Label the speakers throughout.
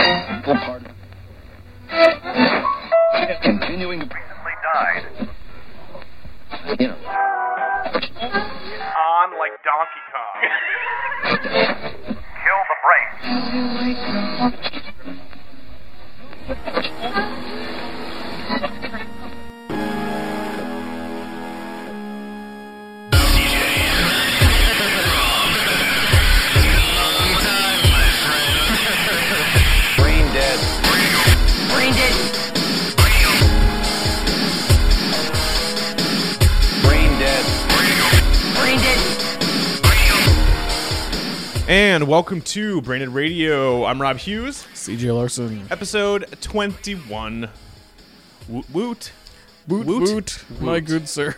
Speaker 1: Pardon. Continuing to
Speaker 2: died
Speaker 1: you know,
Speaker 2: on like Donkey Kong. Kill the brakes.
Speaker 3: Brain dead.
Speaker 4: Brain dead.
Speaker 3: Brain dead.
Speaker 4: Brain dead.
Speaker 5: And welcome to Branded Radio. I'm Rob Hughes,
Speaker 6: CJ Larson.
Speaker 5: episode 21. Woot woot.
Speaker 6: Boot,
Speaker 5: Woot.
Speaker 6: boot, my good sir.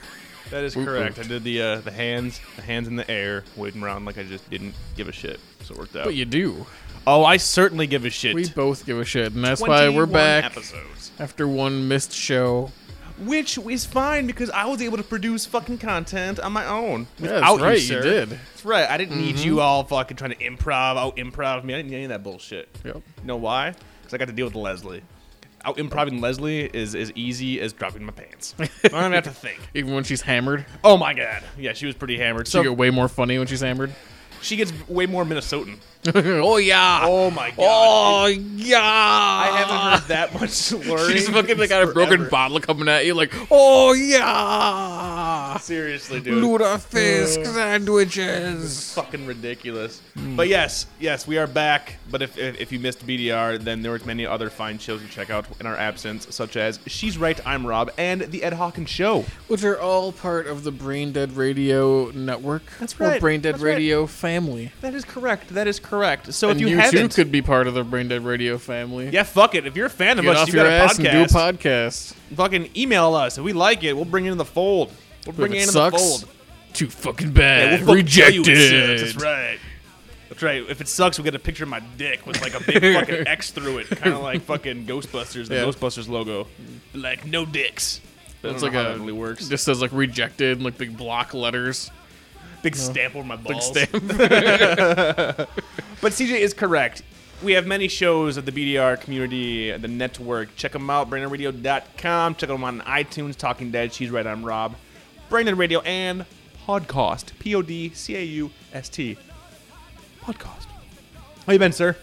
Speaker 5: That is
Speaker 6: Woot
Speaker 5: correct.
Speaker 6: woot.
Speaker 5: I did the uh, the hands, the hands in the air, waiting around like I just didn't give a shit. So it worked out.
Speaker 6: But you do.
Speaker 5: oh, I certainly give a shit.
Speaker 6: We both give a shit, and that's why we're
Speaker 5: 21
Speaker 6: back
Speaker 5: Episodes,
Speaker 6: after one missed show.
Speaker 5: which is fine because I was able to produce fucking content on my own.
Speaker 6: Yeah,
Speaker 5: without
Speaker 6: that's right.
Speaker 5: you,
Speaker 6: You,
Speaker 5: sir.
Speaker 6: did. Mm-hmm.
Speaker 5: That's right. I didn't need you all fucking trying to improv, out improv me. I didn't need any of that bullshit.
Speaker 6: Yep.
Speaker 5: You know why? Because I got to deal with Leslie. Out improving Leslie is as easy as dropping my pants. I don't even have to think.
Speaker 6: Even when she's hammered,
Speaker 5: Oh my god. Yeah, she was pretty hammered.
Speaker 6: she
Speaker 5: So
Speaker 6: get way more funny when she's hammered.
Speaker 5: she gets way more Minnesotan.
Speaker 6: oh yeah.
Speaker 5: Oh my god.
Speaker 6: Oh yeah. I
Speaker 5: I haven't heard that much slurring.
Speaker 6: She's fucking like got a
Speaker 5: forever.
Speaker 6: broken bottle coming at you, like oh yeah.
Speaker 5: Seriously, dude.
Speaker 6: Ludafisk sandwiches.
Speaker 5: fucking ridiculous. But yes, yes, we are back. But if, if if you missed BDR, then there was many other fine shows to check out in our absence, such as She's Right, I'm Rob, and The Ed Hawkins Show.
Speaker 6: which are all part of the Brain Dead Radio network.
Speaker 5: That's
Speaker 6: Or
Speaker 5: right.
Speaker 6: Brain Dead
Speaker 5: That's right.
Speaker 6: Radio family.
Speaker 5: That is correct. That is correct. So if
Speaker 6: and
Speaker 5: you,
Speaker 6: you too
Speaker 5: haven't,
Speaker 6: could be part of the Brain Dead Radio family.
Speaker 5: yeah, fuck it. If you're a fan of
Speaker 6: Get
Speaker 5: us,
Speaker 6: off
Speaker 5: you
Speaker 6: your
Speaker 5: got a
Speaker 6: ass
Speaker 5: podcast.
Speaker 6: and do a podcast.
Speaker 5: fucking email us. If we like it, we'll bring it in the fold. We'll
Speaker 6: But
Speaker 5: bring
Speaker 6: if
Speaker 5: it
Speaker 6: it
Speaker 5: in
Speaker 6: sucks,
Speaker 5: the fold.
Speaker 6: too fucking bad.
Speaker 5: Yeah, we'll fucking tell you
Speaker 6: Rejected.
Speaker 5: it sucks. That's right. That's right. If it sucks, we get a picture of my dick with like a big fucking X through it, kind of like fucking Ghostbusters, the
Speaker 6: Yeah.
Speaker 5: Ghostbusters logo. Like no dicks.
Speaker 6: It's
Speaker 5: That's
Speaker 6: like
Speaker 5: like how
Speaker 6: a
Speaker 5: that really works.
Speaker 6: Just says like rejected and like big block letters.
Speaker 5: big stamp on my
Speaker 6: Big
Speaker 5: balls.
Speaker 6: stamp.
Speaker 5: But CJ is correct. We have many shows of the BDR community, the network. Check them out, BrandonRadio.com. Check them out on iTunes, Talking Dead. She's right. I'm Rob. Brandon Radio and Podcast. P O D C A U S T. Podcast. How you been, sir?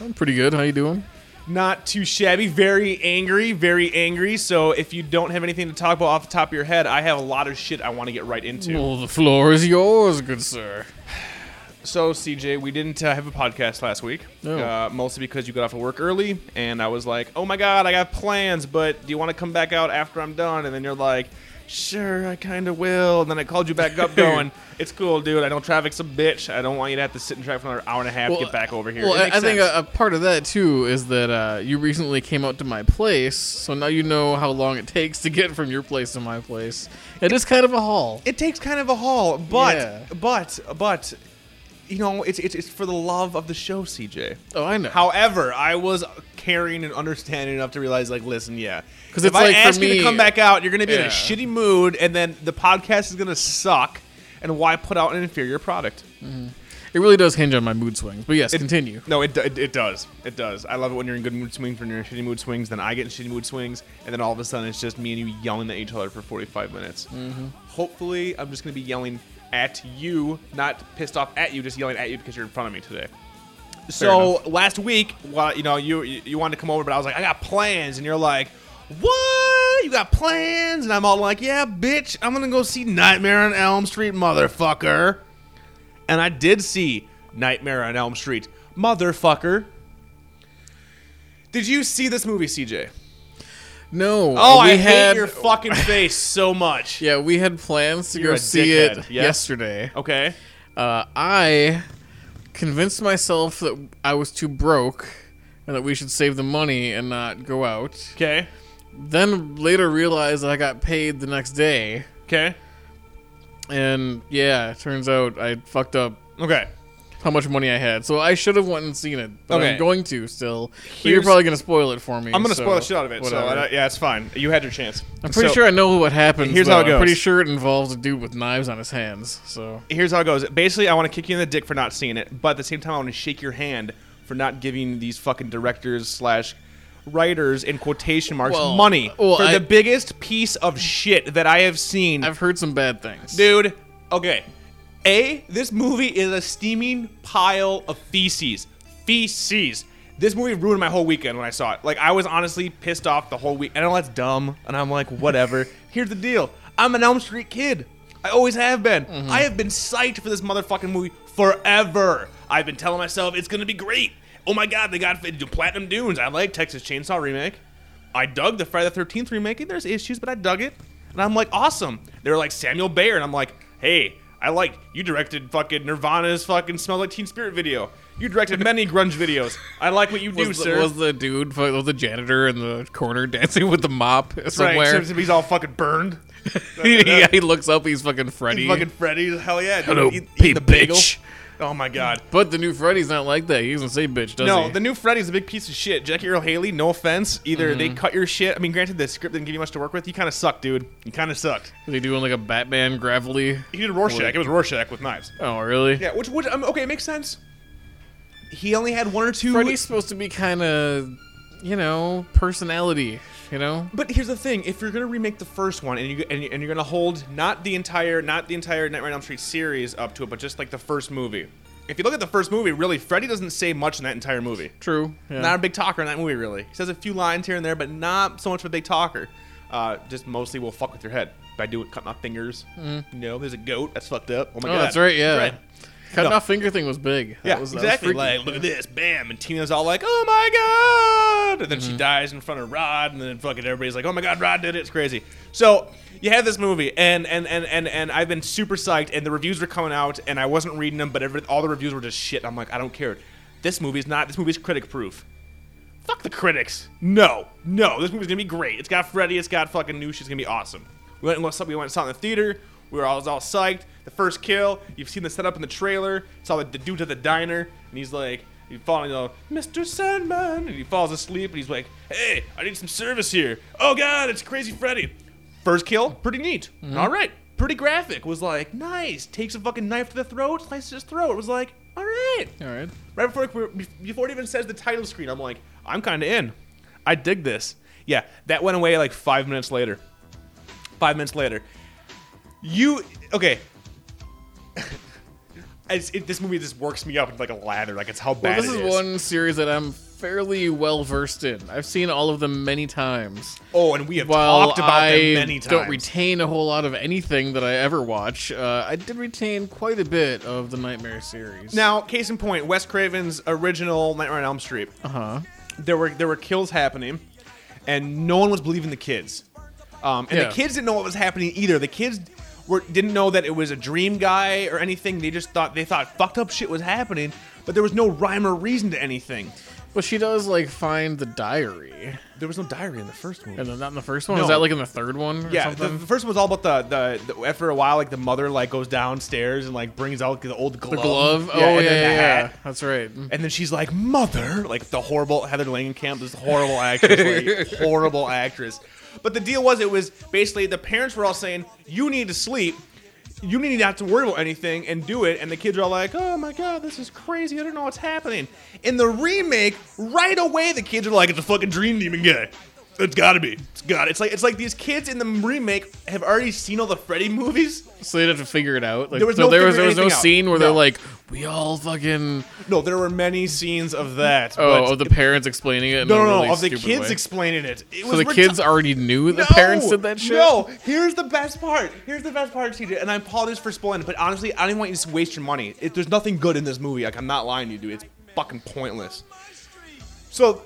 Speaker 6: I'm pretty good. How you doing?
Speaker 5: not too shabby. Very angry, very angry. So if you don't have anything to talk about off the top of your head, I have a lot of shit I want to get right into.
Speaker 6: Well, the floor is yours, good sir.
Speaker 5: So CJ, we didn't uh, have a podcast last week,
Speaker 6: No.
Speaker 5: uh, mostly because you got off of work early, and I was like, "Oh my god, I got plans, but do you want to come back out after I'm done?" And then you're like. Sure, I kind of will. And then I called you back up, going, "It's cool, dude. I know traffic's a bitch. I don't want you to have to sit in traffic for another hour and a half to get back over here."
Speaker 6: Well,
Speaker 5: It
Speaker 6: I,
Speaker 5: makes
Speaker 6: I think uh,
Speaker 5: sense.
Speaker 6: a, a part of that too is that uh, you recently came out to my place, so now you know how long it takes to get from your place to my place. It is kind of a haul.
Speaker 5: it takes kind of a haul, but
Speaker 6: Yeah.
Speaker 5: but but you know, it's, it's it's for the love of the show, CJ.
Speaker 6: Oh, I know.
Speaker 5: However, I was caring and understanding enough to realize, like, listen, yeah,
Speaker 6: 'Cause
Speaker 5: if
Speaker 6: it's
Speaker 5: I
Speaker 6: like, for
Speaker 5: ask you to
Speaker 6: me-
Speaker 5: come back out, you're gonna be in a
Speaker 6: Yeah.
Speaker 5: shitty mood, and then the podcast is gonna suck. And why put out an inferior product?
Speaker 6: It really does hinge on my mood swings. But yes, continue.
Speaker 5: No, it, it, it does. It does. I love it when you're in good mood swings, when you're in shitty mood swings, then I get in shitty mood swings, and then all of a sudden it's just me and you yelling at each other for 45 minutes.
Speaker 6: Mm-hmm.
Speaker 5: Hopefully, I'm just going to be yelling at you, not pissed off at you, just yelling at you because you're in front of me today. So last week, well, you know, you you you wanted to come over, but I was like, I got plans, and you're like, what? You got plans? And I'm all like, yeah, bitch, I'm gonna go see Nightmare on Elm Street, motherfucker. And I did see Nightmare on Elm Street, motherfucker. Did you see this movie, CJ?
Speaker 6: No.
Speaker 5: Oh,
Speaker 6: we
Speaker 5: I
Speaker 6: had,
Speaker 5: hate your fucking face so much.
Speaker 6: Yeah, we had plans to
Speaker 5: You're
Speaker 6: go
Speaker 5: a
Speaker 6: see
Speaker 5: dickhead, Oh.
Speaker 6: it
Speaker 5: yeah?
Speaker 6: yesterday.
Speaker 5: Okay.
Speaker 6: Uh, I convinced myself that I was too broke and that we should save the money and not go out.
Speaker 5: Okay.
Speaker 6: Then later realized that I got paid the next day.
Speaker 5: Okay.
Speaker 6: And yeah, it turns out I fucked up
Speaker 5: Okay.
Speaker 6: how much money I had. So I should have went and seen it, but
Speaker 5: Okay.
Speaker 6: I'm going to still. But you're
Speaker 5: Here's-
Speaker 6: probably going to spoil it for me.
Speaker 5: I'm gonna
Speaker 6: so
Speaker 5: spoil the shit out of it.
Speaker 6: whatever.
Speaker 5: So I- yeah, it's fine. You had your chance.
Speaker 6: I'm pretty
Speaker 5: So-
Speaker 6: sure I know what happens.
Speaker 5: Here's how
Speaker 6: though.
Speaker 5: it goes.
Speaker 6: I'm pretty sure it involves a dude with knives on his hands. So
Speaker 5: here's how it goes. Basically, I want to kick you in the dick for not seeing it, but at the same time, I want to shake your hand for not giving these fucking directors slash writers in quotation marks
Speaker 6: Well,
Speaker 5: money
Speaker 6: well,
Speaker 5: for
Speaker 6: I-
Speaker 5: the biggest piece of shit that I have seen,
Speaker 6: I've heard some bad things.
Speaker 5: dude. Okay, a this movie is a steaming pile of feces, feces. This movie ruined my whole weekend when I saw it. Like I was honestly pissed off the whole week. I know that's dumb, and I'm like, whatever. Here's the deal: I'm an Elm Street kid. I always have been. I have been psyched for this motherfucking movie forever. I've been telling myself it's gonna be great. Oh my god, they got Platinum Dunes. I like Texas Chainsaw Remake. I dug the Friday the Thirteenth remake. There's issues, but I dug it, and I'm like, awesome. They were like Samuel Bayer, and I'm like, hey, I like you directed fucking Nirvana's fucking Smell Like Teen Spirit video. You directed many grunge videos. I like what you do,
Speaker 6: was, the,
Speaker 5: sir.
Speaker 6: was the dude, fu- was the janitor in the corner dancing with the mop
Speaker 5: right,
Speaker 6: somewhere?
Speaker 5: except he's all fucking burned.
Speaker 6: yeah, he looks up, he's fucking Freddy.
Speaker 5: fucking Freddy, hell yeah. dude,
Speaker 6: Hello,
Speaker 5: eat-
Speaker 6: pea
Speaker 5: eat the bagel.
Speaker 6: bitch.
Speaker 5: Oh my god.
Speaker 6: But the new Freddy's not like that. He doesn't say bitch, does
Speaker 5: No,
Speaker 6: he?
Speaker 5: the new Freddy's a big piece of shit. Jackie Earl Haley, no offense. Either they
Speaker 6: Mm-hmm.
Speaker 5: cut your shit. I mean, granted, the script didn't give you much to work with. You kind of sucked, dude. You kind of sucked.
Speaker 6: Is he doing like a Batman gravelly?
Speaker 5: He did Rorschach. It was Rorschach with knives.
Speaker 6: Oh, really?
Speaker 5: Yeah, which which um, okay, it makes sense. He only had one or two.
Speaker 6: Freddy's supposed to be kind of, you know, personality. You know,
Speaker 5: but here's the thing: if you're gonna remake the first one and you and, you- and you're gonna hold not the entire not the entire Nightmare on Elm Street series up to it, but just like the first movie. If you look at the first movie, really, Freddy doesn't say much in that entire movie.
Speaker 6: true. Yeah.
Speaker 5: Not a big talker in that movie, really. He says a few lines here and there, but not so much of a big talker. Uh, just mostly will fuck with your head. If I do it, cut my fingers. You know, there's a goat. That's fucked up. Oh my
Speaker 6: Mm. oh,
Speaker 5: god.
Speaker 6: that's right. Yeah,
Speaker 5: Right.
Speaker 6: cutting
Speaker 5: No.
Speaker 6: off finger thing was big. That
Speaker 5: Yeah,
Speaker 6: was, that was
Speaker 5: exactly.
Speaker 6: freaky.
Speaker 5: like, look at this, bam, and Tina's all like, "Oh my god!" And then
Speaker 6: Mm-hmm.
Speaker 5: she dies in front of Rod, and then fucking everybody's like, "Oh my god, Rod did it! It's crazy." So you have this movie, and and and and and I've been super psyched, and the reviews were coming out, and I wasn't reading them, but every, all the reviews were just shit. I'm like, I don't care. This movie's not. This movie's critic proof. Fuck the critics. No, no, this movie's gonna be great. It's got Freddy. It's got fucking new. She's gonna be awesome. We went and saw, we went and saw it in the theater. We were all, all psyched. The first kill. You've seen the setup in the trailer. Saw the, the dude at the diner, and he's like, he falling, you know, Mr. Sandman, and he falls asleep, and he's like, Hey, I need some service here. Oh God, it's Crazy Freddy. First kill, pretty neat. All right, pretty graphic. Was like, nice. Takes a fucking knife to the throat, slices his throat. Was like, all right
Speaker 6: All right.
Speaker 5: right before before it even says the title screen, I'm like, I'm kind of in. I dig this. Yeah, that went away like five minutes later. Five minutes later, you okay? It's, it, this movie just works me up into like a lather. Like it's how
Speaker 6: Well,
Speaker 5: bad
Speaker 6: this
Speaker 5: it
Speaker 6: is
Speaker 5: is.
Speaker 6: one series that I'm fairly well versed in. I've seen all of them many times.
Speaker 5: Oh, and we have
Speaker 6: While
Speaker 5: talked about
Speaker 6: I
Speaker 5: them many times.
Speaker 6: don't retain a whole lot of anything that I ever watch, uh, I did retain quite a bit of the Nightmare series.
Speaker 5: Now, case in point, Wes Craven's original Nightmare on Elm Street. Uh huh. There were there were kills happening, and no one was believing the kids. Um, and
Speaker 6: Yeah.
Speaker 5: the kids didn't know what was happening either. The kids were didn't know that it was a dream guy or anything. They just thought they thought fucked up shit was happening, but there was no rhyme or reason to anything.
Speaker 6: but she does like find the diary,
Speaker 5: There was no diary in the first movie.
Speaker 6: and then not in the first one.
Speaker 5: No.
Speaker 6: Was that like in the third one? Or
Speaker 5: Yeah, the,
Speaker 6: something?
Speaker 5: the first one was all about the, the the after a while, like the mother like goes downstairs and like brings out the old glove,
Speaker 6: The glove. Oh
Speaker 5: and
Speaker 6: yeah,
Speaker 5: then
Speaker 6: yeah,
Speaker 5: the
Speaker 6: yeah.
Speaker 5: hat.
Speaker 6: That's right.
Speaker 5: And then she's like, "Mother!" Like the horrible Heather Langenkamp, this horrible actress, like, horrible actress. But the deal was, it was basically the parents were all saying, "You need to sleep. You need not to worry about anything and do it." And the kids are all like, "Oh my god, this is crazy. I don't know what's happening." In the remake, right away, the kids are like, "It's a fucking dream demon guy." It's gotta be. It's got. It's like it's like these kids in the remake have already seen all the Freddy movies.
Speaker 6: So they'd have to figure it out. Like,
Speaker 5: There was
Speaker 6: so
Speaker 5: no
Speaker 6: there was
Speaker 5: figuring
Speaker 6: there was
Speaker 5: anything
Speaker 6: no
Speaker 5: out.
Speaker 6: scene where
Speaker 5: No.
Speaker 6: they're like, we all fucking
Speaker 5: No, there were many scenes of that.
Speaker 6: oh
Speaker 5: but
Speaker 6: of the parents explaining it. In
Speaker 5: no,
Speaker 6: a
Speaker 5: no, no,
Speaker 6: really
Speaker 5: of the
Speaker 6: stupid
Speaker 5: kids
Speaker 6: way.
Speaker 5: explaining it. it
Speaker 6: so
Speaker 5: was
Speaker 6: the
Speaker 5: reti-
Speaker 6: kids already knew the parents did that shit.
Speaker 5: No, here's the best part. Here's the best part, TJ. And I apologize for spoiling, it, but honestly, I don't even want you to waste your money. It, there's nothing good in this movie. Like I'm not lying to you, dude. It's fucking pointless. So,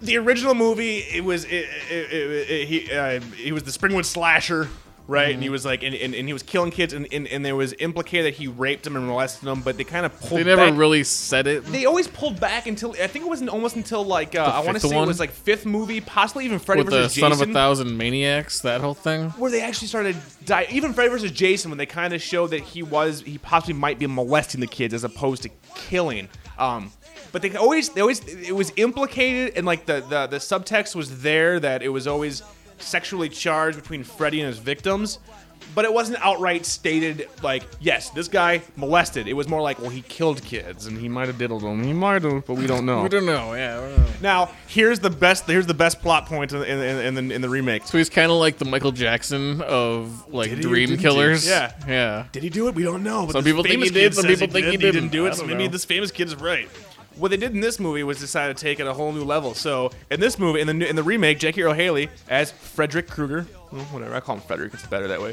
Speaker 5: the original movie, it was it, it, it, it- he uh, he was the Springwood slasher, right?
Speaker 6: Mm-hmm.
Speaker 5: And he was like, and, and, and he was killing kids, and, and, and there was implicated that he raped them and molested them, but they kind of pulled.
Speaker 6: They never
Speaker 5: back
Speaker 6: really said it.
Speaker 5: they always pulled back until I think it wasn't almost until like uh, I want to
Speaker 6: fifth
Speaker 5: say it
Speaker 6: one?
Speaker 5: was like fifth movie, possibly even Freddy
Speaker 6: with the
Speaker 5: versus
Speaker 6: son of a
Speaker 5: Jason,
Speaker 6: thousand maniacs, that whole thing.
Speaker 5: where they actually started die. Even Freddy versus Jason, when they kind of showed that he was he possibly might be molesting the kids as opposed to killing. Um, but they always they always it was implicated and like the the the subtext was there that it was always sexually charged between Freddy and his victims. but it wasn't outright stated like, yes, this guy molested. It was more like, well, he killed kids and he might have diddled them. He might have, but we don't know.
Speaker 6: We don't know. Yeah. we don't know.
Speaker 5: Now, here's the best. Here's the best plot point in in, in, in, the, in the remake.
Speaker 6: So he's kind of like the Michael Jackson of like
Speaker 5: Did he or
Speaker 6: dream
Speaker 5: didn't he?
Speaker 6: killers.
Speaker 5: Yeah.
Speaker 6: Yeah.
Speaker 5: Did he do it? We don't know. But
Speaker 6: Some
Speaker 5: this
Speaker 6: people think
Speaker 5: famous
Speaker 6: he did,
Speaker 5: kid
Speaker 6: some
Speaker 5: says
Speaker 6: people think he
Speaker 5: didn't
Speaker 6: didn't.
Speaker 5: do
Speaker 6: I
Speaker 5: it. So
Speaker 6: don't
Speaker 5: maybe
Speaker 6: know.
Speaker 5: this famous kid is right. What they did in this movie was decide to take it a whole new level. So in this movie, in the new- in the remake, Jackie Earl Haley as Frederick Krueger, well, whatever I call him Frederick, it's better that way,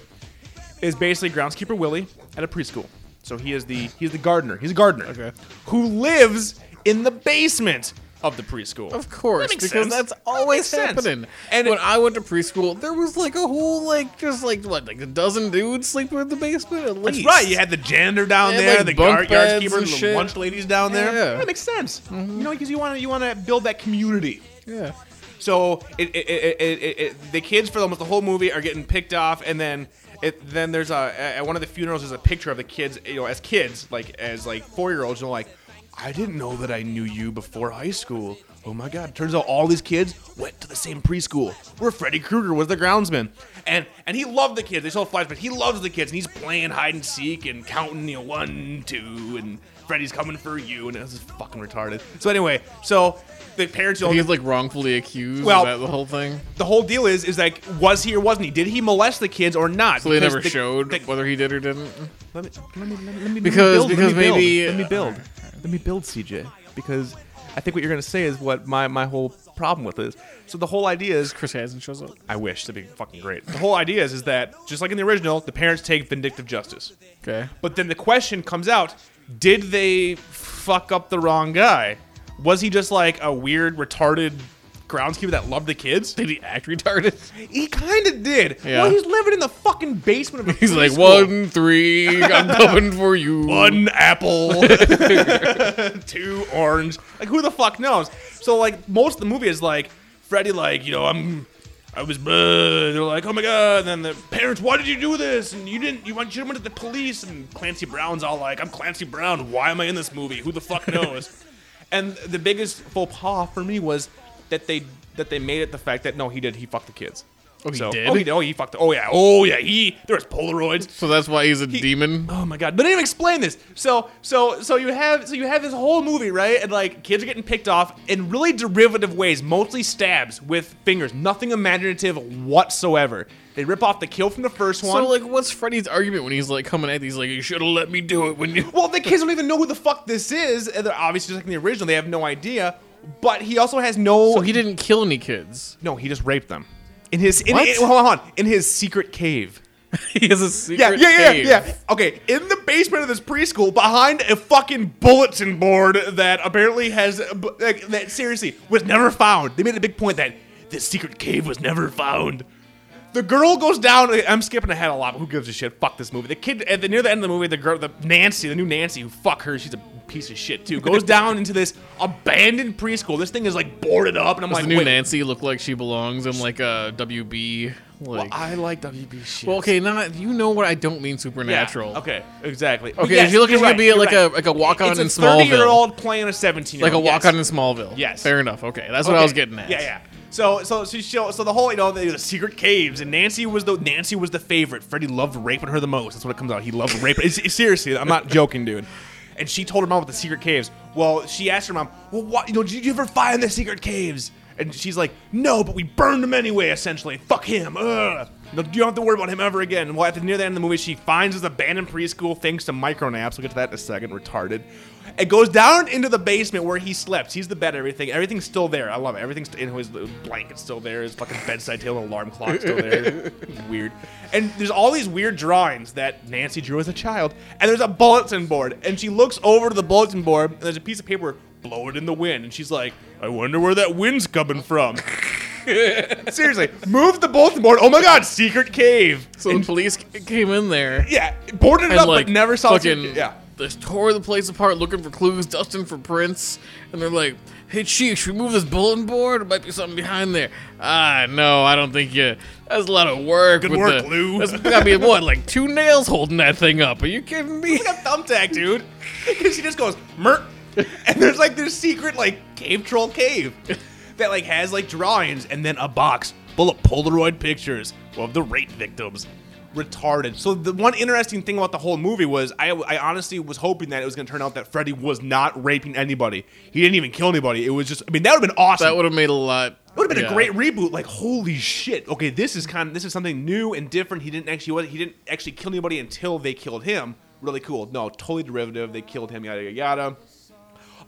Speaker 5: is basically groundskeeper Willie at a preschool. So he is the he's the gardener. He's a gardener.
Speaker 6: Okay.
Speaker 5: Who lives in the basement of the preschool?
Speaker 6: Of course,
Speaker 5: makes sense.
Speaker 6: because that's
Speaker 5: That
Speaker 6: always
Speaker 5: makes sense.
Speaker 6: happening.
Speaker 5: And
Speaker 6: And when
Speaker 5: it-
Speaker 6: I went to preschool, there was like a whole like just like what like a dozen dudes sleeping in the basement at
Speaker 5: That's
Speaker 6: least.
Speaker 5: right. You had the janitor down
Speaker 6: They had,
Speaker 5: there,
Speaker 6: like,
Speaker 5: the guard,
Speaker 6: bunk beds
Speaker 5: yardkeeper,
Speaker 6: and
Speaker 5: the
Speaker 6: shit.
Speaker 5: lunch ladies down there.
Speaker 6: Yeah. Mm-hmm.
Speaker 5: That makes sense. You know, because you want to you want to build that community.
Speaker 6: Yeah.
Speaker 5: So it, it, it, it, it, it, the kids for almost the whole movie are getting picked off, and then it, then there's a at one of the funerals there's a picture of the kids, you know, as kids, like as like four year olds, and they're like, I didn't know that I knew you before high school. Oh my God! Turns out all these kids went to the same preschool where Freddy Krueger was the groundsman, and and he loved the kids. They saw flies, but he loves the kids, and he's playing hide and seek and counting, you know, one, two, and Freddy's coming for you, and it was fucking retarded. So anyway, so the parents
Speaker 6: He's like wrongfully accused.
Speaker 5: Well-
Speaker 6: of that, the whole thing.
Speaker 5: the whole deal is is like was he or wasn't he? Did he molest the kids or not?
Speaker 6: So they
Speaker 5: Because
Speaker 6: never
Speaker 5: the-
Speaker 6: showed
Speaker 5: the-
Speaker 6: whether he did or didn't.
Speaker 5: let me, let me, let me- let me- let me
Speaker 6: Because-
Speaker 5: build, let
Speaker 6: because
Speaker 5: me build,
Speaker 6: maybe-
Speaker 5: let me build let me build CJ because I think what you're gonna say is what my my whole problem with this. So the whole idea is
Speaker 6: Chris Hansen shows up.
Speaker 5: I wish that'd be fucking great. The whole idea is is that just like in the original, the parents take vindictive justice.
Speaker 6: Okay.
Speaker 5: But then the question comes out did they fuck up the wrong guy? Was he just like a weird, retarded groundskeeper that loved the kids? Did he act retarded? He kind of did.
Speaker 6: Yeah.
Speaker 5: Well, he's living in the fucking basement of a
Speaker 6: He's like
Speaker 5: preschool.
Speaker 6: one three. I'm coming for you.
Speaker 5: One apple, two orange. Like who the fuck knows? So like most of the movie is like Freddy, like you know I'm, I was. Uh, they're like, oh my god. And then the parents, why did you do this? And you didn't. You went. You went to the police. And Clancy Brown's all like, I'm Clancy Brown. Why am I in this movie? Who the fuck knows? and the biggest faux pas for me was that they that they made it the fact that no, he did. He fucked the kids. Oh,
Speaker 6: he
Speaker 5: so,
Speaker 6: did?
Speaker 5: Oh, he, oh, he fucked. Oh yeah. Oh yeah. He there was Polaroids.
Speaker 6: So that's why he's a demon.
Speaker 5: Oh my god! But I didn't even explain this. So so so you have so you have this whole movie right, and like kids are getting picked off in really derivative ways, mostly stabs with fingers, nothing imaginative whatsoever. They rip off the kill from the first one.
Speaker 6: So like, what's Freddy's argument when he's like coming at these? Like, you should have let me do it when you.
Speaker 5: well, the kids don't even know who the fuck this is, and they're obviously just like in the original. They have no idea. But he also has no.
Speaker 6: So he didn't kill any kids.
Speaker 5: No, he just raped them. In his in,
Speaker 6: What?
Speaker 5: in- hold on, hold on. in his secret cave.
Speaker 6: He has a
Speaker 5: Yeah,
Speaker 6: secret.
Speaker 5: yeah, yeah, yeah, yeah. Okay, in the basement of this preschool, behind a fucking bulletin board that apparently has like, that seriously was never found. They made a big point that this secret cave was never found. The girl goes down. uh, I'm skipping ahead a lot, but who gives a shit? Fuck this movie. The kid at the near the end of the movie, the girl, the Nancy, the new Nancy, who fuck her, she's a piece of shit too. Goes down into this abandoned preschool. This thing is like boarded up, and I'm
Speaker 6: Does
Speaker 5: like,
Speaker 6: the new
Speaker 5: wait,
Speaker 6: Nancy look like she belongs in like a WB?
Speaker 5: well,
Speaker 6: Like,
Speaker 5: I like WB shit.
Speaker 6: well, okay, not you know what I don't mean
Speaker 5: Yeah,
Speaker 6: supernatural.
Speaker 5: Okay, exactly.
Speaker 6: Okay, if you look, it's gonna be like a like a walk on in
Speaker 5: it's a 30 year
Speaker 6: Smallville,
Speaker 5: old playing a 17 year
Speaker 6: like
Speaker 5: old
Speaker 6: a walk on in Smallville.
Speaker 5: Yes.
Speaker 6: fair enough. Okay, that's what I was getting at.
Speaker 5: Yeah, yeah. So, so, so, she, so the whole, you know, the, the secret caves, and Nancy was the Nancy was the favorite. Freddie loved raping her the most. That's what it comes out. He loved raping. it's, it's- seriously, I'm not joking, dude. And she told her mom about the secret caves. Well, she asked her mom, "Well, what? You know, did you ever find the secret caves?" And she's like, "No, but we burned them anyway. Essentially, fuck him. Ugh. No, you don't have to worry about him ever again." Well, at the near the end of the movie, she finds this abandoned preschool thanks to micronaps. We'll get to that in a second. Retarded. It goes down into the basement where he slept. He's the bed, everything. Everything's still there. I love it. Everything's in his blanket's still there. His fucking bedside table and alarm clock still there. weird. And there's all these weird drawings that Nancy drew as a child. And there's a bulletin board. And she looks over to the bulletin board and there's a piece of paper, blow it in the wind. And she's like, I wonder where that wind's coming from. Seriously, move the bulletin board. Oh my god, secret cave.
Speaker 6: So the police c- came in there
Speaker 5: Yeah, boarded it
Speaker 6: and
Speaker 5: up
Speaker 6: like
Speaker 5: but never saw
Speaker 6: fucking
Speaker 5: secret- Yeah.
Speaker 6: They tore the place apart looking for clues, dusting for prints, and they're like, "Hey, chief, should we move this bulletin board? There might be something behind there." Ah, no, I don't think you. That's a lot of work.
Speaker 5: Good
Speaker 6: with
Speaker 5: work,
Speaker 6: the,
Speaker 5: Lou.
Speaker 6: That's gotta be what, like two nails holding that thing up? Are you kidding me?
Speaker 5: like a thumbtack, dude. Because she just goes merp, and there's like this secret like cave troll cave that like has like drawings and then a box full of Polaroid pictures of the rape victims. retarded. So the one interesting thing about the whole movie was I, I honestly was hoping that it was going to turn out that Freddy was not raping anybody. He didn't even kill anybody. It was just I mean that would have been awesome.
Speaker 6: That would have made a lot.
Speaker 5: It would have been
Speaker 6: yeah.
Speaker 5: a great reboot. Like, holy shit! Okay, this is kind of this is something new and different. He didn't actually he didn't actually kill anybody until they killed him. Really cool. No, totally derivative. They killed him. Yada yada yada.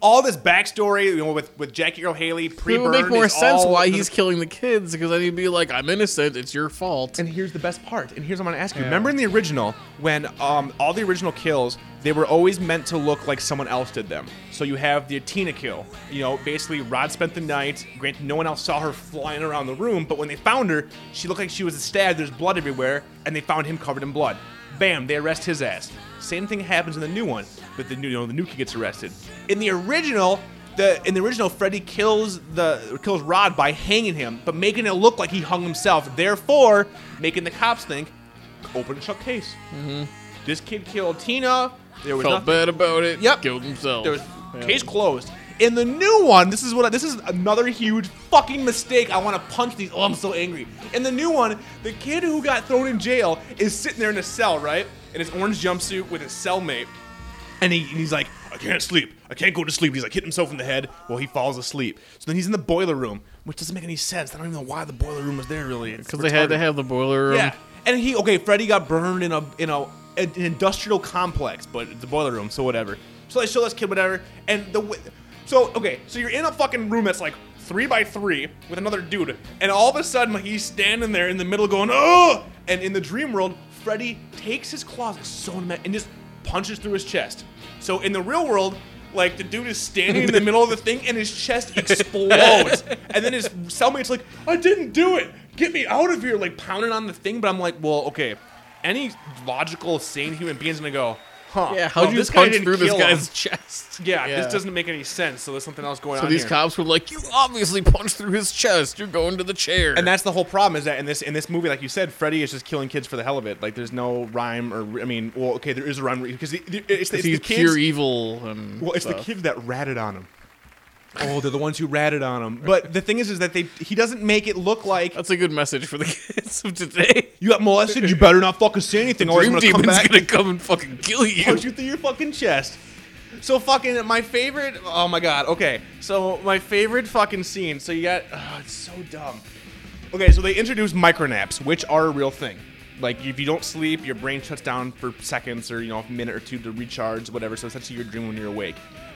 Speaker 5: All this backstory, you know, with with Jackie Earl Haley pre
Speaker 6: It would make more sense why he's killing the kids because then he'd be like, "I'm innocent. It's your fault."
Speaker 5: And here's the best part. And here's what I'm gonna ask you. Remember in the original when um, all the original kills they were always meant to look like someone else did them. So you have the Tina kill. You know, basically Rod spent the night. Granted, no one else saw her flying around the room, but when they found her, she looked like she was stabbed. There's blood everywhere, and they found him covered in blood. Bam! They arrest his ass. Same thing happens in the new one, but the new you know, the new kid gets arrested. In the original, the in the original, Freddy kills the kills Rod by hanging him, but making it look like he hung himself. Therefore, making the cops think, open and shut case. This kid killed Tina. There was nothing.
Speaker 6: Felt bad about it.
Speaker 5: Yep.
Speaker 6: Killed himself.
Speaker 5: There was
Speaker 6: Yeah.
Speaker 5: case closed. In the new one, this is what I- this is another huge fucking mistake. I want to punch these. Oh, I'm so angry. In the new one, the kid who got thrown in jail is sitting there in a cell, right, in his orange jumpsuit with his cellmate, and, he, and he's like, I can't sleep. I can't go to sleep. He's like hitting himself in the head. Well, he falls asleep. So then he's in the boiler room, which doesn't make any sense. I don't even know why the boiler room was there really. It's
Speaker 6: because they had to
Speaker 5: retarded.
Speaker 6: have the boiler room.
Speaker 5: Yeah, and he okay. Freddy got burned in a in a an industrial complex, but it's a boiler room, so whatever. So they show this kid whatever, and the wi- so okay, so you're in a fucking room that's like three by three with another dude, and all of a sudden like, he's standing there in the middle going oh, and in the dream world, Freddy takes his claws like, so ma- and just punches through his chest. So in the real world. Like the dude is standing in the middle of the thing and his chest explodes. and then his cellmate's like, I didn't do it get me out of here, like pounding on the thing. But I'm like, well, okay. Any logical, sane human being's gonna go, huh?
Speaker 6: Yeah, how'd
Speaker 5: well,
Speaker 6: you
Speaker 5: this guy
Speaker 6: punch
Speaker 5: didn't
Speaker 6: through this
Speaker 5: kill him.
Speaker 6: guy's chest?
Speaker 5: Yeah, this doesn't make any sense. So there's something else going
Speaker 6: So
Speaker 5: on.
Speaker 6: these
Speaker 5: here.
Speaker 6: cops were like, "You obviously punched through his chest. You're going to the chair."
Speaker 5: and that's the whole problem is that in this in this movie, like you said, Freddy is just killing kids for the hell of it. Like there's no rhyme or I mean, well, okay, there is a rhyme because the, the, it's, the- it's
Speaker 6: he's
Speaker 5: the kids.
Speaker 6: pure evil. And
Speaker 5: Well, it's the
Speaker 6: stuff.
Speaker 5: kids that ratted on him. Oh, they're the ones who ratted on him. But the thing is, is that they he doesn't make it look like
Speaker 6: That's a good message for the kids of today.
Speaker 5: you got molested. You better not fucking say anything, or I'm
Speaker 6: Dream
Speaker 5: gonna come
Speaker 6: Demon's
Speaker 5: back.
Speaker 6: gonna come and fucking kill you.
Speaker 5: punch you through your fucking chest. So fucking my favorite. Oh my god. Okay. So my favorite fucking scene. So you got. Oh, it's so dumb. Okay. So they introduced micronaps, which are a real thing. Like if you don't sleep, your brain shuts down for seconds or you know a minute or two to recharge, whatever. So it's actually your dream when you're awake.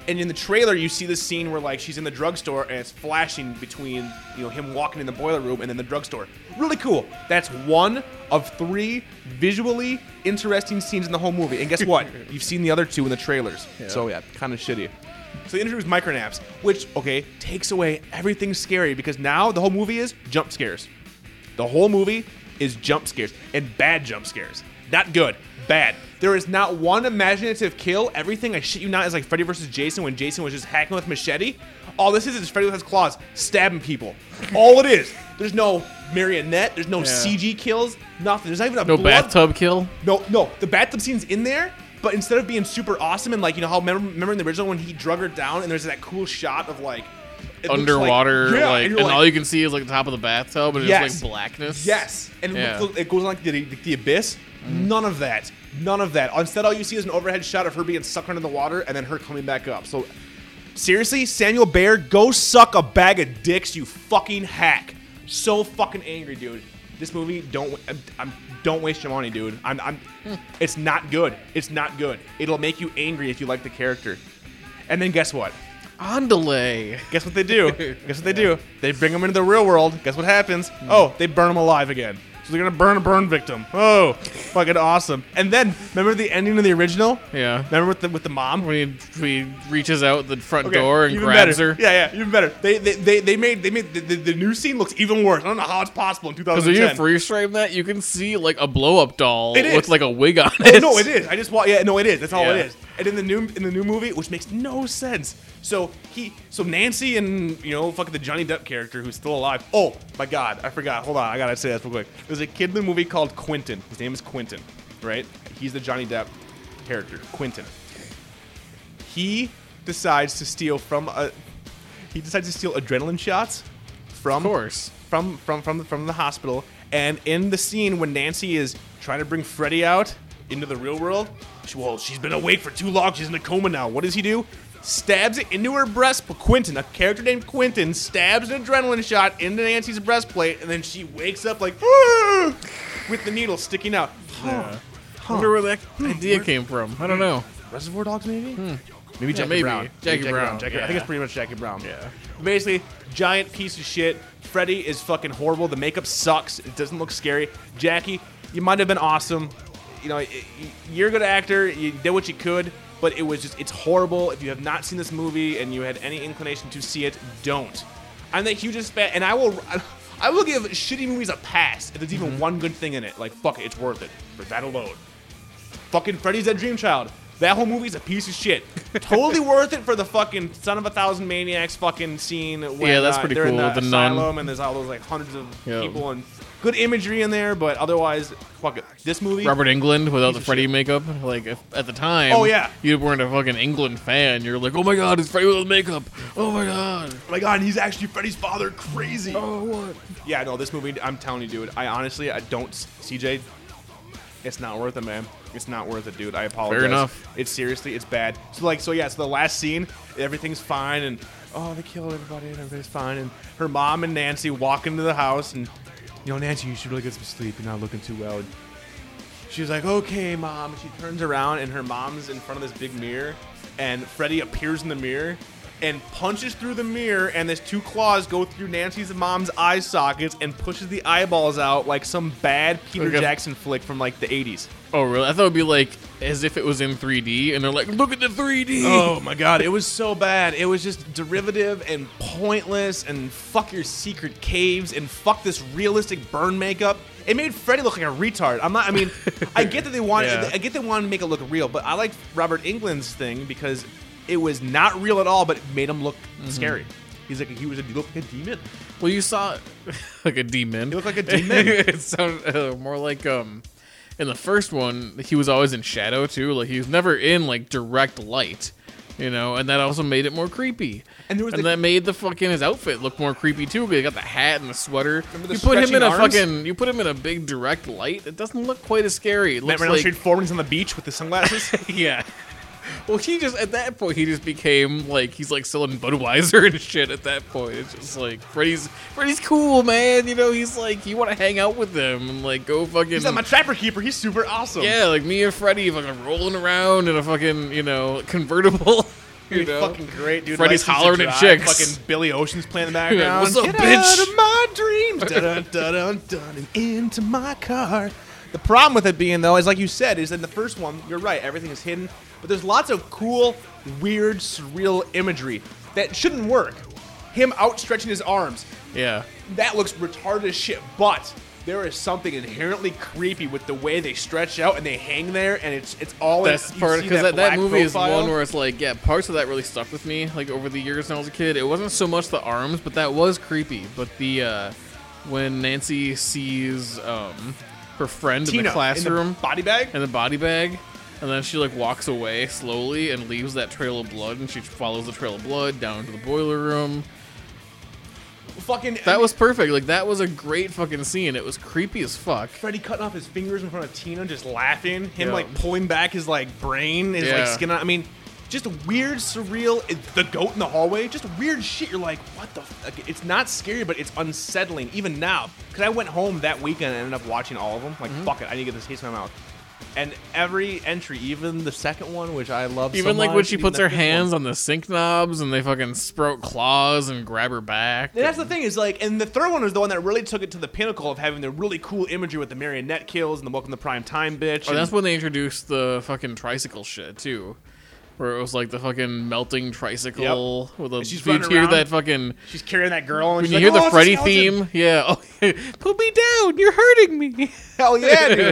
Speaker 5: And in the trailer, you see this scene where like she's in the drugstore and it's flashing between you know him walking in the boiler room and then the drugstore. Really cool. That's one of three visually interesting scenes in the whole movie. And guess what? You've seen the other two in the trailers. So yeah, kind of shitty. So they introduced micronaps, which okay takes away everything scary because now the whole movie is jump scares. The whole movie is jump scares and bad jump scares. Not good, bad. There is not one imaginative kill. Everything I shit you not is like Freddy versus Jason when Jason was just hacking with machete. All this is is Freddy with his claws stabbing people. All it is. There's no marionette. There's no CG kills. Nothing. There's not even a
Speaker 6: No
Speaker 5: blood
Speaker 6: bathtub kill.
Speaker 5: no, no. The bathtub scene's in there, but instead of being super awesome and like you know how remember, remember in the original when he drug her down and there's that cool shot of like it looks like-
Speaker 6: Underwater,
Speaker 5: Yeah,
Speaker 6: like,
Speaker 5: and
Speaker 6: and,
Speaker 5: you're
Speaker 6: all you can see is like the top of the bathtub, and
Speaker 5: Yes.
Speaker 6: it's like blackness.
Speaker 5: Yes, and it
Speaker 6: Yeah.
Speaker 5: looks- it goes on like the, the, the abyss. None of that. None of that. Instead, all you see is an overhead shot of her being sucked under the water and then her coming back up. So, seriously, Samuel Baird, go suck a bag of dicks, you fucking hack. So fucking angry, dude. This movie, don't wa- I'm, I'm, don't waste your money, dude. I'm, I'm it's not good. It's not good. It'll make you angry if you like the character. And then guess what?
Speaker 6: On delay.
Speaker 5: Guess what they do? Guess what they do? They bring them into the real world. Guess what happens?
Speaker 6: Hmm.
Speaker 5: Oh, they burn them alive again. So they're gonna burn a burn victim. Oh, fucking awesome! And then remember the ending of the original?
Speaker 6: Yeah.
Speaker 5: Remember with the with the mom?
Speaker 6: When he, he reaches out the front
Speaker 5: Okay,
Speaker 6: door and
Speaker 5: even
Speaker 6: grabs
Speaker 5: better.
Speaker 6: her.
Speaker 5: Yeah, yeah, even better. They they, they, they made they made the, the, the new scene looks even worse. I don't know how it's possible in
Speaker 6: Because when you
Speaker 5: 2010.
Speaker 6: freeze frame that, you can see like a blow up doll
Speaker 5: It is.
Speaker 6: with like a wig on
Speaker 5: Oh,
Speaker 6: it.
Speaker 5: no, it is. I just want. Yeah, no, it is. That's all
Speaker 6: Yeah.
Speaker 5: it is. And in the new in the new movie, which makes no sense. So he, so Nancy and you know, fucking the Johnny Depp character who's still alive. Oh my God, I forgot. Hold on, I gotta say this real quick. There's a kid in the movie called Quentin. His name is Quentin, right? He's the Johnny Depp character, Quentin. He decides to steal from a. He decides to steal adrenaline shots from
Speaker 6: Of course.
Speaker 5: from from from from the hospital And in the scene when Nancy is trying to bring Freddy out into the real world, she, well, she's been awake for too long. She's in a coma now. What does he do? Stabs it into her breast. But Quentin, a character named Quentin, stabs an adrenaline shot into Nancy's breastplate, and then she wakes up like "Ah!" with the needle sticking out. Hmm.
Speaker 6: I wonder where that idea came from. I don't know. Hmm.
Speaker 5: Reservoir Dogs, maybe? Maybe Jackie
Speaker 6: maybe.
Speaker 5: Brown.
Speaker 6: Jackie Brown,
Speaker 5: Jackie- I
Speaker 6: yeah.
Speaker 5: think it's pretty much Jackie Brown.
Speaker 6: Yeah.
Speaker 5: Basically, giant piece of shit. Freddy is fucking horrible. The makeup sucks. It doesn't look scary. Jackie, you might have been awesome. You know, y- y- you're a good actor. You did what you could, but it was just, it's horrible. If you have not seen this movie and you had any inclination to see it, don't. I'm the hugest fan, and I will. I will give shitty movies a pass if there's even one good thing in it. Like, fuck it, it's worth it for that alone fucking Freddy's Dead Dream Child. That whole movie's a piece of shit. totally worth it for the fucking son of a thousand maniacs fucking scene. When,
Speaker 6: Yeah, that's
Speaker 5: uh,
Speaker 6: pretty
Speaker 5: they're
Speaker 6: cool,
Speaker 5: In the,
Speaker 6: the nun.
Speaker 5: asylum and there's all those like hundreds of
Speaker 6: Yeah.
Speaker 5: people and good imagery in there, but otherwise, fuck it. This movie,
Speaker 6: Robert England without the
Speaker 5: of
Speaker 6: Freddy makeup. Like if, at the time,
Speaker 5: Oh, yeah.
Speaker 6: you weren't a fucking England fan. You're like, oh my god, it's Freddy without makeup. Oh my god.
Speaker 5: oh my god, he's actually Freddy's father. Crazy.
Speaker 6: Oh what?
Speaker 5: Yeah, no, this movie, I'm telling you, dude. I honestly, I don't, CJ. It's not worth it, man. It's not worth it, dude. I apologize.
Speaker 6: enough.
Speaker 5: It's seriously, it's bad. So like, so yeah, so the last scene, everything's fine, and oh, they killed everybody, and everybody's fine, and her mom and Nancy walk into the house, and you know, Nancy, you should really get some sleep. You're not looking too well. And she's like, okay, mom. And she turns around, and her mom's in front of this big mirror, and Freddy appears in the mirror. And punches through the mirror, and his two claws go through Nancy's mom's eye sockets and pushes the eyeballs out like some bad Peter
Speaker 6: Okay.
Speaker 5: Jackson flick from like the 80s.
Speaker 6: Oh really? I thought it'd be like as if it was in 3D, and they're like, look at the 3D.
Speaker 5: Oh my god, it was so bad. It was just derivative and pointless and fuck your secret caves and fuck this realistic burn makeup. It made Freddy look like a retard. I'm not I mean, I get that they wanted
Speaker 6: Yeah.
Speaker 5: I get they wanted to make it look real, but I liked Robert England's thing because it was not real at all, but it made him look
Speaker 6: Mm-hmm.
Speaker 5: scary. He's like he was a, he looked like a demon.
Speaker 6: Well, you saw like a demon.
Speaker 5: He looked like a demon.
Speaker 6: it sounded uh, more like um, in the first one, he was always in shadow too. Like he was never in like direct light, you know. And that also made it more creepy.
Speaker 5: And there was the-
Speaker 6: that made the fucking his outfit look more creepy too. 'cause He got the hat and the sweater.
Speaker 5: Remember the
Speaker 6: you put him in
Speaker 5: stretching
Speaker 6: a
Speaker 5: arms?
Speaker 6: fucking. You put him in a big direct light. It doesn't look quite as scary. It
Speaker 5: That
Speaker 6: looks
Speaker 5: Meryl
Speaker 6: like
Speaker 5: Street Foreman's on the beach with the sunglasses.
Speaker 6: yeah. Well, he just at that point he just became like he's like selling Budweiser and shit. At that point, it's just like Freddy's Freddy's cool, man. You know, he's like you want to hang out with him and like go fucking
Speaker 5: He's not my trapper keeper. He's super awesome.
Speaker 6: yeah, like me and Freddy fucking rolling around in a fucking you know convertible. You
Speaker 5: Dude,
Speaker 6: know,
Speaker 5: fucking great, dude. License
Speaker 6: Freddy's
Speaker 5: to
Speaker 6: hollering
Speaker 5: Drive,
Speaker 6: at chicks.
Speaker 5: Fucking Billy Ocean's playing in the background.
Speaker 6: What's up,
Speaker 5: Get
Speaker 6: bitch?
Speaker 5: out of my dreams. dun, dun, dun, dun, and into my car. The problem with it being, though, is like you said, is in the first one, you're right, everything is hidden. But there's lots of cool, weird, surreal imagery that shouldn't work. Him outstretching his arms,
Speaker 6: yeah.
Speaker 5: that looks retarded as shit, but there is something inherently creepy with the way they stretch out and they hang there, and it's it's all in-
Speaker 6: That's
Speaker 5: you
Speaker 6: part
Speaker 5: see
Speaker 6: because that, that
Speaker 5: black
Speaker 6: movie is
Speaker 5: profile.
Speaker 6: one where it's like yeah, parts of that really stuck with me like over the years when I was a kid. It wasn't so much the arms, but that was creepy. But the uh, when Nancy sees um, her friend
Speaker 5: Tina
Speaker 6: in the classroom
Speaker 5: body bag.
Speaker 6: and the body bag, and then she like walks away slowly and leaves that trail of blood, and she follows the trail of blood down to the boiler room.
Speaker 5: fucking
Speaker 6: That was perfect. Like that was a great fucking scene. It was creepy as fuck.
Speaker 5: Freddy cutting off his fingers in front of Tina, just laughing. Him
Speaker 6: Yeah.
Speaker 5: like pulling back his like brain, his like
Speaker 6: Yeah.
Speaker 5: skin. out- I mean, just weird, surreal. it- the goat in the hallway, just weird shit. You're like, what the? F-? like, It's not scary, but it's unsettling even now. Cause I went home that weekend and ended up watching all of them.
Speaker 6: Mm-hmm.
Speaker 5: Like, fuck it, I need to get this taste in my mouth. And every entry, even the second one, which I love, so
Speaker 6: Even like when
Speaker 5: much,
Speaker 6: she
Speaker 5: even
Speaker 6: puts
Speaker 5: the
Speaker 6: her
Speaker 5: fifth one.
Speaker 6: hands on the sink knobs and they fucking sprout claws and grab her back.
Speaker 5: And that's the thing is like, and the third one was the one that really took it to the pinnacle of having the really cool imagery with the marionette kills and the Welcome to Prime Time bitch.
Speaker 6: Oh,
Speaker 5: and-
Speaker 6: that's when they introduced the fucking tricycle shit too, where it was like the fucking melting tricycle with a.
Speaker 5: And she's
Speaker 6: you
Speaker 5: running
Speaker 6: hear
Speaker 5: around.
Speaker 6: that fucking
Speaker 5: She's carrying that girl, and
Speaker 6: when
Speaker 5: she's
Speaker 6: you
Speaker 5: like, "Oh,
Speaker 6: hear the
Speaker 5: it's a
Speaker 6: Freddy
Speaker 5: skeleton."
Speaker 6: theme, yeah. Oh, put me down, you're hurting me.
Speaker 5: Hell yeah, dude!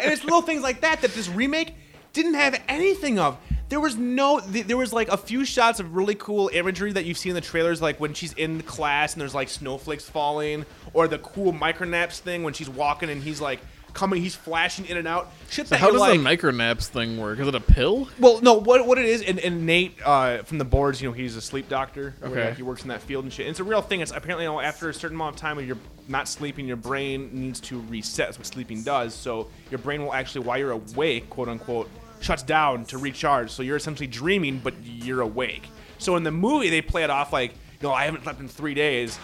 Speaker 5: and it's little things like that that this remake didn't have anything of. There was no, th- there was like a few shots of really cool imagery that you've seen in the trailers, like when she's in class and there's like snowflakes falling, or the cool micronaps thing when she's walking and he's like coming. He's flashing in and out. Shit
Speaker 6: So
Speaker 5: that
Speaker 6: how
Speaker 5: you're
Speaker 6: does
Speaker 5: like,
Speaker 6: the micronaps thing work? Is it a pill?
Speaker 5: Well, no, what what it is, and, and Nate uh, from the boards, you know, he's a sleep doctor. where,
Speaker 6: Okay.
Speaker 5: like, he works in that field and shit. And it's a real thing. It's apparently, you know, after a certain amount of time, when you're not sleeping, your brain needs to reset. That's what sleeping does. So your brain will actually, while you're awake, quote unquote, shuts down to recharge. So you're essentially dreaming, but you're awake. So in the movie, they play it off like, no, I haven't slept in three days.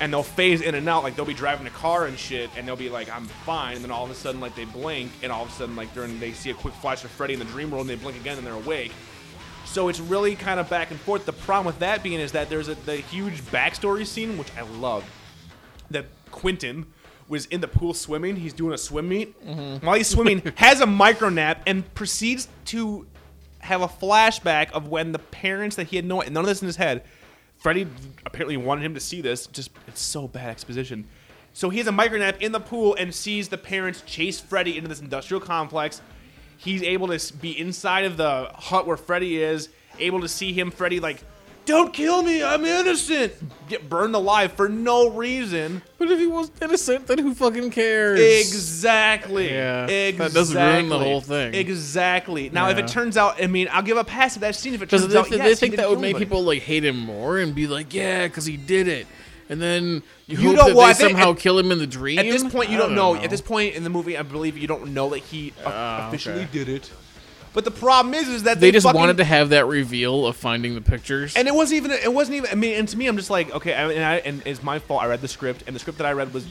Speaker 5: And they'll phase in and out, like they'll be driving a car and shit, and they'll be like, "I'm fine," and then all of a sudden, like they blink, and all of a sudden, like during they see a quick flash of Freddy in the dream world, and they blink again, and they're awake. So it's really kind of back and forth. The problem with that being is that there's a the huge backstory scene, which I love. That Quentin was in the pool swimming. He's doing a swim meet. While he's Mm-hmm. swimming, has a micro nap and proceeds to have a flashback of when the parents that he had no none of this in his head. Freddie apparently wanted him to see this. Just it's so bad exposition. So he has a micro nap in the pool and sees the parents chase Freddy into this industrial complex he's able to s- be inside of the hut where Freddy is, able to see him. Freddy like, "Don't kill me, I'm innocent." Get burned alive for no reason.
Speaker 6: But if he wasn't innocent, then who fucking cares?
Speaker 5: Exactly.
Speaker 6: Yeah.
Speaker 5: Exactly.
Speaker 6: That does ruin the whole thing.
Speaker 5: Exactly. Now, if
Speaker 6: Yeah.
Speaker 5: it turns out, I mean, I'll give a pass if that scene. If it
Speaker 6: Because
Speaker 5: turns
Speaker 6: they,
Speaker 5: out,
Speaker 6: they
Speaker 5: yes, he
Speaker 6: think
Speaker 5: didn't
Speaker 6: that would
Speaker 5: kill
Speaker 6: make
Speaker 5: anybody.
Speaker 6: people like hate him more and be like, yeah, because he did it. And then
Speaker 5: You
Speaker 6: you, hope
Speaker 5: know
Speaker 6: that
Speaker 5: what, I
Speaker 6: they
Speaker 5: think
Speaker 6: somehow
Speaker 5: at-
Speaker 6: kill him in the dream.
Speaker 5: At this point, you
Speaker 6: I
Speaker 5: don't, know. At this point in the movie, I believe you don't know that he o-
Speaker 6: Ah,
Speaker 5: officially
Speaker 6: okay.
Speaker 5: did it. But the problem is, is that
Speaker 6: they, just
Speaker 5: fucking-
Speaker 6: wanted to have that reveal of finding the pictures.
Speaker 5: And it wasn't even. It wasn't even. I mean, and to me, I'm just like, okay, I, and, I, and it's my fault. I read the script, and the script that I read was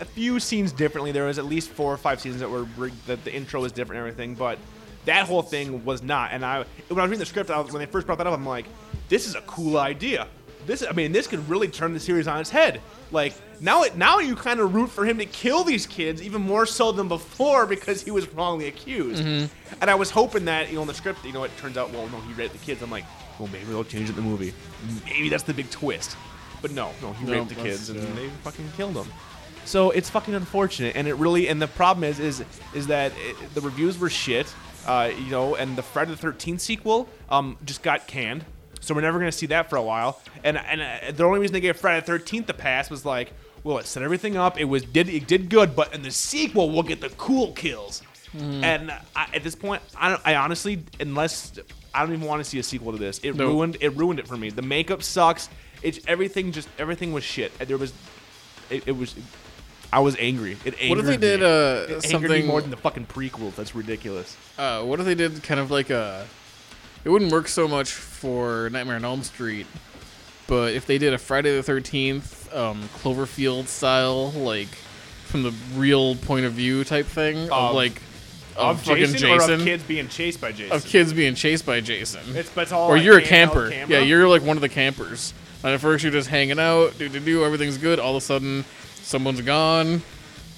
Speaker 5: a few scenes differently. There was at least four or five scenes that were re- that the intro was different and everything, but that whole thing was not. And I, when I was reading the script, I was, when they first brought that up, I'm like, this is a cool idea. This, I mean, this could really turn the series on its head. Like now, it now you kind of root for him to kill these kids even more so than before because he was wrongly accused.
Speaker 6: Mm-hmm.
Speaker 5: And I was hoping that you know in the script, you know, it turns out well, no, he raped the kids. I'm like, well, maybe they'll change it in the movie. Maybe that's the big twist. But no, no, he
Speaker 6: No,
Speaker 5: raped the
Speaker 6: that's-
Speaker 5: kids and
Speaker 6: yeah.
Speaker 5: they fucking killed them. So it's fucking unfortunate, and it really and the problem is is is that it, the reviews were shit, uh, you know, and the Friday the Thirteenth sequel um, just got canned, so we're never gonna see that for a while. And and uh, the only reason they gave Friday the Thirteenth the pass was like, well, it set everything up, it was did it did good, but in the sequel we'll get the cool kills.
Speaker 6: Mm-hmm.
Speaker 5: And I, at this point, I don't, I honestly unless I don't even want to see a sequel to this. It
Speaker 6: No.
Speaker 5: ruined it ruined it for me. The makeup sucks. It's everything just everything was shit. There was it, it was I was angry. It angered
Speaker 6: what if they
Speaker 5: me.
Speaker 6: did uh,
Speaker 5: it angered me
Speaker 6: something
Speaker 5: more than the fucking prequel? That's ridiculous.
Speaker 6: uh, what if they did kind of like a it wouldn't work so much for Nightmare on Elm Street, but if they did a Friday the Thirteenth um, Cloverfield style, like from the real point of view type thing,
Speaker 5: Of-
Speaker 6: of like of, fucking Jason,
Speaker 5: or of kids being chased by Jason.
Speaker 6: of kids being chased by Jason,
Speaker 5: It's- but it's all
Speaker 6: or
Speaker 5: on
Speaker 6: you're a
Speaker 5: cam- on
Speaker 6: camper,
Speaker 5: camera?
Speaker 6: yeah, you're like one of the campers. And at first you're just hanging out, do do do, everything's good. All of a sudden, someone's gone.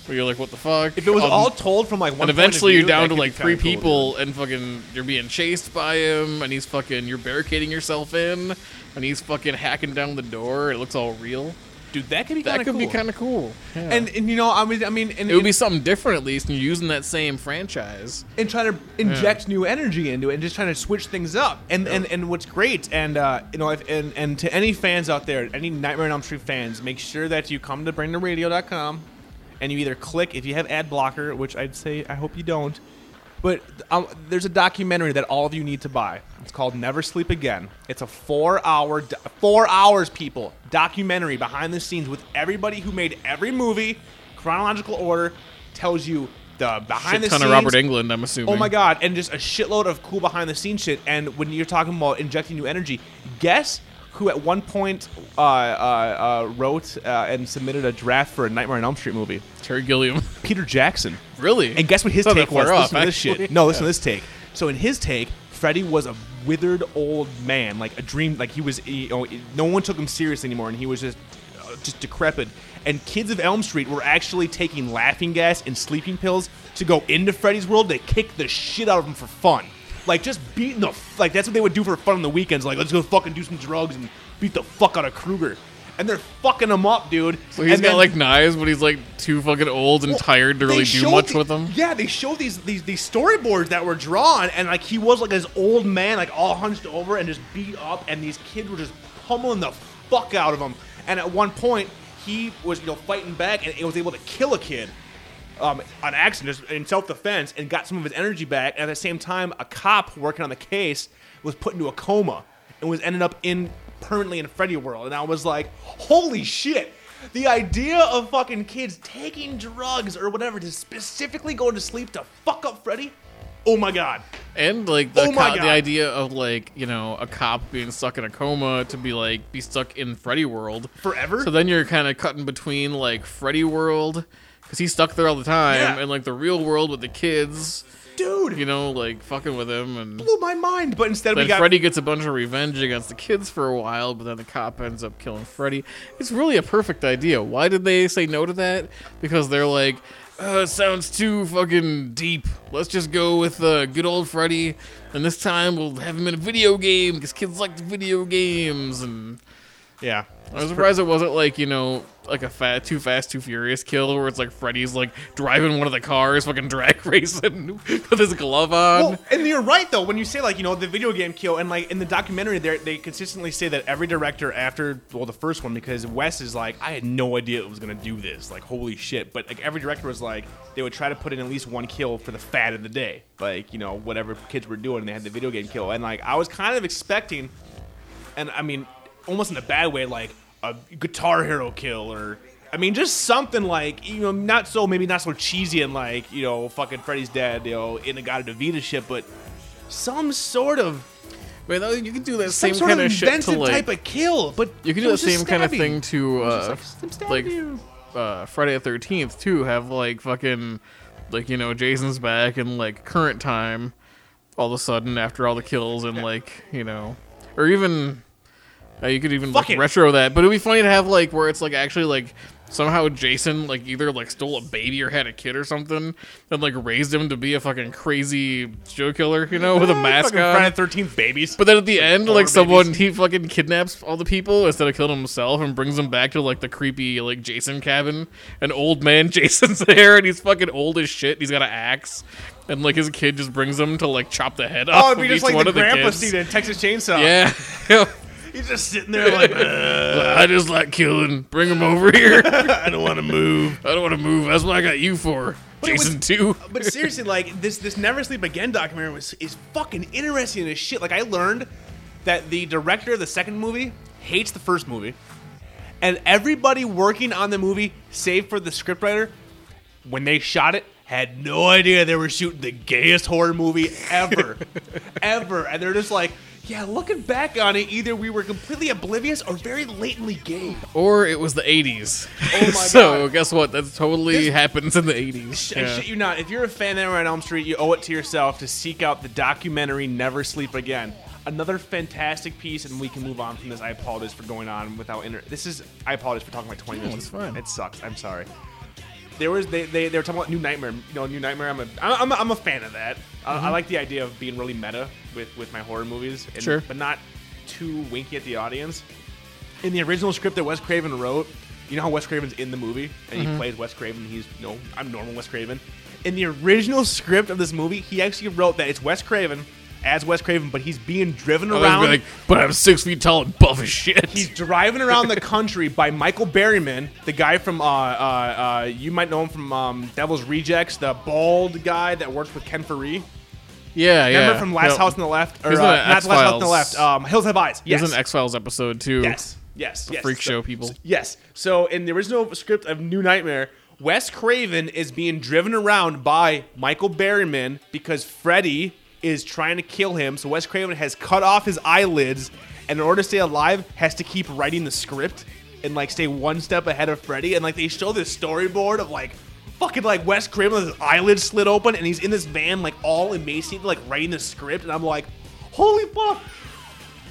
Speaker 6: But you're like, what the fuck?
Speaker 5: if it was
Speaker 6: Um,
Speaker 5: all told from like one,
Speaker 6: and
Speaker 5: point of
Speaker 6: eventually
Speaker 5: view,
Speaker 6: you're down
Speaker 5: that
Speaker 6: to
Speaker 5: could
Speaker 6: like
Speaker 5: be
Speaker 6: three
Speaker 5: kinda cool.
Speaker 6: people and fucking you're being chased by him and he's fucking you're barricading yourself in and he's fucking hacking down the door it looks all real
Speaker 5: dude. That could be
Speaker 6: that
Speaker 5: kinda
Speaker 6: could be
Speaker 5: cool.
Speaker 6: kind of cool Yeah.
Speaker 5: And, and you know, I mean, I mean, and,
Speaker 6: it would be something different at least and you're using that same franchise
Speaker 5: and trying to inject new energy into it and just trying to switch things up. And and, and what's great and uh, you know if, and and to any fans out there, any Nightmare on Elm Street fans, make sure that you come to braintheradio.com and you either click if you have ad blocker, which I'd say I hope you don't. But um, there's a documentary that all of you need to buy. It's called Never Sleep Again. It's a four-hour, do- four hours, people, documentary behind the scenes with everybody who made every movie, chronological order, tells you the behind
Speaker 6: Shit
Speaker 5: the
Speaker 6: ton
Speaker 5: scenes.
Speaker 6: of Robert England I'm assuming
Speaker 5: Oh my god, and just a shitload of cool behind the scenes shit. And when you're talking about injecting new energy, guess who at one point uh, uh, uh, wrote uh, and submitted a draft for a Nightmare on Elm Street movie?
Speaker 6: Terry Gilliam
Speaker 5: Peter Jackson.
Speaker 6: really
Speaker 5: And guess what his
Speaker 6: It's not
Speaker 5: take
Speaker 6: that
Speaker 5: was?
Speaker 6: far off,
Speaker 5: listen to this
Speaker 6: actually.
Speaker 5: shit. No, listen to this take. So in his take, Freddy was a withered old man, like a dream, like he was. You know, no one took him serious anymore, and he was just, uh, just decrepit. And kids of Elm Street were actually taking laughing gas and sleeping pills to go into Freddy's world to kick the shit out of him for fun, like just beating the f- like that's what they would do for fun on the weekends. Like let's go fucking do some drugs and beat the fuck out of Krueger, and they're fucking him up, dude.
Speaker 6: so he's
Speaker 5: and
Speaker 6: got
Speaker 5: then-
Speaker 6: like knives but he's like too fucking old and
Speaker 5: well,
Speaker 6: tired to
Speaker 5: they
Speaker 6: really do
Speaker 5: showed
Speaker 6: much
Speaker 5: the-
Speaker 6: with them
Speaker 5: Yeah, they showed these, these these storyboards that were drawn, and like he was like this old man, like all hunched over and just beat up, and these kids were just pummeling the fuck out of him. And at one point, he was you know fighting back, and was able to kill a kid. um, on accident just in self defense and got some of his energy back. And at the same time, a cop working on the case was put into a coma and was ended up in permanently in Freddy World. And I was like, holy shit. The idea of fucking kids taking drugs or whatever to specifically go to sleep to fuck up Freddy. Oh my god.
Speaker 6: And like the,
Speaker 5: Oh my
Speaker 6: co- the
Speaker 5: God.
Speaker 6: idea of like you know a cop being stuck in a coma to be like be stuck in Freddy World
Speaker 5: Forever?
Speaker 6: So then you're kind of cutting between like Freddy World because he's stuck there all the time,
Speaker 5: Yeah.
Speaker 6: and like the real world with the kids,
Speaker 5: Dude,
Speaker 6: you know, like fucking with him, and
Speaker 5: blew my mind. But instead we
Speaker 6: then
Speaker 5: got
Speaker 6: Freddy gets a bunch of revenge against the kids for a while, but then the cop ends up killing Freddy. It's really a perfect idea. Why did they say no to that? Because they're like, uh, it sounds too fucking deep. Let's just go with uh, good old Freddy, and this time we'll have him in a video game because kids like the video games. And
Speaker 5: Yeah.
Speaker 6: I'm surprised it wasn't like you know like a fat, too fast, too furious kill where it's like Freddy's like driving one of the cars, fucking drag racing with his glove on.
Speaker 5: Well, and you're right though when you say like you know the video game kill and like in the documentary there they consistently say that every director after well the first one because Wes is like I had no idea it was gonna do this like holy shit but like every director was like they would try to put in at least one kill for the fad of the day like you know whatever kids were doing they had the video game kill and like I was kind of expecting and I mean, almost in a bad way, like a Guitar Hero kill, or I mean, just something like you know, not so maybe not so cheesy and like you know, fucking Freddy's dead, you know, in the God of Davita shit, but some sort of
Speaker 6: But though, you could do that
Speaker 5: some
Speaker 6: same
Speaker 5: sort
Speaker 6: kind
Speaker 5: of
Speaker 6: of shit to
Speaker 5: inventive
Speaker 6: like.
Speaker 5: type of kill. But
Speaker 6: you could
Speaker 5: it
Speaker 6: do the
Speaker 5: was just
Speaker 6: same kind of
Speaker 5: stabbing.
Speaker 6: thing to
Speaker 5: It was
Speaker 6: uh,
Speaker 5: just like, "Stab
Speaker 6: like
Speaker 5: you."
Speaker 6: uh, Friday the Thirteenth too. Have like fucking like you know Jason's back and like current time. All of a sudden, after all the kills and like you know, or even uh, you could even
Speaker 5: Fuck
Speaker 6: like,
Speaker 5: it.
Speaker 6: retro that. But it'd be funny to have like where it's like actually like somehow Jason like either like stole a baby or had a kid or something and like raised him to be a fucking crazy Joe killer, you know, with a
Speaker 5: Ah,
Speaker 6: mask
Speaker 5: fucking
Speaker 6: on.
Speaker 5: Friday Thirteenth babies.
Speaker 6: But then at the end,
Speaker 5: four
Speaker 6: like
Speaker 5: babies.
Speaker 6: someone he fucking kidnaps all the people instead of killing himself and brings them back to like the creepy like Jason cabin. And old man Jason's there and he's fucking old as shit. He's got an axe, and like his kid just brings him to like chop the head off.
Speaker 5: Oh, it'd be
Speaker 6: of
Speaker 5: just
Speaker 6: each
Speaker 5: like
Speaker 6: one
Speaker 5: the
Speaker 6: of the
Speaker 5: grandpa
Speaker 6: kids.
Speaker 5: scene in Texas Chainsaw.
Speaker 6: Yeah.
Speaker 5: he's just sitting there like, "Uh,
Speaker 6: I just like killing. Bring him over here. I
Speaker 5: I don't want to move.
Speaker 6: don't want to move. That's what I got you for.
Speaker 5: it was-
Speaker 6: Jason too.
Speaker 5: But seriously, like this this Never Sleep Again documentary was is fucking interesting as shit. Like I learned that the director of the second movie hates the first movie, and everybody working on the movie, save for the scriptwriter, when they shot it, had no idea they were shooting the gayest horror movie ever, ever, and they're just like. Yeah, looking back on it, either we were completely oblivious or very latently gay.
Speaker 6: Or it was the 80s.
Speaker 5: Oh my
Speaker 6: so
Speaker 5: God.
Speaker 6: guess what? That totally
Speaker 5: This-
Speaker 6: happens in the 80s.
Speaker 5: Sh- I
Speaker 6: Yeah.
Speaker 5: shit you not. If you're a fan of Nightmare on Elm Street, you owe it to yourself to seek out the documentary Never Sleep Again. Another fantastic piece, and we can move on from this. I apologize for going on without inter. This is I apologize for talking like 20 minutes.
Speaker 6: it's fine.
Speaker 5: It sucks. I'm sorry. There was they, they, they were talking about New Nightmare. You know, New Nightmare. I'm a I'm a, I'm a fan of that. I, I
Speaker 6: Mm-hmm.
Speaker 5: like the idea of being really meta with with my horror movies. And,
Speaker 6: Sure.
Speaker 5: but not too winky at the audience in the original script that Wes Craven wrote, you know how Wes Craven's in the movie and
Speaker 6: Mm-hmm.
Speaker 5: he plays Wes Craven. He's no, I'm normal Wes Craven. In the original script of this movie, he actually wrote that it's Wes Craven as Wes Craven, but he's being driven
Speaker 6: I was
Speaker 5: around.
Speaker 6: gonna be Oh, like, but I'm six feet tall and buff as shit.
Speaker 5: He's driving around the country by Michael Berryman, the guy from uh, uh, uh, you might know him from um, Devil's Rejects, the bald guy that works with Ken Faree.
Speaker 6: yeah, yeah.
Speaker 5: Remember from Last
Speaker 6: No,
Speaker 5: House on the Left, or
Speaker 6: He's
Speaker 5: uh,
Speaker 6: in
Speaker 5: not Last House on the
Speaker 6: X-Files.
Speaker 5: Left? Um, Hills Have Eyes.
Speaker 6: He
Speaker 5: Yes,
Speaker 6: was an X Files episode too.
Speaker 5: Yes. Yes. yes.
Speaker 6: freak
Speaker 5: So-
Speaker 6: show people.
Speaker 5: so- Yes. So in the original script of New Nightmare, Wes Craven is being driven around by Michael Berryman because Freddy is trying to kill him. So Wes Craven has cut off his eyelids and in order to stay alive has to keep writing the script and like stay one step ahead of Freddy and like they show this storyboard of like fucking like Wes Craven with his eyelids slit open and he's in this van like all emaciated like writing the script and I'm like holy fuck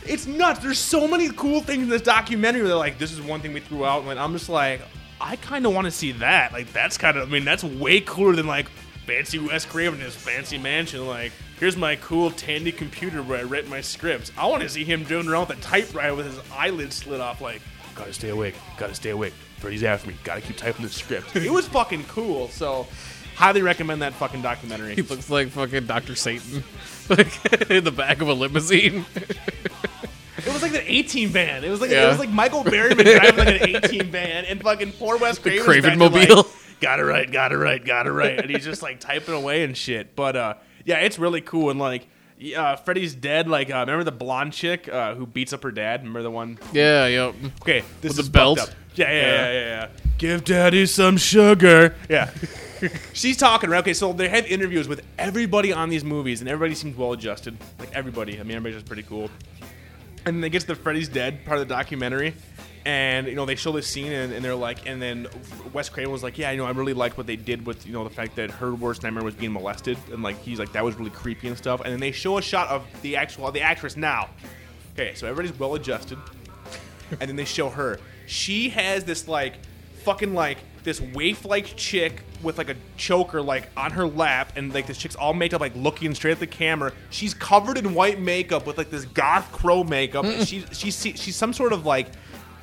Speaker 5: it's nuts. There's so many cool things in this documentary. They're like, this is one thing we threw out, and I'm just like, I kind of want to see that. Like, that's kind of, I mean, that's way cooler than like fancy Wes Craven in his fancy mansion. Like, here's my cool Tandy computer where I write my scripts. I want to see him doing around with a typewriter with his eyelids slit off. Like, gotta stay awake, gotta stay awake. Freddy's after me. Gotta keep typing the script. it was fucking cool. So, highly recommend that fucking documentary.
Speaker 6: He looks like fucking Doctor Satan, like in the back of a limousine.
Speaker 5: It was like an 18 van. It was like it
Speaker 6: Yeah.
Speaker 5: was like Michael Berryman driving like an 18 van, and fucking poor Wes Craven.
Speaker 6: Craven Mobile.
Speaker 5: got it right, got it right, got it right. And he's just like typing away and shit. But uh, yeah, it's really cool. And like, y- uh, Freddy's dead. Like, uh, remember the blonde chick uh, who beats up her dad? Remember the one?
Speaker 6: Yeah, yep.
Speaker 5: Okay, this
Speaker 6: With the
Speaker 5: is fucked
Speaker 6: belt?
Speaker 5: up. Yeah, yeah, yeah, yeah, yeah. Give daddy some sugar. Yeah. She's talking, right? Okay, so they had interviews with everybody on these movies, and everybody seems well adjusted. Like everybody. I mean, everybody's just pretty cool. And then they get to the Freddy's Dead part of the documentary, and you know they show this scene, and, and they're like, and then Wes Craven was like, yeah, you know, I really liked what they did with you know the fact that her worst nightmare was being molested, and like he's like that was really creepy and stuff. And then they show a shot of the actual the actress now. Okay, so everybody's well adjusted, and then they show her. She has this like fucking like this waif like chick with like a choker like on her lap and like this chick's all made up like looking straight at the camera. She's covered in white makeup with like this goth crow makeup. and She she's she's some sort of like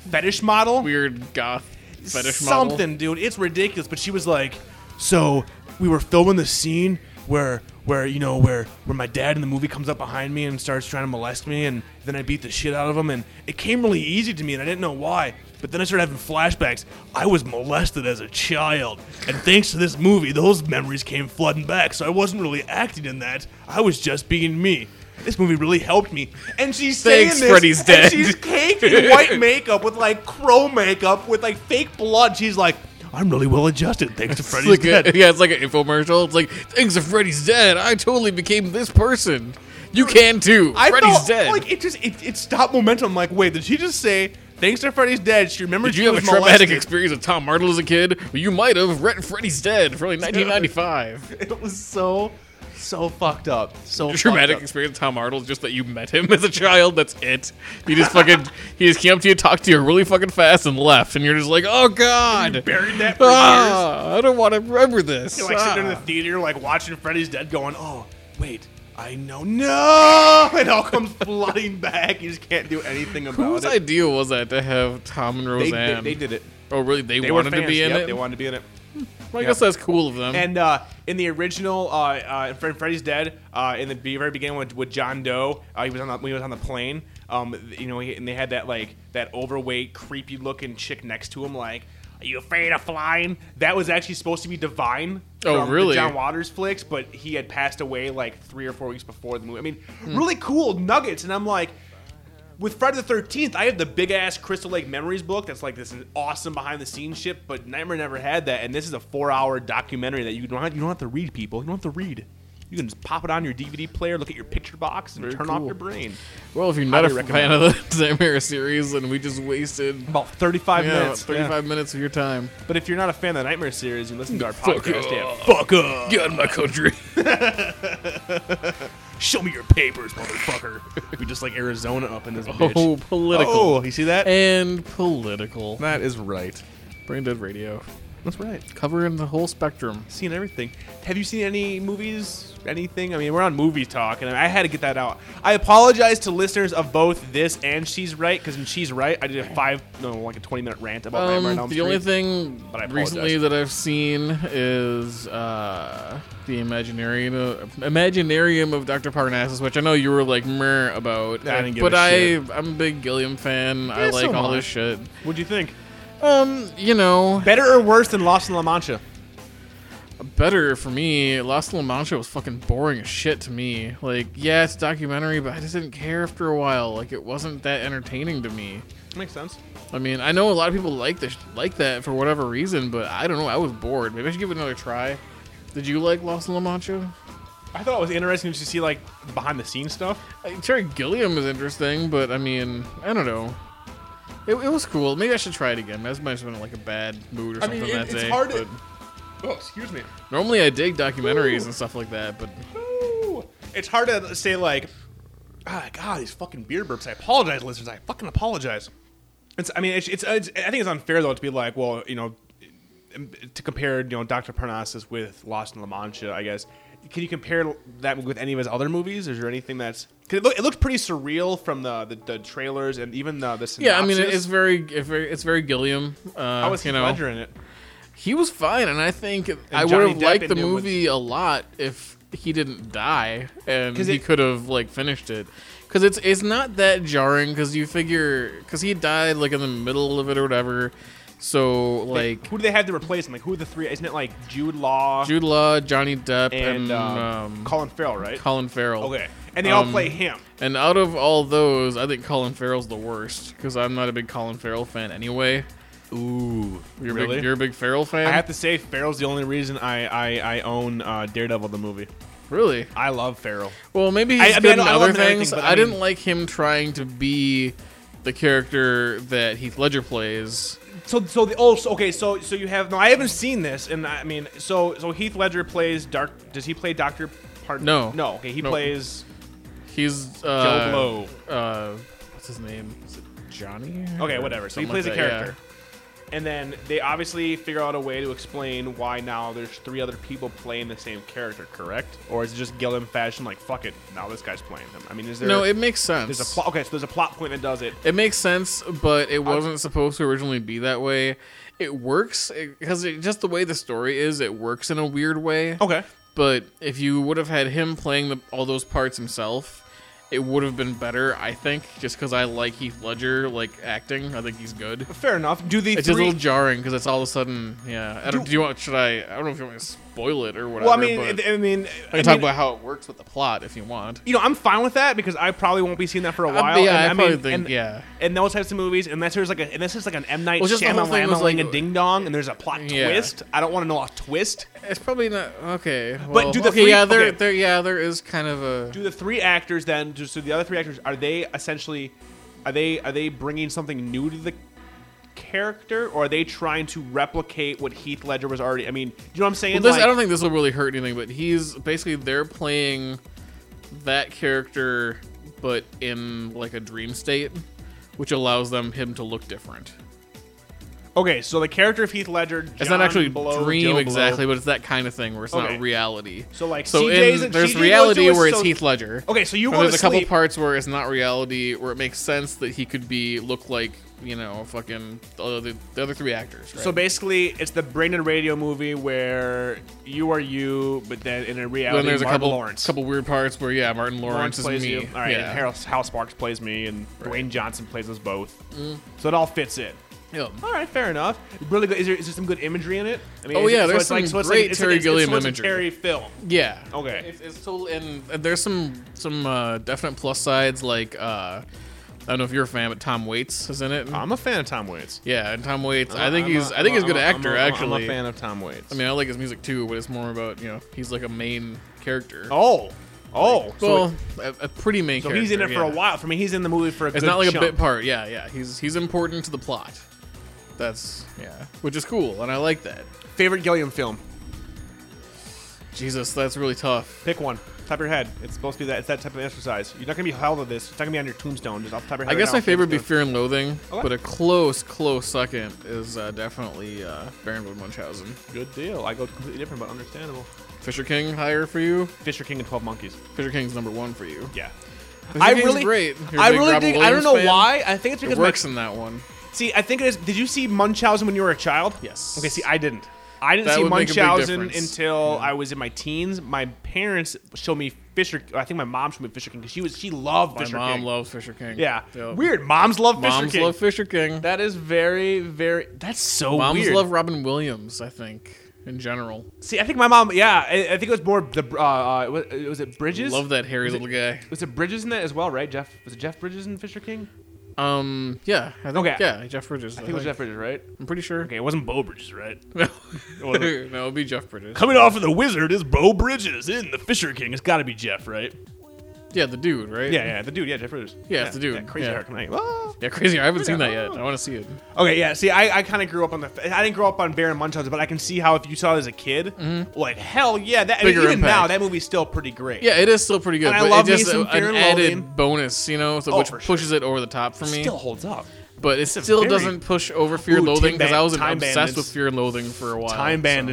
Speaker 5: fetish model
Speaker 6: Weird goth fetish model.
Speaker 5: something, dude. It's ridiculous. But she was like, so we were filming the scene where where you know where where my dad in the movie comes up behind me and starts trying to molest me, and then I beat the shit out of him, and it came really easy to me, and I didn't know why. But then I started having flashbacks. I was molested as a child, and thanks to this movie, those memories came flooding back. So I wasn't really acting in that. I was just being me. This movie really helped me. And she's saying
Speaker 6: Thanks,
Speaker 5: this,
Speaker 6: Freddy's
Speaker 5: and
Speaker 6: dead.
Speaker 5: she's caked in white makeup with like crow makeup with like fake blood. She's like, I'm really well adjusted thanks to
Speaker 6: It's
Speaker 5: Freddy's
Speaker 6: like
Speaker 5: dead.
Speaker 6: a, yeah, it's like an infomercial. It's like things if Freddy's dead, I totally became this person. You can too.
Speaker 5: I
Speaker 6: Freddy's
Speaker 5: felt
Speaker 6: dead.
Speaker 5: like it just it, it stopped momentum. I'm like, wait, did she just say thanks to Freddy's dead? She remembers
Speaker 6: Did you
Speaker 5: she
Speaker 6: have a
Speaker 5: was
Speaker 6: traumatic
Speaker 5: molested.
Speaker 6: experience with Tom Martel as a kid? Well, you might have. Rent Freddy's Dead from like 1995.
Speaker 5: It was so so fucked up. So
Speaker 6: Your
Speaker 5: fucked
Speaker 6: traumatic
Speaker 5: up.
Speaker 6: experience with Tom Martel is just that you met him as a child. That's it. He just fucking he just came up to you, talked to you really fucking fast, and left. And you're just like, oh god,
Speaker 5: buried that for years.
Speaker 6: ah, I don't want to remember this.
Speaker 5: You're, like sitting in the
Speaker 6: Ah.
Speaker 5: theater, like watching Freddy's dead, going, oh wait. I know, no! It all comes flooding back. You just can't do anything about
Speaker 6: Whose
Speaker 5: it.
Speaker 6: idea was that to have Tom and
Speaker 5: They-
Speaker 6: Roseanne?
Speaker 5: they, they did it.
Speaker 6: Oh, really? They,
Speaker 5: They
Speaker 6: wanted
Speaker 5: were fans.
Speaker 6: to be in
Speaker 5: yep,
Speaker 6: it.
Speaker 5: They wanted to be in it.
Speaker 6: well, I guess that's cool of them.
Speaker 5: And uh, in the original, uh, uh, in Fred- Freddy's Dead, uh, in the be- very beginning with, with John Doe, uh, he was on the, when he was on the plane. Um, th- you know, he, and they had that like that overweight, creepy-looking chick next to him, like. Are you afraid of flying? That was actually supposed to be Divine.
Speaker 6: Oh,
Speaker 5: from the
Speaker 6: really?
Speaker 5: John Waters flicks, but he had passed away like three or four weeks before the movie. I mean,
Speaker 6: Hmm.
Speaker 5: really cool nuggets. And I'm like, with Friday the Thirteenth, I have the big ass Crystal Lake Memories book that's like this awesome behind the scenes shit, but Nightmare never had that, and this is a four hour documentary that you don't have, you don't have to read people, you don't have to read. You can just pop it on your DVD player, look at your picture box, and
Speaker 6: Very
Speaker 5: turn off
Speaker 6: cool.
Speaker 5: your brain.
Speaker 6: well, if you're not a
Speaker 5: highly
Speaker 6: fan of the Nightmare series, then we just wasted
Speaker 5: About thirty five
Speaker 6: yeah,
Speaker 5: minutes.
Speaker 6: 35 minutes of your time.
Speaker 5: But if you're not a fan of the Nightmare series, you listen to our
Speaker 6: Fuck
Speaker 5: podcast.
Speaker 6: off.
Speaker 5: Yeah, fuck up.
Speaker 6: Get out of my country.
Speaker 5: Show me your papers, motherfucker. we just like Arizona up in this bitch.
Speaker 6: oh, political.
Speaker 5: Oh, you see that?
Speaker 6: And political.
Speaker 5: that is right.
Speaker 6: Brain Dead Radio.
Speaker 5: That's right.
Speaker 6: Covering the whole spectrum.
Speaker 5: seen everything. Have you seen any movies? Anything? I mean, we're on movie talk, and I had to get that out. I apologize to listeners of both this and She's Right, because in She's Right, I did a five, no, like a twenty-minute rant about
Speaker 6: Um,
Speaker 5: Nightmare on Elm
Speaker 6: the only
Speaker 5: Street.
Speaker 6: thing
Speaker 5: but I apologize.
Speaker 6: recently that I've seen is uh, the Imaginarium, uh, Imaginarium of Dr. Parnassus, which I know you were like meh about.
Speaker 5: I didn't give
Speaker 6: but
Speaker 5: a
Speaker 6: I,
Speaker 5: shit.
Speaker 6: I'm a big Gilliam fan. I
Speaker 5: Yeah,
Speaker 6: like
Speaker 5: so
Speaker 6: all
Speaker 5: am I.
Speaker 6: this shit.
Speaker 5: What'd you think?
Speaker 6: Um, you know,
Speaker 5: Better or worse than Lost in La Mancha?
Speaker 6: better for me. Lost in La Mancha was fucking boring as shit to me. Like, yeah, it's a documentary, but I just didn't care after a while. Like, it wasn't that entertaining to me.
Speaker 5: Makes sense.
Speaker 6: I mean, I know a lot of people like this, like that for whatever reason, but I don't know. I was bored. Maybe I should give it another try. Did you like Lost in La Mancha?
Speaker 5: I thought it was interesting to see like behind-the-scenes stuff.
Speaker 6: Uh, Terry Gilliam is interesting, but I mean, I don't know. It, it was cool. Maybe I should try it again. That might have been in, like a bad mood or
Speaker 5: I
Speaker 6: something
Speaker 5: mean,
Speaker 6: that
Speaker 5: it- it's
Speaker 6: day.
Speaker 5: hard to-
Speaker 6: but
Speaker 5: Oh, excuse me.
Speaker 6: normally, I dig documentaries
Speaker 5: Ooh.
Speaker 6: and stuff like that, but
Speaker 5: Ooh. It's hard to say like, ah, God, these fucking beer burps. I apologize, listeners. I fucking apologize. It's, I mean, it's, it's, it's, I think it's unfair though to be like, well, you know, to compare, you know, Doctor Parnassus with Lost in La Mancha. I guess can you compare that with any of his other movies? Is there anything that's? Cause it, look, it looked pretty surreal from the, the, the trailers and even the the synopsis.
Speaker 6: yeah, I mean, it- it's very, it very it's very Gilliam. Uh,
Speaker 5: I was
Speaker 6: you know,
Speaker 5: Ledger in it.
Speaker 6: he was fine, and I think I would
Speaker 5: Johnny
Speaker 6: have
Speaker 5: Depp
Speaker 6: liked
Speaker 5: in
Speaker 6: the
Speaker 5: it was-
Speaker 6: movie a lot if he didn't die and
Speaker 5: 'Cause
Speaker 6: he
Speaker 5: it-
Speaker 6: could have like finished it. Because it's it's not that jarring because you figure because he died like in the middle of it or whatever, So like
Speaker 5: who do they have to replace him? Like who are the three? Isn't it like Jude Law
Speaker 6: Jude Law, Johnny Depp,
Speaker 5: and
Speaker 6: and,
Speaker 5: um,
Speaker 6: um,
Speaker 5: Colin Farrell, right?
Speaker 6: Colin Farrell.
Speaker 5: okay, and they all
Speaker 6: Um,
Speaker 5: play him.
Speaker 6: And out of all those, I think Colin Farrell's the worst because I'm not a big Colin Farrell fan anyway.
Speaker 5: Ooh,
Speaker 6: You're a
Speaker 5: really?
Speaker 6: big, you're a big Farrell fan.
Speaker 5: I have to say, Farrell's the only reason I I, I own uh, Daredevil the movie.
Speaker 6: really?
Speaker 5: I love Farrell.
Speaker 6: Well, maybe he's
Speaker 5: I- I mean, I
Speaker 6: good
Speaker 5: don't-
Speaker 6: in
Speaker 5: I love
Speaker 6: other
Speaker 5: him and
Speaker 6: things.
Speaker 5: everything, but
Speaker 6: I,
Speaker 5: I
Speaker 6: didn't
Speaker 5: mean-
Speaker 6: like him trying to be the character that Heath Ledger plays.
Speaker 5: So so the oh so, okay so so you have no I haven't seen this and I mean so so Heath Ledger plays Dark. Does he play Doctor? Pardon?
Speaker 6: No.
Speaker 5: no. Okay, he
Speaker 6: No.
Speaker 5: plays
Speaker 6: He's
Speaker 5: Joe
Speaker 6: uh,
Speaker 5: Blow.
Speaker 6: Uh, what's his name? Is it Johnny?
Speaker 5: Okay, whatever. So he
Speaker 6: Something
Speaker 5: plays
Speaker 6: like
Speaker 5: a
Speaker 6: that,
Speaker 5: character. And then they obviously figure out a way to explain why now there's three other people playing the same character, correct? Or is it just Gilliam fashion like fuck it, now this guy's playing him? I mean, is there
Speaker 6: No, it makes sense.
Speaker 5: there's a plot Uh, okay, so there's a plot point that does it.
Speaker 6: It makes sense, but it wasn't supposed to originally be that way. It works because it, just the way the story is, it works in a weird way.
Speaker 5: Okay.
Speaker 6: But if you would have had him playing the, all those parts himself, it would have been better, I think, just because I like Heath Ledger, like acting. I think he's good.
Speaker 5: Fair enough. Do the
Speaker 6: It's just a
Speaker 5: three
Speaker 6: little jarring because it's all of a sudden, yeah. I don't,
Speaker 5: Do-
Speaker 6: do, you want? Should I? I don't know if you want me to spoil it or whatever.
Speaker 5: Well, I mean,
Speaker 6: but
Speaker 5: I mean,
Speaker 6: I can talk about how it works with the plot if you want.
Speaker 5: you know, I'm fine with that because I probably won't be seeing that for a
Speaker 6: Uh,
Speaker 5: while.
Speaker 6: yeah,
Speaker 5: and,
Speaker 6: I
Speaker 5: mean,
Speaker 6: probably think-
Speaker 5: and-
Speaker 6: yeah.
Speaker 5: And those types of movies, unless there's like a, unless there's like an M Night
Speaker 6: Well, just the whole thing
Speaker 5: Shyamalan
Speaker 6: was like-
Speaker 5: a ding dong, and there's a plot
Speaker 6: Yeah.
Speaker 5: twist. I don't want to know a twist.
Speaker 6: It's probably not okay. well,
Speaker 5: do the
Speaker 6: okay,
Speaker 5: three-
Speaker 6: yeah, there,
Speaker 5: okay.
Speaker 6: there, yeah, there is kind of a.
Speaker 5: do the three actors then do- so the other three actors are they essentially are they are they bringing something new to the character or are they trying to replicate what heath ledger was already i mean do you know what i'm saying
Speaker 6: Well, this,
Speaker 5: Like-
Speaker 6: I don't think this will really hurt anything, but he's basically they're playing that character, but in like a dream state, which allows them him to look different.
Speaker 5: okay so the character of heath ledger
Speaker 6: It's
Speaker 5: John
Speaker 6: not actually
Speaker 5: Blow,
Speaker 6: dream
Speaker 5: Joe Blow.
Speaker 6: exactly, but it's that kind of thing where it's
Speaker 5: Okay.
Speaker 6: not reality.
Speaker 5: So, like,
Speaker 6: so
Speaker 5: CJ's
Speaker 6: in,
Speaker 5: and
Speaker 6: there's
Speaker 5: CJ goes
Speaker 6: reality
Speaker 5: to his-
Speaker 6: where it's
Speaker 5: so-
Speaker 6: Heath Ledger.
Speaker 5: okay so you
Speaker 6: And
Speaker 5: were
Speaker 6: there's a couple
Speaker 5: asleep.
Speaker 6: parts where it's not reality, where it makes sense that he could be look like you know fucking the other, the other three actors. Right?
Speaker 5: so basically it's the brainerd radio movie where you are you but then in a reality
Speaker 6: then there's a
Speaker 5: Martin
Speaker 6: couple
Speaker 5: Lawrence
Speaker 6: couple weird parts where yeah, Martin
Speaker 5: Lawrence
Speaker 6: Lawrence,
Speaker 5: plays
Speaker 6: is me.
Speaker 5: you. All right,
Speaker 6: yeah.
Speaker 5: and Harold Housemarque plays me, and Dwayne Johnson plays us both.
Speaker 6: Mm.
Speaker 5: So it all fits in.
Speaker 6: Yeah.
Speaker 5: All right, fair enough. Really good. Is there, is there some good imagery in it? I mean,
Speaker 6: Oh,
Speaker 5: is
Speaker 6: yeah,
Speaker 5: it,
Speaker 6: there's
Speaker 5: it's like,
Speaker 6: some
Speaker 5: so it's
Speaker 6: great
Speaker 5: like, it's
Speaker 6: Terry
Speaker 5: like, it's-
Speaker 6: Gilliam
Speaker 5: so it's a
Speaker 6: imagery.
Speaker 5: Terry film.
Speaker 6: Yeah.
Speaker 5: Okay.
Speaker 6: It's, it's totally and there's some some uh, definite plus sides like uh, I don't know if you're a fan, but Tom Waits is in it.
Speaker 5: I'm a fan of Tom Waits.
Speaker 6: yeah, and Tom Waits. I think he's I think he's a good actor
Speaker 5: I'm
Speaker 6: actually.
Speaker 5: a fan of Tom Waits.
Speaker 6: I mean, I like his music too, but it's more about you know he's like a main character.
Speaker 5: oh, oh,
Speaker 6: well,
Speaker 5: so,
Speaker 6: a, a pretty main.
Speaker 5: so
Speaker 6: character,
Speaker 5: he's in it for a
Speaker 6: yeah.
Speaker 5: while. For me, he's in the movie for a.
Speaker 6: It's
Speaker 5: good
Speaker 6: not like
Speaker 5: chunk.
Speaker 6: a bit part. Yeah, yeah. He's he's important to the plot. That's yeah, which is cool, and I like that.
Speaker 5: Favorite Gilliam film?
Speaker 6: Jesus, that's really tough.
Speaker 5: Pick one. Top of your head. It's supposed to be that. It's that type of exercise. You're not gonna be held to this. It's not gonna be on your tombstone. Just off the top of your
Speaker 6: I
Speaker 5: head.
Speaker 6: guess
Speaker 5: right
Speaker 6: my
Speaker 5: now.
Speaker 6: favorite would be
Speaker 5: Tombstone.
Speaker 6: Fear and Loathing,
Speaker 5: Okay.
Speaker 6: but a close, close second is uh, definitely uh, Baronwood Munchausen.
Speaker 5: Good deal. I go completely different, but understandable.
Speaker 6: Fisher King higher for you.
Speaker 5: Fisher King and Twelve Monkeys.
Speaker 6: Fisher King's number one for you.
Speaker 5: Yeah.
Speaker 6: Fisher King's great. You're a
Speaker 5: I
Speaker 6: big
Speaker 5: really
Speaker 6: Robin
Speaker 5: dig. I don't
Speaker 6: Williams
Speaker 5: know
Speaker 6: fan.
Speaker 5: why. I think it's
Speaker 6: It
Speaker 5: because my
Speaker 6: works in that one.
Speaker 5: See, I think it is. Did you see Munchausen when you were a child?
Speaker 6: Yes.
Speaker 5: Okay. See, I didn't. I didn't
Speaker 6: That
Speaker 5: see
Speaker 6: would make a big
Speaker 5: Munchausen
Speaker 6: difference.
Speaker 5: until I was in my teens. My parents showed me Fisher. I think my mom showed me Fisher King because she was she loved
Speaker 6: My
Speaker 5: Fisher
Speaker 6: mom
Speaker 5: King.
Speaker 6: loves Fisher King.
Speaker 5: yeah.
Speaker 6: Yep.
Speaker 5: Weird. Moms love Fisher
Speaker 6: Moms
Speaker 5: King.
Speaker 6: love Fisher King.
Speaker 5: that is very very. That's so
Speaker 6: Moms
Speaker 5: weird.
Speaker 6: love Robin Williams. I think in general.
Speaker 5: see, I think my mom. Yeah. I, I think it was more the. Uh, uh, was, was it Bridges?
Speaker 6: Love that hairy little guy.
Speaker 5: Was it Bridges in that as well? Right. Jeff. Was it Jeff Bridges in Fisher King?
Speaker 6: Um. Yeah. I think,
Speaker 5: Okay.
Speaker 6: Yeah. Jeff Bridges.
Speaker 5: I
Speaker 6: I,
Speaker 5: think it was Jeff Bridges, right?
Speaker 6: I'm pretty sure.
Speaker 5: Okay, it wasn't Bo Bridges, right?
Speaker 6: No. no,
Speaker 5: wasn't.
Speaker 6: it'd be Jeff Bridges.
Speaker 5: Coming off of the Wizard is Bo Bridges in the Fisher King. It's got to be Jeff, right?
Speaker 6: Yeah, the dude, right?
Speaker 5: Yeah, yeah, the dude, yeah, Jeff Bridges.
Speaker 6: Yeah, it's the dude,
Speaker 5: crazy
Speaker 6: yeah.
Speaker 5: hair coming out. Ah.
Speaker 6: Yeah, crazy. I haven't seen that yet. I want to see it.
Speaker 5: Okay, yeah. See, I, I kind of grew up on the. I didn't grow up on Baron Munchausen, but I can see how if you saw it as a kid, like hell yeah, that I mean,
Speaker 6: Mm-hmm. Bigger
Speaker 5: even
Speaker 6: impact.
Speaker 5: now that movie's still pretty great.
Speaker 6: Yeah, it is still pretty good.
Speaker 5: And I
Speaker 6: but
Speaker 5: love me
Speaker 6: it just
Speaker 5: some
Speaker 6: uh,
Speaker 5: Fear
Speaker 6: an
Speaker 5: and Loathing.
Speaker 6: added bonus, you know, so,
Speaker 5: Oh,
Speaker 6: which
Speaker 5: for sure.
Speaker 6: pushes it over the top for me.
Speaker 5: still holds up.
Speaker 6: but it still
Speaker 5: very-
Speaker 6: doesn't push over Fear and
Speaker 5: Ooh, Time
Speaker 6: Loathing because I
Speaker 5: Band-
Speaker 6: was
Speaker 5: Time
Speaker 6: obsessed
Speaker 5: Bandits.
Speaker 6: with Fear and Loathing for a while.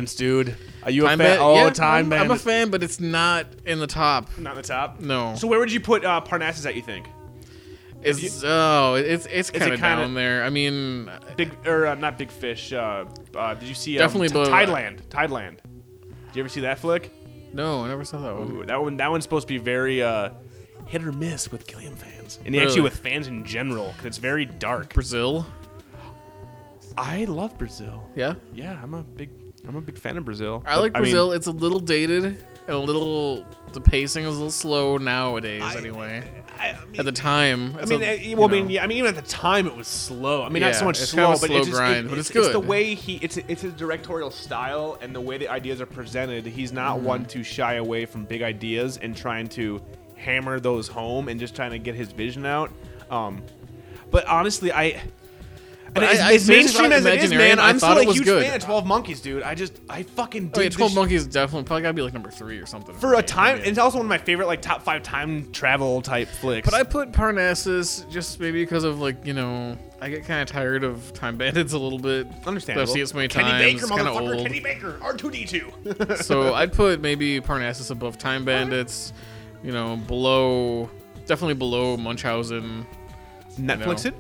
Speaker 6: so-
Speaker 5: dude. Are you Oh,
Speaker 6: Time Band. yeah, I'm, I'm a
Speaker 5: bandits.
Speaker 6: fan, but it's not in the top.
Speaker 5: Not in the top.
Speaker 6: No.
Speaker 5: So where would you put uh, Parnassus at? You think
Speaker 6: It's oh, it's it's kind of
Speaker 5: kinda-
Speaker 6: down there. I mean,
Speaker 5: big or uh, not big fish? Uh, uh, did you see um,
Speaker 6: Definitely
Speaker 5: T-
Speaker 6: below that.
Speaker 5: Tideland? Tideland. Did you ever see that flick?
Speaker 6: no, I never saw that one.
Speaker 5: Ooh, that one that one's supposed to be very uh, hit or miss with Gilliam fans, and
Speaker 6: Really?
Speaker 5: actually with fans in general, 'cause it's very dark.
Speaker 6: Brazil.
Speaker 5: I love Brazil.
Speaker 6: Yeah,
Speaker 5: Yeah, I'm a big I'm a big fan of Brazil.
Speaker 6: I like
Speaker 5: But, mean,
Speaker 6: Brazil. it's a little dated and a little. The pacing is a little slow nowadays. anyway,
Speaker 5: I, I mean,
Speaker 6: at the time,
Speaker 5: I
Speaker 6: it's
Speaker 5: mean,
Speaker 6: a-
Speaker 5: eh,
Speaker 6: you
Speaker 5: well, I mean,
Speaker 6: know.
Speaker 5: yeah, I mean, even at the time, it was slow. I mean, not
Speaker 6: Yeah,
Speaker 5: so much
Speaker 6: it's
Speaker 5: slow,
Speaker 6: kind of a
Speaker 5: but
Speaker 6: slow
Speaker 5: it's just,
Speaker 6: grind,
Speaker 5: it-
Speaker 6: but it's
Speaker 5: It's the
Speaker 6: good.
Speaker 5: way he, it's it's his directorial style and the way the ideas are presented. He's not
Speaker 6: Mm-hmm.
Speaker 5: one to shy away from big ideas and trying to hammer those home and just trying to get his vision out. Um, but honestly, I. And
Speaker 6: I-
Speaker 5: as,
Speaker 6: I
Speaker 5: as
Speaker 6: seriously
Speaker 5: mainstream
Speaker 6: thought
Speaker 5: as it is,
Speaker 6: Imaginarium,
Speaker 5: man,
Speaker 6: I
Speaker 5: I'm
Speaker 6: thought
Speaker 5: still
Speaker 6: it
Speaker 5: a
Speaker 6: was
Speaker 5: huge
Speaker 6: good.
Speaker 5: fan of Twelve Monkeys, dude. I just, I fucking.
Speaker 6: Oh, yeah,
Speaker 5: dig this
Speaker 6: Twelve
Speaker 5: shit.
Speaker 6: Monkeys definitely probably gotta be like number three or something
Speaker 5: for
Speaker 6: me.
Speaker 5: a time.
Speaker 6: I mean,
Speaker 5: It's also one of my favorite like top five time travel type flicks.
Speaker 6: But I put Parnassus just maybe because of like you know I get kind of tired of Time Bandits a little bit.
Speaker 5: understandable.
Speaker 6: I've seen it so many
Speaker 5: Kenny
Speaker 6: times.
Speaker 5: Baker,
Speaker 6: it's kind of
Speaker 5: motherfucker,
Speaker 6: old.
Speaker 5: Kenny Baker, R two D two.
Speaker 6: so I'd put maybe Parnassus above Time Bandits. You know, below definitely below Munchausen.
Speaker 5: Netflix
Speaker 6: No.
Speaker 5: it.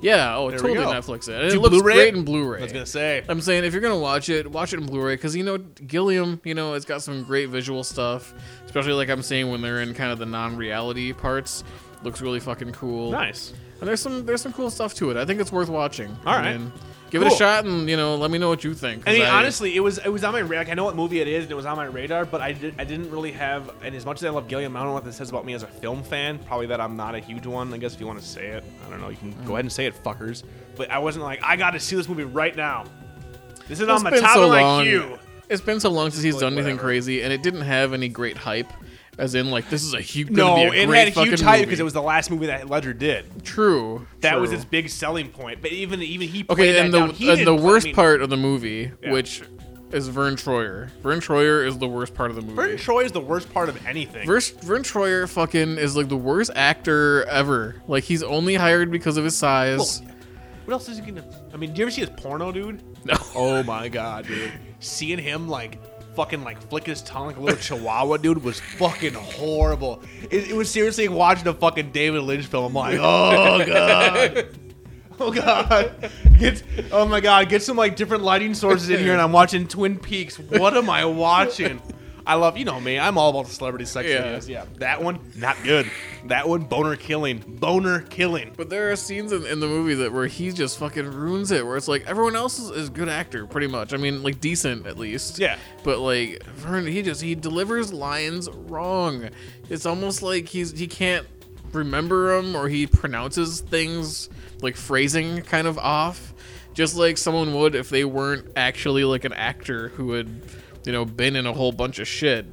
Speaker 6: Yeah, oh,
Speaker 5: There we
Speaker 6: totally
Speaker 5: go.
Speaker 6: Netflix it. And
Speaker 5: Do
Speaker 6: it looks
Speaker 5: Blu-ray
Speaker 6: great
Speaker 5: it?
Speaker 6: in Blu-ray.
Speaker 5: I was gonna say.
Speaker 6: I'm saying if you're gonna watch it, watch it in Blu-ray because you know Gilliam, you know, it's got some great visual stuff, especially like I'm saying when they're in kind of the non-reality parts. Looks really fucking cool.
Speaker 5: Nice.
Speaker 6: And there's some there's some cool stuff to it. I think it's worth watching.
Speaker 5: All
Speaker 6: I
Speaker 5: right.
Speaker 6: mean, give it
Speaker 5: Cool.
Speaker 6: a shot and you know let me know what you think. 'cause
Speaker 5: I mean, honestly, it was it was on my radar. Like, I know what movie it is, and it was on my radar, but I, did, I didn't really have. And as much as I love Gilliam, I don't know what this says about me as a film fan. Probably that I'm not a huge one. I guess if you want to say it, I don't know. You can go ahead and say it, fuckers. But I wasn't like I got to see this movie right now. This is
Speaker 6: Well,
Speaker 5: on my
Speaker 6: it's been
Speaker 5: top
Speaker 6: so
Speaker 5: of my
Speaker 6: long.
Speaker 5: queue.
Speaker 6: it's been so long since he's done anything
Speaker 5: whatever.
Speaker 6: crazy, and it didn't have any great hype. As in, like this is a huge.
Speaker 5: No,
Speaker 6: be a
Speaker 5: it
Speaker 6: great
Speaker 5: had a
Speaker 6: fucking
Speaker 5: huge hype
Speaker 6: movie.
Speaker 5: because it was the last movie that Ledger did.
Speaker 6: true.
Speaker 5: That was
Speaker 6: true.
Speaker 5: his big selling point. But even even he played
Speaker 6: Okay,
Speaker 5: that
Speaker 6: and the
Speaker 5: down. He
Speaker 6: and the
Speaker 5: didn't play- I
Speaker 6: worst
Speaker 5: mean,
Speaker 6: part of the movie,
Speaker 5: Yeah.
Speaker 6: which is Vern Troyer. Vern Troyer is the worst part of the movie.
Speaker 5: Vern Troy is the worst part of anything.
Speaker 6: Vers- Vern Troyer fucking is like the worst actor ever. Like he's only hired because of his size.
Speaker 5: Well, what else is he gonna? I mean, do you ever see his porno, dude?
Speaker 6: No.
Speaker 5: Oh my god, dude! Seeing him like fucking like flick his tongue like a little chihuahua, dude, was fucking horrible. It, it was seriously watching a fucking David Lynch film. I'm like, oh god. Oh god! Get oh my god! Get some like different lighting sources in here, and I'm watching Twin Peaks. What am I watching? I love you know me. I'm all about the celebrity sex
Speaker 6: Yeah.
Speaker 5: videos. Yeah, that one not good. That one boner killing, boner killing.
Speaker 6: But there are scenes in, in the movie that where he just fucking ruins it, where it's like everyone else is, is good actor, pretty much. I mean, like decent at least.
Speaker 5: Yeah.
Speaker 6: But like Vern, he just he delivers lines wrong. It's almost like he's he can't remember them or he pronounces things like phrasing kind of off, just like someone would if they weren't actually like an actor who had you know been in a whole bunch of shit.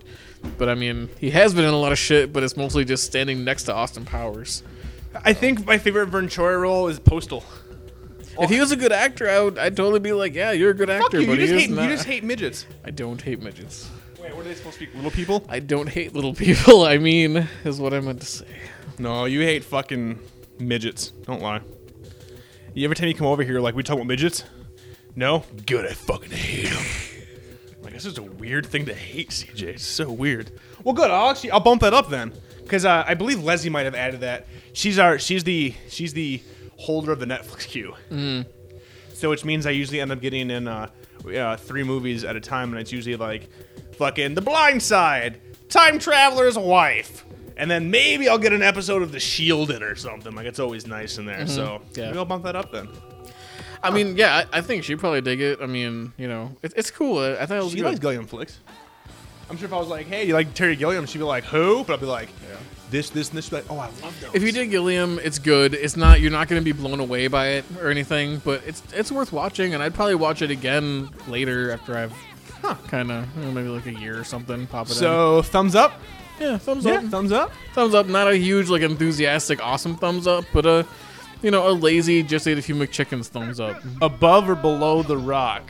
Speaker 6: But I mean, he has been in a lot of shit, but it's mostly just standing next to Austin Powers.
Speaker 5: I think my favorite Vern Troyer role is Postal.
Speaker 6: If he was a good actor, I would, I'd totally be like, yeah, you're a good actor, but he is not.
Speaker 5: hate midgets.
Speaker 6: I don't hate midgets.
Speaker 5: Wait, what are they supposed to be? Little people?
Speaker 6: I don't hate little people. I mean, is what I meant to say.
Speaker 5: No, you hate fucking midgets. Don't lie. You every time you come over here, like we talk about midgets? No? Good, I fucking hate them. like this is a weird thing to hate, CJ. It's so weird. Well, good. I'll actually I'll bump that up then, because uh, I believe Leslie might have added that. She's our she's the she's the holder of the Netflix queue. So which means I usually end up getting in uh, uh, three movies at a time, and it's usually like fucking The Blind Side, Time Traveler's Wife, and then maybe I'll get an episode of The Shield in or something. Like it's always nice in there. So
Speaker 6: Yeah.
Speaker 5: maybe I'll bump that up then.
Speaker 6: I mean, yeah, I, I think she'd probably dig it. I mean, you know, it, it's cool. I, I thought it was
Speaker 5: She
Speaker 6: good.
Speaker 5: likes Gilliam flicks. I'm sure if I was like, hey, you like Terry Gilliam, she'd be like, who? But I'd be like, this, this, and this. She'd be like, oh, I love those.
Speaker 6: if you did Gilliam, it's good. It's not you're not going to be blown away by it or anything, but it's it's worth watching, and I'd probably watch it again later after I've kind of maybe like a year or something. Pop it
Speaker 5: So thumbs up.
Speaker 6: in. yeah, thumbs
Speaker 5: Yeah,
Speaker 6: up.
Speaker 5: thumbs up.
Speaker 6: thumbs up. Not a huge, like, enthusiastic, awesome thumbs up, but a, you know, a lazy, just ate a few McChickens thumbs up.
Speaker 5: Above or below the rock?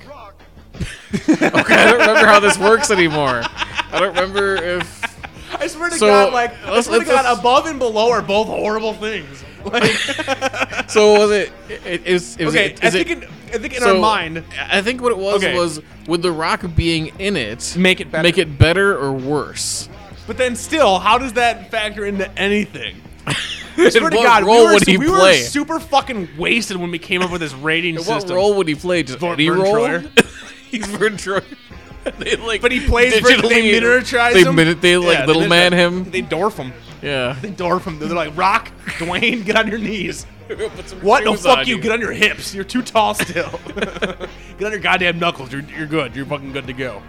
Speaker 6: Okay, I don't remember how this works anymore. I don't remember if.
Speaker 5: I swear to
Speaker 6: So,
Speaker 5: God, like, I
Speaker 6: let's-
Speaker 5: swear to
Speaker 6: let's-
Speaker 5: God, above and below are both horrible things.
Speaker 6: So was it? It is. It, was-
Speaker 5: Okay,
Speaker 6: it-
Speaker 5: I
Speaker 6: is
Speaker 5: think,
Speaker 6: it-
Speaker 5: in, I think in
Speaker 6: so,
Speaker 5: our mind,
Speaker 6: I think what it was
Speaker 5: Okay.
Speaker 6: was with the Rock being in it,
Speaker 5: Make it better.
Speaker 6: make it better or worse.
Speaker 5: but then still, how does that factor into anything? I
Speaker 6: In
Speaker 5: swear to
Speaker 6: what
Speaker 5: God,
Speaker 6: role
Speaker 5: we, were,
Speaker 6: would he
Speaker 5: we
Speaker 6: play?
Speaker 5: were super fucking wasted when we came up with this rating
Speaker 6: And What
Speaker 5: system.
Speaker 6: role would he play? Just
Speaker 5: Vern-
Speaker 6: any
Speaker 5: Vern
Speaker 6: role?
Speaker 5: Troyer.
Speaker 6: He's Vern Troyer. they like,
Speaker 5: But he plays. They
Speaker 6: digitally-
Speaker 5: miniaturize
Speaker 6: they
Speaker 5: him.
Speaker 6: min- they like
Speaker 5: Yeah,
Speaker 6: little
Speaker 5: did
Speaker 6: man
Speaker 5: that.
Speaker 6: him.
Speaker 5: They dwarf him.
Speaker 6: yeah.
Speaker 5: They dwarf him. They're like, Rock, Dwayne, get on your knees.
Speaker 6: Put some
Speaker 5: What? No,
Speaker 6: shoes
Speaker 5: fuck
Speaker 6: on
Speaker 5: you. Get on your hips. You're too tall still. Get on your goddamn knuckles. You're, you're good. You're fucking good to go.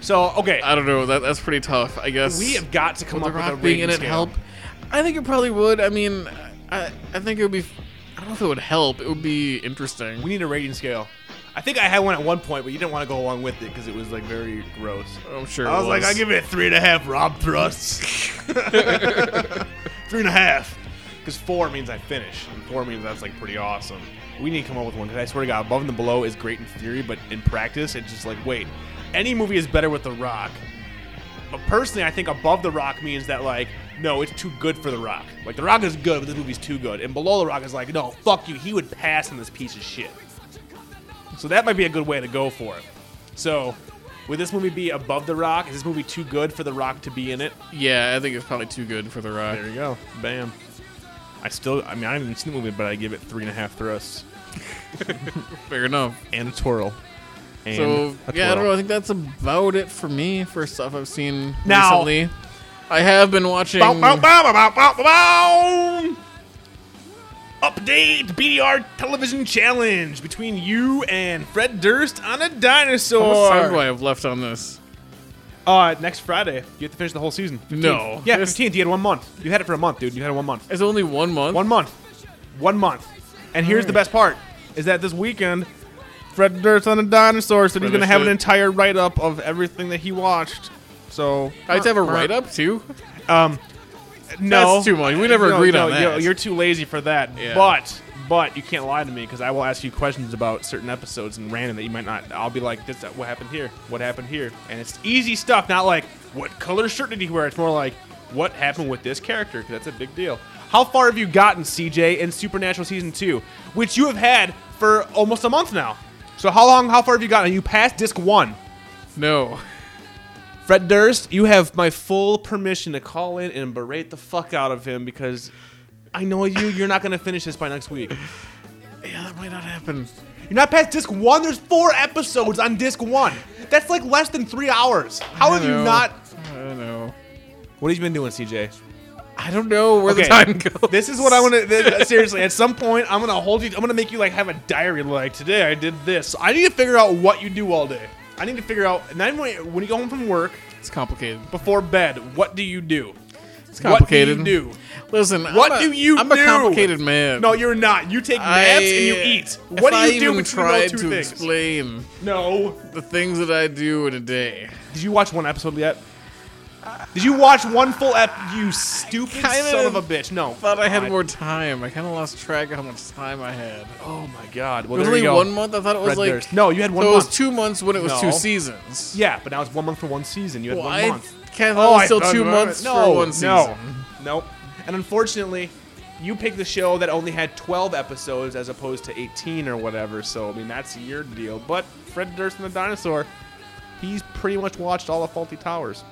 Speaker 5: So, okay.
Speaker 6: I don't know. That that's pretty tough. I guess
Speaker 5: we have got to come
Speaker 6: Would
Speaker 5: up
Speaker 6: the
Speaker 5: with a
Speaker 6: rock
Speaker 5: rating
Speaker 6: being in it
Speaker 5: scale.
Speaker 6: help. I think it probably would. I mean, I I think it would be. I don't know if it would help. It would be interesting.
Speaker 5: We need a rating scale. I think I had one at one point, but you didn't want to go along with it because it was like very gross.
Speaker 6: I'm sure.
Speaker 5: I
Speaker 6: it
Speaker 5: was like, I give it three and a half Rob thrusts. three and a half. Because four means I finish, and four means that's like pretty awesome. We need to come up with one because I swear to God, above and the below is great in theory, but in practice, it's just like, wait, any movie is better with The Rock. But personally, I think above The Rock means that like, no, it's too good for The Rock. Like The Rock is good, but this movie's too good. And below The Rock is like, no, fuck you, he would pass in this piece of shit. So that might be a good way to go for it. So, would this movie be above The Rock? Is this movie too good for The Rock to be in it?
Speaker 6: Yeah, I think it's probably too good for the rock.
Speaker 5: you go. Bam. I still, I mean, I haven't even seen the movie, but I give it three and a half thrusts
Speaker 6: Fair enough.
Speaker 5: and a twirl. And
Speaker 6: So
Speaker 5: a
Speaker 6: yeah, I don't
Speaker 5: twirl.
Speaker 6: know. I think that's about it for me for stuff I've seen
Speaker 5: Now-
Speaker 6: recently. I have been watching.
Speaker 5: Bow, bow, bow, bow, bow, bow, bow. Update BDR television challenge between you and Fred Durst on a
Speaker 6: How much time do
Speaker 5: dinosaur.
Speaker 6: I have left on this?
Speaker 5: Uh, next Friday, you have to finish the whole season. 15th.
Speaker 6: No.
Speaker 5: yeah,
Speaker 6: There's-
Speaker 5: fifteenth. You had one month. You had it for a month, dude. You had it one month.
Speaker 6: It's only one month.
Speaker 5: One month. One month. And here's the best part is that this weekend, Fred Durst on a dinosaur, so he's going to
Speaker 6: Finished
Speaker 5: have an
Speaker 6: it.
Speaker 5: entire write up of everything that he watched. So.
Speaker 6: I have to have a write up too.
Speaker 5: No.
Speaker 6: That's too much. We never agreed on that.
Speaker 5: yo, You're too lazy for that.
Speaker 6: Yeah.
Speaker 5: But. But you can't lie to me because I will ask you questions about certain episodes and random that you might not. I'll be like, "This, uh, what happened here? What happened here?" And it's easy stuff, not like what color shirt did he wear. It's more like what happened with this character because that's a big deal. How far have you gotten, CJ, in Supernatural season two, which you have had for almost a month now? So how long? How far have you gotten? Are you past disc one?
Speaker 6: No.
Speaker 5: Fred Durst, you have my full permission to call in and berate the fuck out of him because I know you. You're not going to finish this by next week. You're
Speaker 6: Yeah, that might not happen.
Speaker 5: not past disc one. There's four episodes on disc one. That's like less than three hours. How
Speaker 6: I
Speaker 5: have you
Speaker 6: know.
Speaker 5: not?
Speaker 6: I don't know.
Speaker 5: What have you been doing, CJ?
Speaker 6: I don't know where the
Speaker 5: Okay,
Speaker 6: time goes.
Speaker 5: This is what I want to. Seriously, at some point, I'm gonna hold you. I'm gonna make you like have a diary. Like today, I did this. I need to figure out what you do all day. I need to figure out. And then when when you go home from work
Speaker 6: It's complicated.
Speaker 5: before bed, what do you do?
Speaker 6: It's
Speaker 5: What do you
Speaker 6: complicated.
Speaker 5: do?
Speaker 6: Listen,
Speaker 5: What
Speaker 6: I'm a,
Speaker 5: do you
Speaker 6: I'm
Speaker 5: do?
Speaker 6: a complicated man.
Speaker 5: No, you're not. You take naps
Speaker 6: I-
Speaker 5: and you eat. What
Speaker 6: if
Speaker 5: do
Speaker 6: I
Speaker 5: you do
Speaker 6: even
Speaker 5: between
Speaker 6: tried
Speaker 5: those two
Speaker 6: to
Speaker 5: things?
Speaker 6: explain
Speaker 5: No.
Speaker 6: the things that I do in a day?
Speaker 5: Did you watch one episode yet? Did you watch one full ep? You stupid
Speaker 6: kinda
Speaker 5: son of a bitch. No.
Speaker 6: Thought I had
Speaker 5: God.
Speaker 6: more time. I kind of lost track of how much time I had.
Speaker 5: Oh my god. Well,
Speaker 6: It was
Speaker 5: there
Speaker 6: only
Speaker 5: you go.
Speaker 6: one month. I thought it was
Speaker 5: Red
Speaker 6: like
Speaker 5: Durst. No, you had one
Speaker 6: so It
Speaker 5: month.
Speaker 6: was two months when it was
Speaker 5: No.
Speaker 6: two seasons.
Speaker 5: Yeah, but now it's one month for one season. You had
Speaker 6: well,
Speaker 5: one
Speaker 6: I
Speaker 5: month.
Speaker 6: can't
Speaker 5: Oh, I
Speaker 6: still
Speaker 5: thought
Speaker 6: two
Speaker 5: about
Speaker 6: months
Speaker 5: it. no, Oh,
Speaker 6: for one season.
Speaker 5: No, nope. And unfortunately, you picked the show that only had 12 episodes as opposed to 18 or whatever. So I mean, that's your deal. But Fred Durst and the Dinosaur, he's pretty much watched all the Faulty Towers,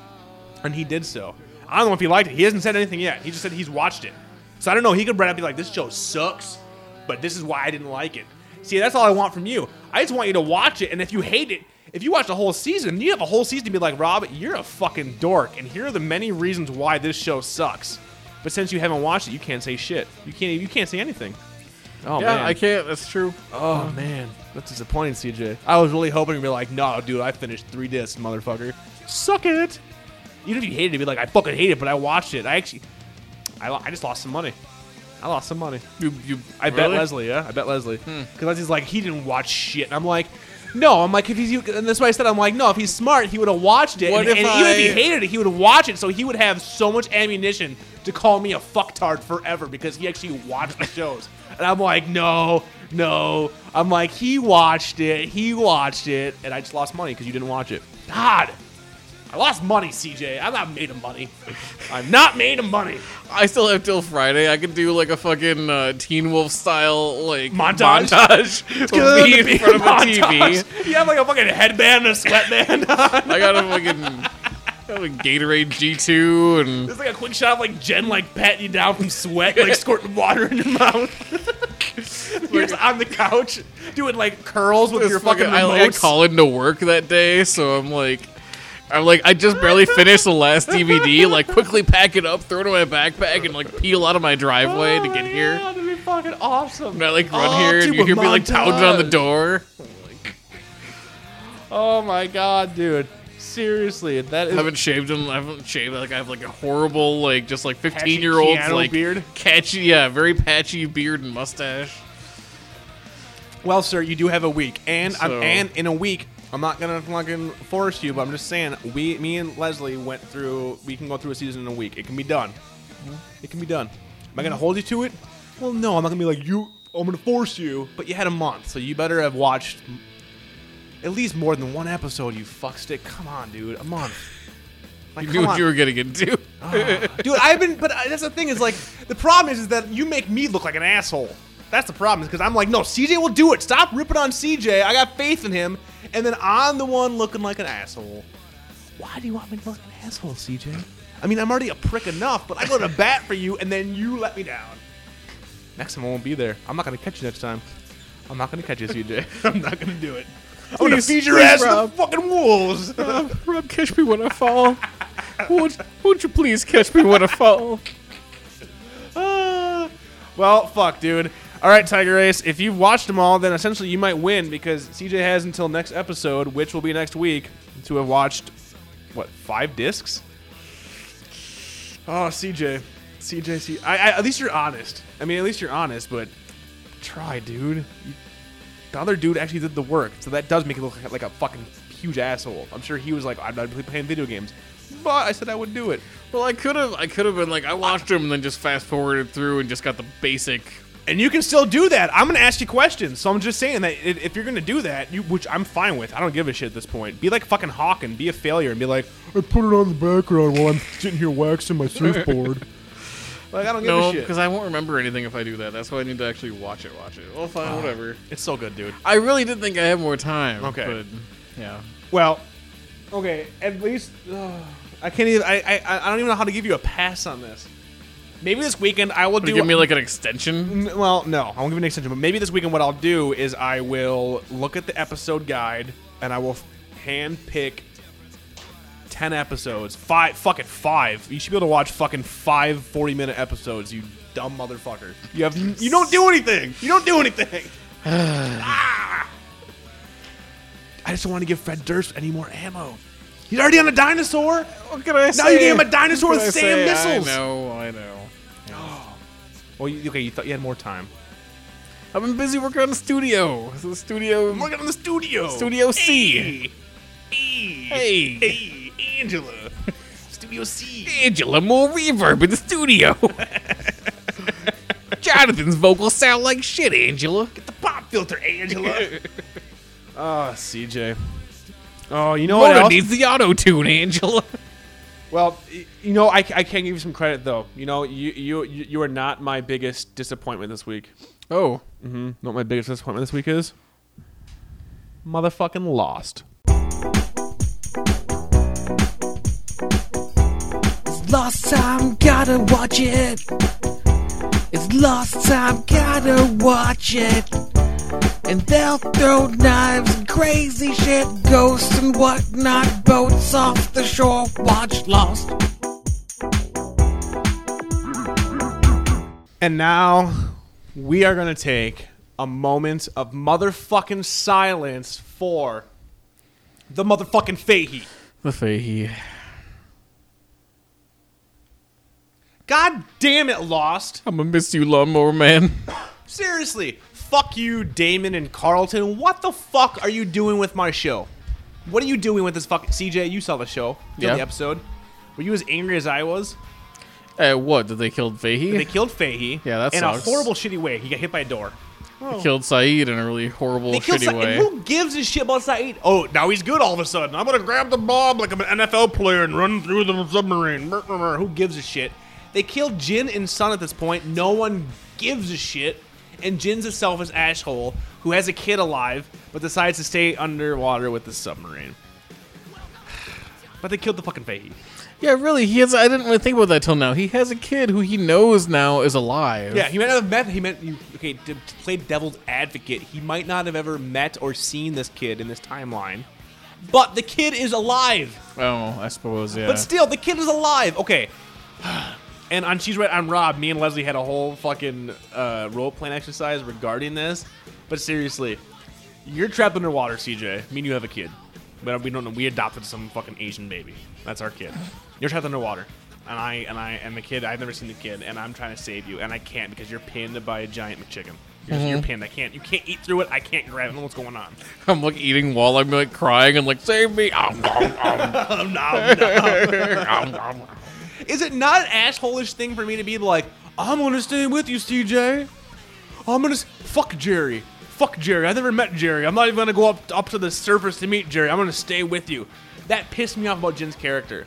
Speaker 5: and he did so. I don't know if he liked it. He hasn't said anything yet. He just said he's watched it. So I don't know. He could right up and be like, "This show sucks," but this is why I didn't like it. See, that's all I want from you. I just want you to watch it, and if you hate it, if you watch the whole season, you have a whole season to be like, "Rob, you're a fucking dork," and here are the many reasons why this show sucks. But since you haven't watched it, you can't say shit. You can't. You can't say anything. Oh
Speaker 6: Yeah,
Speaker 5: man.
Speaker 6: I can't. That's true.
Speaker 5: Oh man, that's disappointing, CJ. I was really hoping to be like, no, dude, I finished three discs, motherfucker. Suck it. Even if you hated it, be like, I fucking hate it, but I watched it. I actually, I, lo- I just lost some money. I lost some money.
Speaker 6: You, you,
Speaker 5: I bet
Speaker 6: really? Hmm.
Speaker 5: Leslie, yeah, I bet Leslie, because Leslie's like, he didn't watch shit. And I'm like, no, I'm like, if he's, and that's why I said, I'm like, no, if he's smart, he would have watched it.
Speaker 6: What
Speaker 5: and
Speaker 6: if
Speaker 5: and even if he
Speaker 6: I-
Speaker 5: hated it, he would watch it, so he would have so much ammunition to call me a fucktard forever because he actually watched the shows. And I'm like, no, no. I'm like, he watched it, he watched it, and I just lost money because you didn't watch it. God, I lost money, CJ. I'm not made of money. I'm not made of money.
Speaker 6: I still have till Friday. I could do like a fucking uh, Teen Wolf style like
Speaker 5: Montage?
Speaker 6: montage of me in front of a TV.
Speaker 5: You have like a fucking headband and a sweatband on.
Speaker 6: I got a fucking I have a Gatorade G2 and
Speaker 5: There's like a quick shot of like Jen like patting you down from sweat, like squirting water in your mouth. You're just on the couch doing like curls with
Speaker 6: this
Speaker 5: your fucking
Speaker 6: I, like, I
Speaker 5: remotes.
Speaker 6: call into work that day, so I'm like. I'm like, I just barely finished the last DVD. Like, quickly pack it up, throw it in my backpack, and like peel out of my driveway to get here.
Speaker 5: Oh, that'd be fun. fucking awesome.
Speaker 6: And I like run
Speaker 5: Oh,
Speaker 6: here and
Speaker 5: do
Speaker 6: you
Speaker 5: a
Speaker 6: hear me like pounding on the
Speaker 5: montage.
Speaker 6: door.
Speaker 5: Oh my god, dude. Seriously, that
Speaker 6: I
Speaker 5: is
Speaker 6: haven't shaved him. I haven't shaved. Like I have like a horrible, like just like fifteen year old
Speaker 5: Keanu
Speaker 6: like
Speaker 5: beard?
Speaker 6: catchy, yeah, very patchy beard and mustache.
Speaker 5: Well, sir, you do have a week, and
Speaker 6: So-
Speaker 5: I'm, and in a week, I'm not gonna fucking force you, but I'm just saying, we, me and Leslie went through. We can go through a season in a week. It can be done.
Speaker 6: Mm-hmm.
Speaker 5: It can be done. Am I gonna hold you to it? Well, no. I'm not gonna be like you. I'm gonna force you. But you had a month, so you better have watched m- at least more than one episode. You fuckstick. Come on, dude. A month. Like,
Speaker 6: You
Speaker 5: come
Speaker 6: knew what
Speaker 5: on.
Speaker 6: you were getting into.
Speaker 5: dude. I've been, but uh, that's the thing is like the problem is, is that you make me look like an asshole. That's the problem is because I'm like, no, CJ will do it. Stop ripping on CJ. I got faith in him, and then I'm the one looking like an asshole. Why do you want me to look like an asshole, CJ? I mean, I'm already a prick enough, but I go to bat for you, and then you let me down. Next time I won't be there. I'm not gonna catch you next time. I'm not gonna catch you, CJ. I'm not gonna do it. I'm gonna
Speaker 6: Please,
Speaker 5: feed your
Speaker 6: please,
Speaker 5: ass to the
Speaker 6: Rob.
Speaker 5: fucking wolves.
Speaker 6: Rob, catch me when I fall. won't, won't you please catch me when I fall?
Speaker 5: Ah. well, fuck, dude. All right, Tiger Ace. If you've watched them all, then essentially you might win because CJ has until next episode, which will be next week, to have watched what five discs. Oh, CJ, CJ, C- I, I, at least you're honest. I mean, at least you're honest, but try, dude. You- the other dude actually did the work, so that does make it look like, like a fucking huge asshole. I'm sure he was like, "I'm not really playing video games," but I said I would do it.
Speaker 6: Well, I could have. I could have been like, I watched him and then just fast forwarded through and just got the basic.
Speaker 5: And you can still do that. I'm going to ask you questions. So I'm just saying that i- if you're going to do that, you, which I'm fine with, I don't give a shit at this point. Be like fucking Hawking. Be a failure and be like, I put it on the background while I'm sitting here waxing my surfboard. like, I don't give
Speaker 6: No,
Speaker 5: a shit.
Speaker 6: because I won't remember anything if I do that. That's why I need to actually watch it. Watch it. Well, fine, whatever.
Speaker 5: it's so good, dude.
Speaker 6: I really did think I had more time.
Speaker 5: Okay.
Speaker 6: But, yeah.
Speaker 5: Well, okay, at least ugh, I can't even. I, I I don't even know how to give you a pass on this. Maybe this weekend I will
Speaker 6: Would
Speaker 5: do.
Speaker 6: you give me like an extension?
Speaker 5: N- Well, no, I won't give an extension. But maybe this weekend, what I'll do is I will look at the episode guide and I will hand pick ten episodes. Five, fucking five. You should be able to watch fucking five 40 minute episodes. You dumb motherfucker. You have you don't do anything. You don't do anything. Ah! I just don't want to give Fred Durst any more ammo. He's already on a dinosaur.
Speaker 6: What can I
Speaker 5: Now you gave him a dinosaur with Sam missiles.
Speaker 6: I know, I know.
Speaker 5: Well, you, okay, you thought you had more time.
Speaker 6: I've been busy working on the studio. The studio.
Speaker 5: I'm working on the studio.
Speaker 6: Studio C. Hey.
Speaker 5: Hey, Angela. Studio C.
Speaker 6: Angela, more reverb in the studio. Jonathan's vocals sound like shit, Angela. Get the
Speaker 5: Pop filter, Angela. Ah, CJ. Oh, you know what
Speaker 6: Mona
Speaker 5: else?
Speaker 6: needs the auto tune, Angela.
Speaker 5: well, y- you know, I, I can give you some credit though. You know, you you you you are not my biggest disappointment this week.
Speaker 6: Oh.
Speaker 5: You know Mm-hmm. what my biggest disappointment this week is? Motherfucking lost.
Speaker 4: Lost time, gotta watch it. It's lost time, gotta watch it. And they'll throw knives and crazy shit, ghosts and whatnot, boats off the shore. Watch Lost.
Speaker 5: And now we are gonna take a moment of motherfucking silence for the motherfucking Fahey.
Speaker 6: The Fahey.
Speaker 5: God damn it, Lost.
Speaker 6: I'm gonna miss you, lawnmower man.
Speaker 5: Seriously, fuck you, Damon and Carlton. What the fuck are you doing with my show? What are you doing with this fucking CJ? You saw the show, you saw
Speaker 6: Yeah.
Speaker 5: the episode. Were you as angry as I was?
Speaker 6: Eh, what? Did they kill Fahey?
Speaker 5: They killed Fahey.
Speaker 6: Yeah, that
Speaker 5: in
Speaker 6: sucks.
Speaker 5: a horrible, shitty way. He got hit by a door.
Speaker 6: They killed Saeed in a really horrible,
Speaker 5: They killed
Speaker 6: shitty
Speaker 5: Sa- and
Speaker 6: way.
Speaker 5: Who gives a shit about Saeed? Oh, now he's good all of a sudden. I'm gonna grab the bomb like I'm an NFL player and run through the submarine. Brr, brr, brr. Who gives a shit? They killed Jin and Sun at this point. No one gives a shit. And Jin's a selfish asshole who has a kid alive but decides to stay underwater with the submarine. But they killed the fucking Fahey.
Speaker 6: Yeah, really. He has. I didn't really think about that till now. He has a kid who he knows now is alive.
Speaker 5: Yeah, he might not have met. He meant you. Okay, to to play devil's advocate, he might not have ever met or seen this kid in this timeline. But the kid is alive.
Speaker 6: Oh, I suppose. Yeah.
Speaker 5: But still, the kid is alive. Okay. And on She's Right, I'm Rob. Me and Leslie had a whole fucking uh, role playing exercise regarding this. But seriously, you're trapped underwater, CJ. Me and you have a kid, but we don't know. We adopted some fucking Asian baby. That's our kid. You're trapped underwater, and I and I am a kid. I've never seen the kid, and I'm trying to save you, and I can't because you're pinned by a giant McChicken. You're, you're pinned. I can't. You can't eat through it. I can't grab it. I don't know what's going on.
Speaker 6: I'm like eating while I'm like crying and like save me. Om, om, om,
Speaker 5: Um, no, no.
Speaker 6: om, om.
Speaker 5: Is it not an assholish thing for me to be like, I'm gonna stay with you, CJ. I'm gonna s- fuck Jerry. Fuck Jerry. I never met Jerry. I'm not even gonna go up up to the surface to meet Jerry. I'm gonna stay with you. That pissed me off about Jin's character.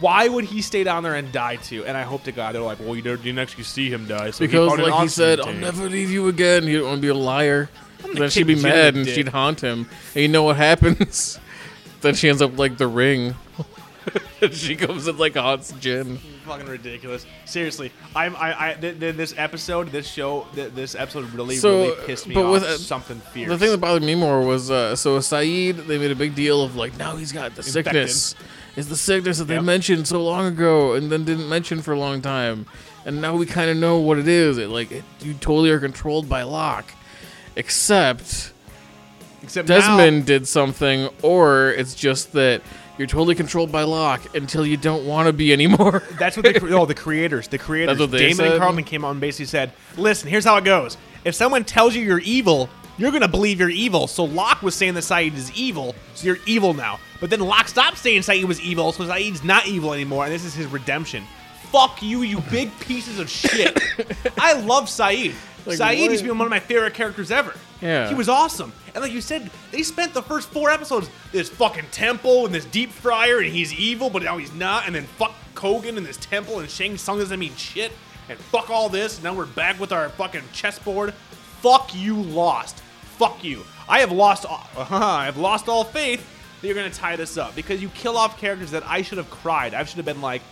Speaker 5: Why would he stay down there and die too? And I hope to God they're like, well, you never didn't actually see him die. So
Speaker 6: Because
Speaker 5: he
Speaker 6: like he said, I'll never leave you again. He didn't want to be a liar. Then she'd
Speaker 5: kick
Speaker 6: be
Speaker 5: Jim in
Speaker 6: mad
Speaker 5: the
Speaker 6: and
Speaker 5: dick.
Speaker 6: she'd haunt him. And you know what happens? then she ends up like the ring. she comes and like haunts Jim.
Speaker 5: fucking ridiculous. Seriously, I'm I, I th- th- this episode, this show, th- this episode really
Speaker 6: So,
Speaker 5: really pissed me
Speaker 6: but
Speaker 5: off.
Speaker 6: with, uh,
Speaker 5: something fierce.
Speaker 6: The thing that bothered me more was uh, so Saeed. They made a big deal of like now he's got the sickness. It's the sickness that they
Speaker 5: Yep.
Speaker 6: mentioned so long ago and then didn't mention for a long time, and now we kind of know what it is. It like it, you totally are controlled by Locke, except
Speaker 5: Except now-
Speaker 6: Desmond did something, or it's just that you're totally controlled by Locke until you don't want to be anymore.
Speaker 5: That's what the oh the creators the creators
Speaker 6: That's what they
Speaker 5: Damon
Speaker 6: said?
Speaker 5: and Carlton came out and basically said, "Listen, here's how it goes. If someone tells you you're evil, you're gonna believe you're evil." So Locke was saying that Saeed is evil, so you're evil now. But then Locke stopped saying Saeed was evil, so Saeed's not evil anymore, and this is his redemption. Fuck you, you big pieces of shit. I love Saeed.
Speaker 6: Like,
Speaker 5: Saeed
Speaker 6: what-
Speaker 5: has been one of my favorite characters ever.
Speaker 6: Yeah.
Speaker 5: he was awesome. And like you said, they spent the first four episodes this fucking temple and this deep fryer, and he's evil, but now he's not. And then fuck Kogan and this temple, and Shang Tsung doesn't mean shit. And fuck all this. And now we're back with our fucking chessboard. Fuck you, lost. Fuck you. I have lost. All, uh-huh, I have lost all faith that you're gonna tie this up because you kill off characters that I should have cried. I should have been like,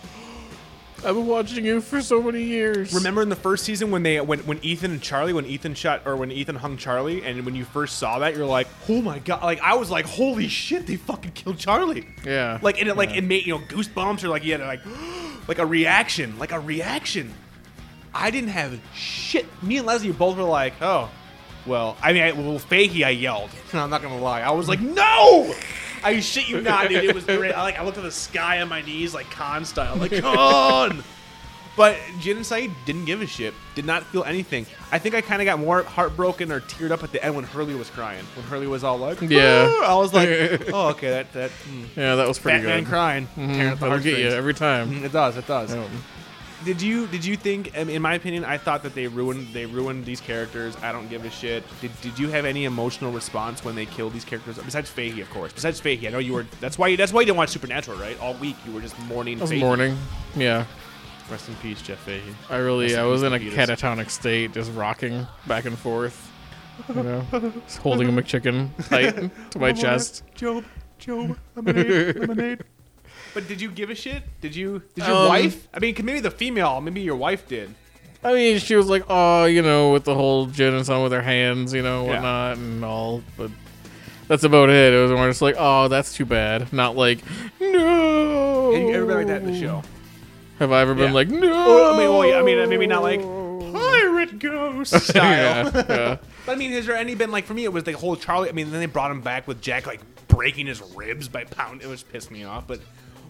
Speaker 6: I've been watching you for so many years.
Speaker 5: Remember in the first season when they when when Ethan and Charlie when Ethan shot or when Ethan hung Charlie and when you first saw that you're like oh my god like I was like holy shit they fucking killed Charlie
Speaker 6: Yeah.
Speaker 5: like and it like it made you know goosebumps or like you had like like a reaction like a reaction I didn't have shit me and Leslie both were like oh well I mean I, well Fahey I yelled I'm not gonna lie I was like no. I shit you not, dude. It was great. I, like I looked at the sky on my knees, like Khan style, like Khan. But Jin and Saeed didn't give a shit, did not feel anything. I think I kind of got more heartbroken or teared up at the end when Hurley was crying. When Hurley was all like,
Speaker 6: Yeah.
Speaker 5: "Ah," I was like, oh, okay, that, that mm,
Speaker 6: Yeah, that was pretty
Speaker 5: Batman
Speaker 6: good. Mm-hmm.
Speaker 5: crying. tearing at the
Speaker 6: That'll get you
Speaker 5: heartstrings.
Speaker 6: every time.
Speaker 5: Mm, It does, it does. Did you did you think? um, In my opinion, I thought that they ruined they ruined these characters. I don't give a shit. Did, did you have any emotional response when they killed these characters? Besides Fahey, of course. Besides Fahey, I know you were. That's why you, that's why you didn't watch Supernatural, right? All week you were just mourning.
Speaker 6: That was
Speaker 5: Fahey.
Speaker 6: morning. Yeah.
Speaker 5: Rest in peace, Jeff Fahey.
Speaker 6: I really, I was in a
Speaker 5: Penis.
Speaker 6: catatonic state, just rocking back and forth. You know, just holding a McChicken tight to my chest.
Speaker 5: Job, Job, lemonade, lemonade. But did you give a shit? Did you? Did your
Speaker 6: Um,
Speaker 5: wife? I mean, maybe the female. Maybe your wife did.
Speaker 6: I mean, she was like, "Oh, you know, with the whole gin and some with her hands, you know,
Speaker 5: Yeah.
Speaker 6: whatnot, and all." But that's about it. It was more just like, "Oh, that's too bad." Not like, "No."
Speaker 5: And you- everybody like that in the show.
Speaker 6: Have I ever been
Speaker 5: Yeah.
Speaker 6: like, "No"?
Speaker 5: Or, I mean, well, yeah, I mean, maybe not like pirate ghost style.
Speaker 6: yeah, yeah.
Speaker 5: But I mean, has there any been like for me? It was the whole Charlie. I mean, then they brought him back with Jack like breaking his ribs by pound. It was pissed me off. But,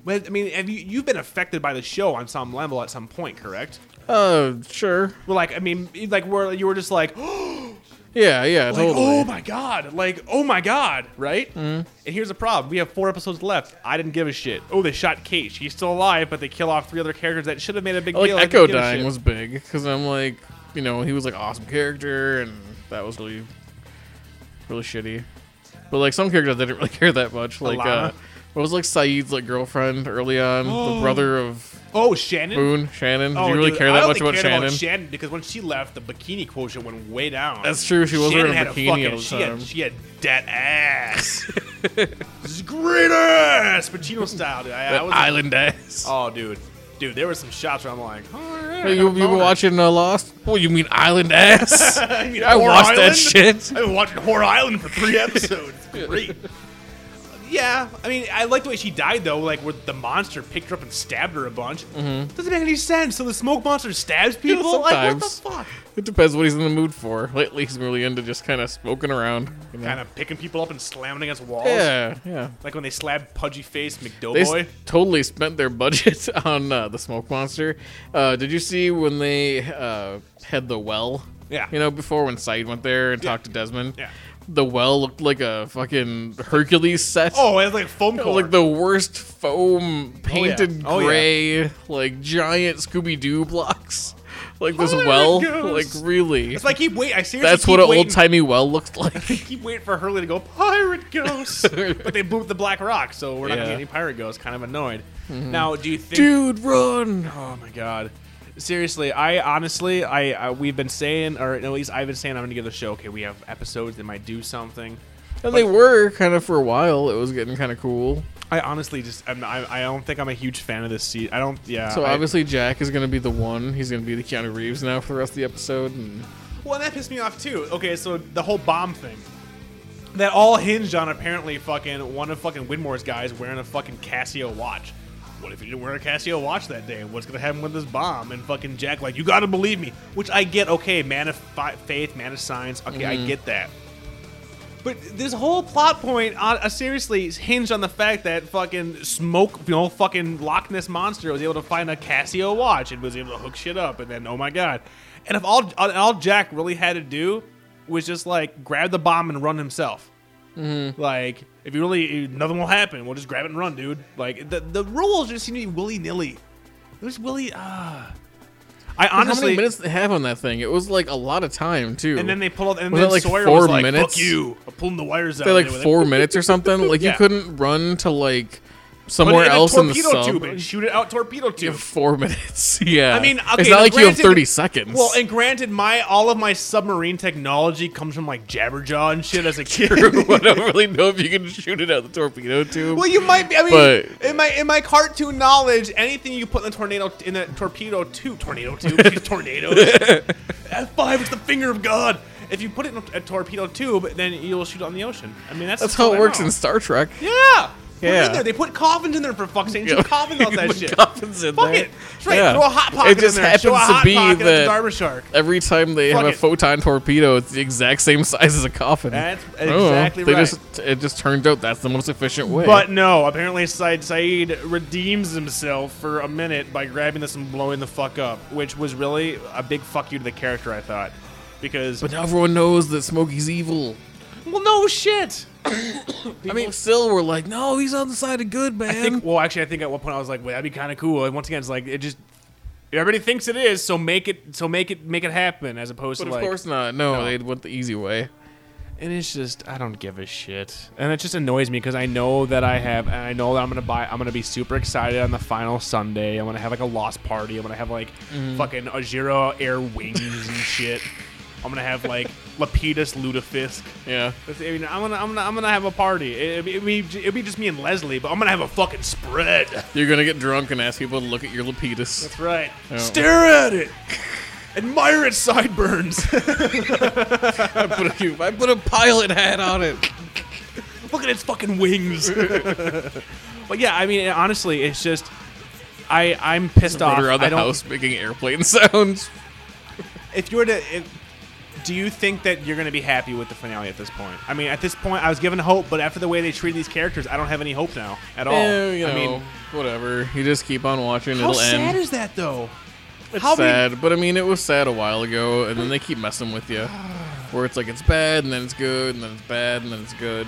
Speaker 5: but I mean, have you you've been affected by the show on some level at some point, correct?
Speaker 6: Uh, sure.
Speaker 5: Well, like I mean, like where you were just like.
Speaker 6: Yeah, yeah,
Speaker 5: Like,
Speaker 6: totally. Mm-hmm.
Speaker 5: oh my god! Like, oh my god! Right? Mm. And here's the problem: we have four episodes left. I didn't give a shit. Oh, they shot Kate. She's still alive, but they kill off three other characters that should have made a big
Speaker 6: Oh, like
Speaker 5: deal. I didn't
Speaker 6: Echo
Speaker 5: give a
Speaker 6: dying
Speaker 5: shit.
Speaker 6: was big because I'm like, you know, he was like awesome character, and that was really, really shitty. But like some characters, I didn't really care that much. Like,
Speaker 5: Alana?
Speaker 6: uh, what was like Saeed's like girlfriend early on, the brother of
Speaker 5: oh Shannon.
Speaker 6: Boone Shannon. Did
Speaker 5: Oh,
Speaker 6: you really
Speaker 5: dude,
Speaker 6: care
Speaker 5: I
Speaker 6: that
Speaker 5: only
Speaker 6: much about
Speaker 5: cared
Speaker 6: Shannon?
Speaker 5: Shannon because when she left, the bikini quotient went way down.
Speaker 6: That's true, she was
Speaker 5: Shannon
Speaker 6: wearing a
Speaker 5: had
Speaker 6: bikini
Speaker 5: fucking,
Speaker 6: all the
Speaker 5: she had-
Speaker 6: time.
Speaker 5: She had, that ass. this is great ass, Pacino style. Dude. I, I
Speaker 6: that
Speaker 5: was.
Speaker 6: island ass.
Speaker 5: oh, dude, dude, there were some shots where I'm like, oh, yeah,
Speaker 6: Hey, you you
Speaker 5: boner.
Speaker 6: been watching uh, Lost? What you mean island ass?
Speaker 5: I, mean,
Speaker 6: I
Speaker 5: Whore
Speaker 6: watched that
Speaker 5: Island?
Speaker 6: shit.
Speaker 5: I've been watching Horror Island for three episodes. Great. yeah, I mean, I like the way she died though. Like, where the monster picked her up and stabbed her a bunch.
Speaker 6: Mm-hmm.
Speaker 5: Doesn't make any sense. So the smoke monster stabs people. like, what the
Speaker 6: sometimes.
Speaker 5: fuck?
Speaker 6: It depends what he's in the mood for. Lately, he's really into just kind of smoking around. you know?
Speaker 5: Kind of picking people up and slamming against walls.
Speaker 6: Yeah, yeah.
Speaker 5: Like when they slab pudgy face
Speaker 6: They s-
Speaker 5: McDoughboy.
Speaker 6: totally spent their budget on uh, the smoke monster. Uh, did you see when they uh, had the well?
Speaker 5: Yeah.
Speaker 6: You know, before when Said went there and talked to Desmond.
Speaker 5: Yeah.
Speaker 6: The well looked like a fucking Hercules set.
Speaker 5: oh, it has like a foam
Speaker 6: It
Speaker 5: core.
Speaker 6: was Like the worst foam painted
Speaker 5: Oh, yeah.
Speaker 6: gray, like giant Scooby Doo blocks. Like this
Speaker 5: Oh, there it
Speaker 6: well, like
Speaker 5: goes.
Speaker 6: really.
Speaker 5: It's like keep wait. I seriously
Speaker 6: That's
Speaker 5: keep
Speaker 6: what an
Speaker 5: waiting-
Speaker 6: old timey well looked like.
Speaker 5: Keep waiting for Hurley to go pirate ghost, but they blew up the black rock, so we're not
Speaker 6: Yeah. Mm-hmm.
Speaker 5: gonna get any pirate ghosts. Kind of annoyed. Now, do you think?
Speaker 6: Dude, run!
Speaker 5: Oh my god. Seriously, I honestly, I, I we've been saying, or at least I've been saying, I'm gonna give the show. Okay, we have episodes that might do something.
Speaker 6: And they were kind of for a while. It was getting kind of cool.
Speaker 5: I honestly just, I'm, I, I don't think I'm a huge fan of this season. I don't, yeah.
Speaker 6: So
Speaker 5: I,
Speaker 6: obviously Jack is gonna be the one. He's gonna be the Keanu Reeves now for the rest of the episode. And
Speaker 5: well, and that pissed me off too. Okay, so the whole bomb thing, that all hinged on apparently fucking one of fucking Widmore's guys wearing a fucking Casio watch. What if he didn't wear a Casio watch that day? What's gonna happen with this bomb? And fucking Jack, like, you gotta believe me. Which I get. Okay, man of fi- faith, man of science. Okay, I get that. But this whole plot point, on, uh, seriously, is hinged on the fact that fucking smoke, you know, fucking Loch Ness monster was able to find a Casio watch and was able to hook shit up, and then oh my god! And if all all- all Jack really had to do was just like grab the bomb and run himself,
Speaker 6: Mm-hmm.
Speaker 5: like if you really nothing will happen, we'll just grab it and run, dude. Like the the rules just seem to be willy nilly. It was willy. ah. I
Speaker 6: how many
Speaker 5: honestly.
Speaker 6: minutes did they have on that thing? It was like a lot of time too.
Speaker 5: And then they pulled, and
Speaker 6: Was
Speaker 5: then
Speaker 6: it like
Speaker 5: Sawyer
Speaker 6: four
Speaker 5: was like,
Speaker 6: minutes?
Speaker 5: "Fuck you!" I'm pulling the wires out.
Speaker 6: they like
Speaker 5: And they were
Speaker 6: four minutes or something. Like
Speaker 5: Yeah.
Speaker 6: you couldn't run to like
Speaker 5: Put it
Speaker 6: somewhere
Speaker 5: in a
Speaker 6: else in the
Speaker 5: torpedo
Speaker 6: sub.
Speaker 5: tube and shoot it out torpedo
Speaker 6: You
Speaker 5: tube.
Speaker 6: have four minutes. Yeah.
Speaker 5: I mean, okay,
Speaker 6: it's not
Speaker 5: now
Speaker 6: like you have
Speaker 5: granted-
Speaker 6: thirty seconds.
Speaker 5: Well, and granted, my all of my submarine technology comes from like Jabberjaw and shit as a kid.
Speaker 6: I don't really know if you can shoot it out the torpedo tube.
Speaker 5: well, you might be. I mean,
Speaker 6: But-
Speaker 5: in my in my cartoon knowledge, anything you put in the tornado in the torpedo tube, tornado tube, these tornadoes. F five is the finger of God. If you put it in a torpedo tube, then you'll shoot on the ocean. I mean, that's
Speaker 6: That's how
Speaker 5: what
Speaker 6: it
Speaker 5: I
Speaker 6: works
Speaker 5: know.
Speaker 6: in Star Trek.
Speaker 5: yeah. Put it
Speaker 6: Yeah.
Speaker 5: in there. They put coffins in there for fuck's sake.
Speaker 6: Yeah.
Speaker 5: Shoot coffins out that
Speaker 6: Put
Speaker 5: shit.
Speaker 6: coffins in
Speaker 5: Fuck
Speaker 6: there.
Speaker 5: it. Straight.
Speaker 6: Yeah.
Speaker 5: Throw a hot
Speaker 6: It
Speaker 5: pocket
Speaker 6: just
Speaker 5: in there. Throw a
Speaker 6: happens to
Speaker 5: hot
Speaker 6: be
Speaker 5: pocket at
Speaker 6: that-
Speaker 5: the Dharma shark.
Speaker 6: Every time they
Speaker 5: Fuck
Speaker 6: have a
Speaker 5: it.
Speaker 6: photon torpedo, it's the exact same size as a coffin.
Speaker 5: That's
Speaker 6: I don't know.
Speaker 5: exactly
Speaker 6: they
Speaker 5: right.
Speaker 6: Just, it just turned out that's the most efficient way.
Speaker 5: But no, apparently Said Said redeems himself for a minute by grabbing this and blowing the fuck up, which was really a big fuck you to the character, I thought. Because
Speaker 6: But now everyone knows that Smokey's evil.
Speaker 5: well, no shit.
Speaker 6: I mean, still, we're like, no, he's on the side of good, man.
Speaker 5: I think. Well, actually, I think at one point I was like, well, that'd be kind of cool. And once again, it's like it just everybody thinks it is, so make it, so make it, make it happen, as opposed
Speaker 6: but
Speaker 5: to
Speaker 6: of
Speaker 5: like.
Speaker 6: course not. No, they went the easy way.
Speaker 5: And it's just I don't give a shit, and it just annoys me because I know that I have, and I know that I'm gonna buy, I'm gonna be super excited on the final Sunday. I'm gonna have like a lost party. I'm gonna have like fucking Ajira Air wings and shit. I'm gonna have like Lapidus Ludafisk.
Speaker 6: Yeah.
Speaker 5: That's- I mean, I'm gonna, I'm gonna, I'm gonna have a party. It, would be, it'd be just me and Leslie, but I'm gonna have a fucking spread.
Speaker 6: You're gonna get drunk and ask people to look at your Lapidus.
Speaker 5: That's right. Stare at it. Admire its sideburns.
Speaker 6: I put a, I put a pilot hat on it.
Speaker 5: Look at its fucking wings. but yeah, I mean, honestly, it's just I I'm pissed off.
Speaker 6: Run around
Speaker 5: I
Speaker 6: the
Speaker 5: don't-
Speaker 6: house making airplane sounds.
Speaker 5: If you were to, if, do you think that you're going to be happy with the finale at this point? I mean, at this point, I was given hope, but after the way they treated these characters, I don't have any hope now at all.
Speaker 6: Eh, you
Speaker 5: Oh, I
Speaker 6: know,
Speaker 5: mean,
Speaker 6: whatever. You just keep on watching.
Speaker 5: how
Speaker 6: It'll
Speaker 5: sad
Speaker 6: end.
Speaker 5: is that though?
Speaker 6: It's
Speaker 5: How many-
Speaker 6: sad, but I mean, it was sad a while ago, and then they keep messing with you. Where it's like it's bad, and then it's good, and then it's bad, and then it's good.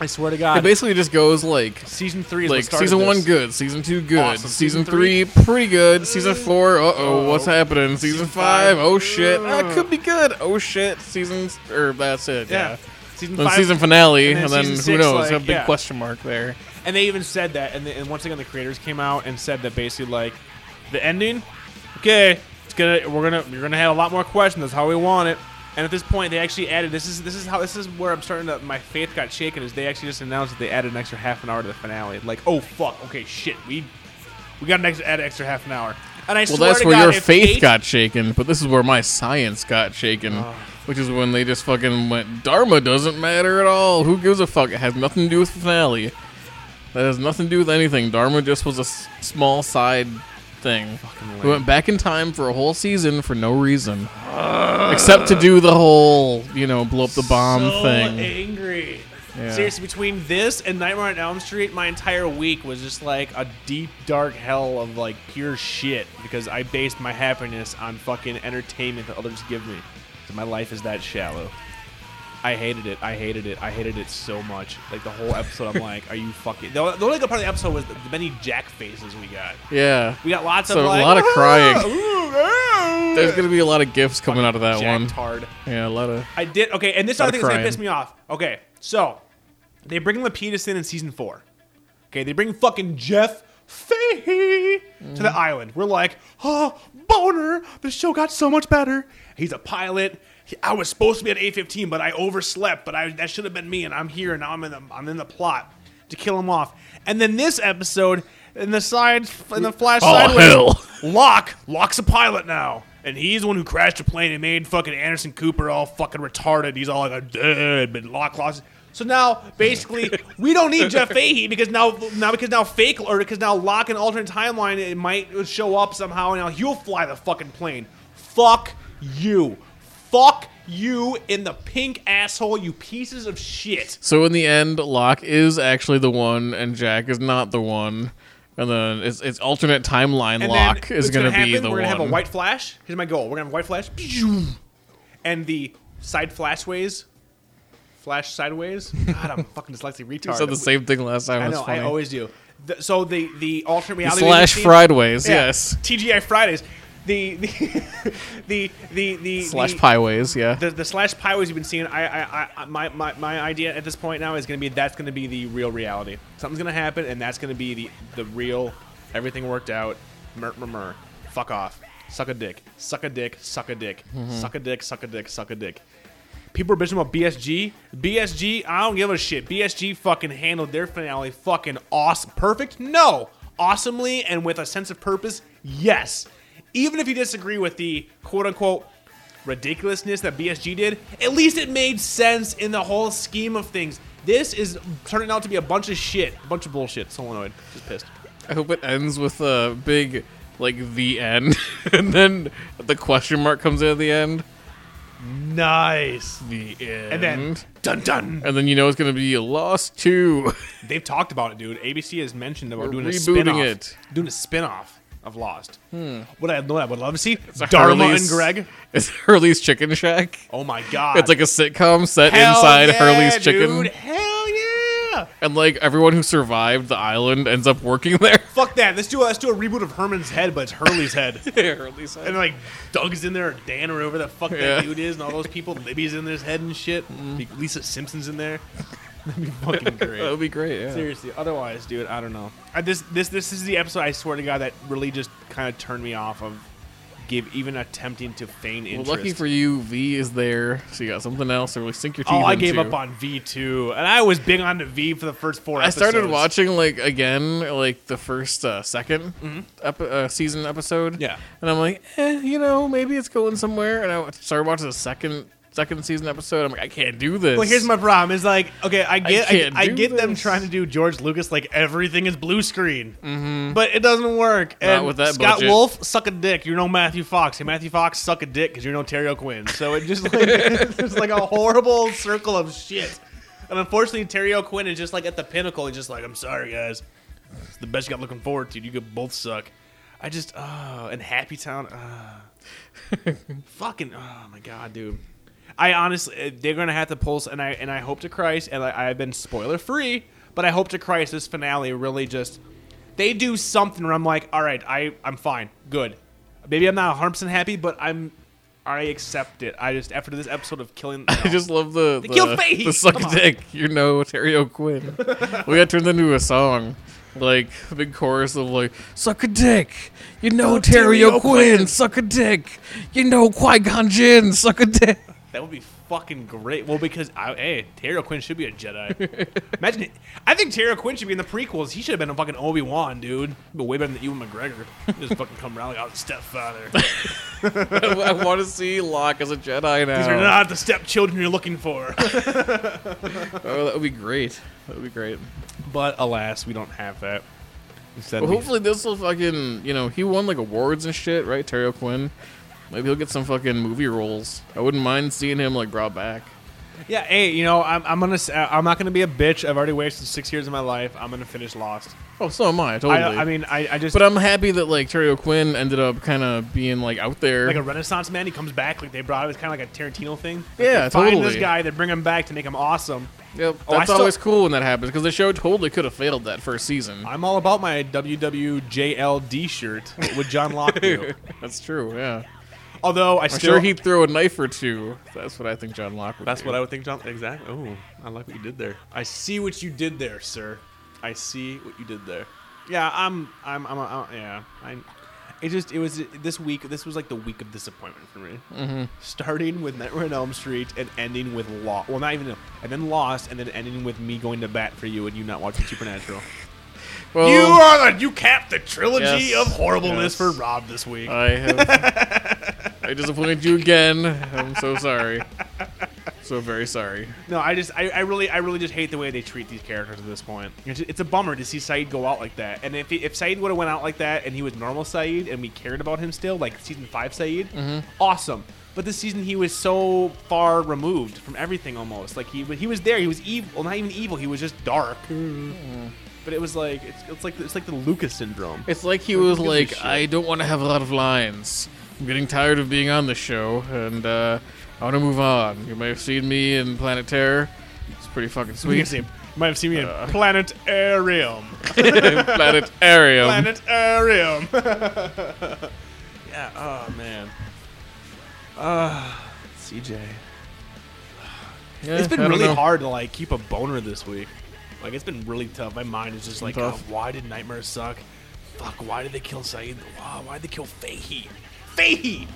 Speaker 5: I swear to
Speaker 6: It
Speaker 5: God,
Speaker 6: basically just goes like
Speaker 5: season three is what
Speaker 6: like
Speaker 5: started
Speaker 6: season one
Speaker 5: this.
Speaker 6: good, season two good,
Speaker 5: Awesome.
Speaker 6: season,
Speaker 5: Season
Speaker 6: three,
Speaker 5: three-
Speaker 6: pretty good, season four uh oh what's happening, season,
Speaker 5: five,
Speaker 6: five,
Speaker 5: uh.
Speaker 6: oh shit ah, could be good oh shit seasons or that's it
Speaker 5: Yeah.
Speaker 6: yeah,
Speaker 5: Season
Speaker 6: Then
Speaker 5: five,
Speaker 6: season finale and
Speaker 5: and then
Speaker 6: then,
Speaker 5: season
Speaker 6: who
Speaker 5: six,
Speaker 6: knows
Speaker 5: like,
Speaker 6: a big
Speaker 5: yeah.
Speaker 6: question mark there
Speaker 5: And they even said that, and, the, and once again, the creators came out and said that basically, like, the ending, okay, it's gonna, we're gonna, you're gonna have a lot more questions. That's how we want it. And at this point, they actually added. This is this is how this is where I'm starting to. My faith got shaken. Is they actually just announced that they added an extra half an hour to the finale. Like, oh fuck, okay, shit, we we got an extra add an extra half an hour. And I
Speaker 6: well
Speaker 5: swear
Speaker 6: that's
Speaker 5: to
Speaker 6: where
Speaker 5: God,
Speaker 6: your
Speaker 5: if
Speaker 6: faith
Speaker 5: eight-
Speaker 6: got shaken but this is where my science got shaken Which is when they just fucking went, Dharma doesn't matter at all. Who gives a fuck? It has nothing to do with the finale. That has nothing to do with anything. Dharma just was a s- small side thing. We went back in time for a whole season for no reason. Except to do the whole, you know, blow up the bomb
Speaker 5: so
Speaker 6: thing.
Speaker 5: angry.
Speaker 6: Yeah.
Speaker 5: Seriously, between this and Nightmare on Elm Street, my entire week was just like a deep, dark hell of like pure shit because I based my happiness on fucking entertainment that others give me. 'Cause my life is that shallow. I hated it. I hated it. I hated it so much. Like the whole episode, I'm like, are you fucking? The, the only good part of the episode was the, the many jack faces we got.
Speaker 6: Yeah.
Speaker 5: We got lots
Speaker 6: So
Speaker 5: of
Speaker 6: a
Speaker 5: like,
Speaker 6: lot of crying.
Speaker 5: crying.
Speaker 6: There's gonna be a lot of gifts coming out of that one.
Speaker 5: Hard.
Speaker 6: Yeah, a lot of.
Speaker 5: I did. Okay, and this other
Speaker 6: Lot
Speaker 5: thing that's gonna
Speaker 6: of crying.
Speaker 5: piss me off. Okay, so they bring Lapidus in in season four. Okay, they bring fucking Jeff Fahey to the island. We're like, oh, boner. The show got so much better. He's a pilot. He- I was supposed to be at A15, but I overslept. But I, that should have been me, and I'm here, and now I'm in the I'm in the plot to kill him off. And then this episode, in the side, in the flash sideways,
Speaker 6: hell.
Speaker 5: Locke, Locke's a pilot now. And he's the one who crashed a plane and made fucking Anderson Cooper all fucking retarded. He's all like, I'm dead, but Locke lost. So now, basically, we don't need Jeff Fahey because now, now because now fake or because now Locke and alternate timeline it might show up somehow. And now he'll fly the fucking plane. Fuck you, fuck you in the pink asshole, you pieces of shit.
Speaker 6: So in the end, Locke is actually the one, and Jack is not the one. And then it's, it's alternate timeline.
Speaker 5: And
Speaker 6: Locke
Speaker 5: then
Speaker 6: is
Speaker 5: what's
Speaker 6: gonna,
Speaker 5: happen,
Speaker 6: be the
Speaker 5: We're
Speaker 6: one.
Speaker 5: gonna have a white flash. Here's my goal. We're gonna have a white flash, and the side flashways, flash sideways. God, I'm a fucking dyslexic retard.
Speaker 6: You said the same thing last time.
Speaker 5: I
Speaker 6: That's
Speaker 5: know.
Speaker 6: funny.
Speaker 5: I always do. The, so the the alternate reality
Speaker 6: Slash
Speaker 5: we can see-
Speaker 6: Fridays.
Speaker 5: Yeah,
Speaker 6: Yes.
Speaker 5: TGI Fridays. The the the the, the
Speaker 6: Slash
Speaker 5: the,
Speaker 6: Pieways. Yeah.
Speaker 5: the, the slash pyros you've been seeing, I, I, I, my, my, my idea at this point now is going to be that's going to be the real reality. Something's going to happen, and that's going to be the, the real. Everything worked out. Mer, mer, mer. Fuck off. Suck a dick. Suck a dick. Suck a dick.
Speaker 6: Mm-hmm.
Speaker 5: Suck a dick. Suck a dick. Suck a dick. People are bitching about BSG. BSG, I don't give a shit. BSG fucking handled their finale fucking awesome. Perfect? No. Awesomely and with a sense of purpose? Yes. Even if you disagree with the quote unquote ridiculousness that BSG did, at least it made sense in the whole scheme of things. This is turning out to be a bunch of shit. A bunch of bullshit. Solenoid. Just pissed.
Speaker 6: I hope it ends with a big, like the end, and then the question mark comes in at the end.
Speaker 5: Nice.
Speaker 6: The end.
Speaker 5: And then dun dun.
Speaker 6: And then you know it's gonna be Lost Two.
Speaker 5: They've talked about it, dude. ABC has mentioned that we're,
Speaker 6: We're
Speaker 5: doing a
Speaker 6: rebooting
Speaker 5: spin-off.
Speaker 6: it. Hmm.
Speaker 5: Doing a spin-off of Lost. What I know I would love to see
Speaker 6: It's a
Speaker 5: Dharma and
Speaker 6: Hurley's-
Speaker 5: Greg.
Speaker 6: It's Hurley's Chicken Shack.
Speaker 5: Oh my god.
Speaker 6: It's like a sitcom set
Speaker 5: Hell
Speaker 6: inside
Speaker 5: yeah,
Speaker 6: Hurley's Chicken,
Speaker 5: Dude. Hell yeah.
Speaker 6: and like everyone who survived the island ends up working there.
Speaker 5: Fuck that. Let's do a, let's do a reboot of Herman's head, but it's Hurley's head.
Speaker 6: Hurley's
Speaker 5: And like Doug's in there, or Dan, or whoever the fuck that
Speaker 6: Yeah. Mm-hmm.
Speaker 5: dude is, and all those people. Libby's in his head and shit. Be- Lisa Simpson's in there. That'd be fucking
Speaker 6: that
Speaker 5: great.
Speaker 6: would be great. Yeah.
Speaker 5: Seriously, otherwise, dude, I don't know. I, this this this is the episode I swear to God that really just kind of turned me off of give even attempting to feign
Speaker 6: Well,
Speaker 5: interest.
Speaker 6: lucky for you, V is there, so you got something else to really sink your teeth.
Speaker 5: oh, I gave
Speaker 6: into.
Speaker 5: up on V two, and I was big on to V for the first four.
Speaker 6: I started
Speaker 5: episodes.
Speaker 6: watching like again, like the first uh, 2nd ep- uh, season episode.
Speaker 5: Mm-hmm. Yeah.
Speaker 6: and I'm like, eh, you know, maybe it's going somewhere. And I started watching the second second season episode. I'm like, I can't do this.
Speaker 5: Well, here's my problem: is like, okay, I get, I,
Speaker 6: can't
Speaker 5: I
Speaker 6: do
Speaker 5: get them
Speaker 6: this.
Speaker 5: trying to do George Lucas like everything is blue screen, mm-hmm. but it doesn't work.
Speaker 6: Not
Speaker 5: and
Speaker 6: with that
Speaker 5: Scott
Speaker 6: budget.
Speaker 5: Wolf, suck a dick. You're no Matthew Fox. And Matthew Fox, suck a dick because you're no Terry O'Quinn. So it just like it's just like a horrible circle of shit. And unfortunately, Terry O'Quinn is just like at the pinnacle. He's just like, I'm sorry, guys. It's the best you got looking forward to. You could both suck. I just, uh, and Happy Town, uh, fucking, oh my god, dude. I honestly, uh, they're gonna have to pulse, and I and I hope to Christ, and I, I've been spoiler free, but I hope to Christ this finale really just they do something where I'm like, all right, I I'm fine, good. Maybe I'm not 100 percent happy, but I'm I accept it. I just after this episode of killing,
Speaker 6: I just love the the,
Speaker 5: killed Fahey!
Speaker 6: the suck
Speaker 5: Come on.
Speaker 6: dick. You know, Terry O'Quinn. we got turned into a song. Like a big chorus of like suck a dick, you know Terry,
Speaker 5: Terry
Speaker 6: O'Quinn,
Speaker 5: O'Quinn.
Speaker 6: suck a dick, you know Qui Gon Jinn, suck a dick.
Speaker 5: That would be fucking great. Well, because I, hey, Terry Quinn should be a Jedi. Imagine it. I think Terry Quinn should be in the prequels. He should have been a fucking Obi Wan, dude. But way better than Ewan McGregor. Just fucking come around like I was a oh, stepfather.
Speaker 6: I want to see Locke as a Jedi now.
Speaker 5: These are not the stepchildren you're looking for.
Speaker 6: Oh, that would be great. That would be great.
Speaker 5: but alas, we don't have that. Instead,
Speaker 6: But
Speaker 5: we-
Speaker 6: hopefully this will fucking, you know, he won like awards and shit, right? Terry O'Quinn. Maybe he'll get some fucking movie roles. I wouldn't mind seeing him like brought back.
Speaker 5: yeah. Hey, you know, I'm, I'm gonna. s- uh, I'm not gonna be a bitch. I've already wasted six years of my life. I'm gonna finish Lost.
Speaker 6: Oh, so am I. Totally.
Speaker 5: I, I mean, I, I just.
Speaker 6: but uh, I'm happy that like Terry O'Quinn ended up kind of being like out there.
Speaker 5: like a Renaissance man, he comes back. Like they brought it. It's kind of like a Tarantino thing. Like,
Speaker 6: Yeah,
Speaker 5: they find
Speaker 6: totally.
Speaker 5: This guy, they bring him back to make him awesome.
Speaker 6: Yep,
Speaker 5: Oh, I
Speaker 6: that's
Speaker 5: still-
Speaker 6: always cool when that happens because the show totally could have failed that first season.
Speaker 5: I'm all about my WWJLD shirt. What would John Locke do?
Speaker 6: That's true. Yeah,
Speaker 5: Although I
Speaker 6: I'm
Speaker 5: still
Speaker 6: sure he'd throw a knife or two. That's what I think John Locke would.
Speaker 5: That's
Speaker 6: do.
Speaker 5: what I would think, John. Exactly. Oh, I like what you did there. I see what you did there, sir. I see what you did there. Yeah, I'm. I'm. I'm. i yeah. I. It just. It was this week. This was like the week of disappointment for me. Mm-hmm. Starting with Nightmare on Elm Street and ending with Lost. Well, not even. And then Lost, and then ending with me going to bat for you and you not watching Supernatural.
Speaker 6: Well,
Speaker 5: you are. The, you capped the trilogy
Speaker 6: Yes.
Speaker 5: of horribleness
Speaker 6: Yes.
Speaker 5: for Rob this week.
Speaker 6: I have. I disappointed you again. I'm so sorry. So very sorry.
Speaker 5: No, I just, I, I really, I really just hate the way they treat these characters at this point. It's, it's a bummer to see Saeed go out like that. And if he, if Saeed would have went out like that and he was normal Saeed and we cared about him still, like season five Saeed, awesome. But this season he was so far removed from everything almost. Like he, he was there. He was evil. Well, not even evil. He was just dark. But it was like it's, it's like it's like the Lucas syndrome.
Speaker 6: It's like he was
Speaker 5: gives a
Speaker 6: like,
Speaker 5: shit?
Speaker 6: I don't want to have a lot of lines. I'm getting tired of being on the show, and uh, I want to move on. You may have seen me in Planet Terror. It's pretty fucking
Speaker 5: You
Speaker 6: sweet.
Speaker 5: guys see- might have seen me in Planet Arium.
Speaker 6: Planet Arium.
Speaker 5: Planetarium. yeah. Oh man. Uh, CJ.
Speaker 6: Yeah,
Speaker 5: It's been
Speaker 6: I don't
Speaker 5: really
Speaker 6: know.
Speaker 5: hard to like keep a boner this week. Like it's been really tough. My mind is just like,
Speaker 6: Tough.
Speaker 5: "God, why did Nightmares suck? Fuck, why did they kill Saeed? Wow, why did they kill Fahey? Fahey.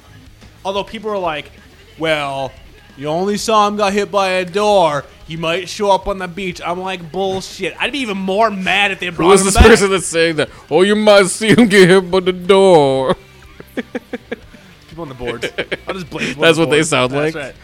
Speaker 5: Although people are like, well, you only saw him got hit by a door. He might show up on the beach. I'm like, bullshit. I'd be even more mad if they brought
Speaker 6: Who is
Speaker 5: him
Speaker 6: this
Speaker 5: back.
Speaker 6: person that's saying that? Oh, you might see him get hit by the door.
Speaker 5: People on the boards. I'll just blame. people on
Speaker 6: That's
Speaker 5: the
Speaker 6: what they
Speaker 5: boards.
Speaker 6: sound
Speaker 5: That's
Speaker 6: like.
Speaker 5: right.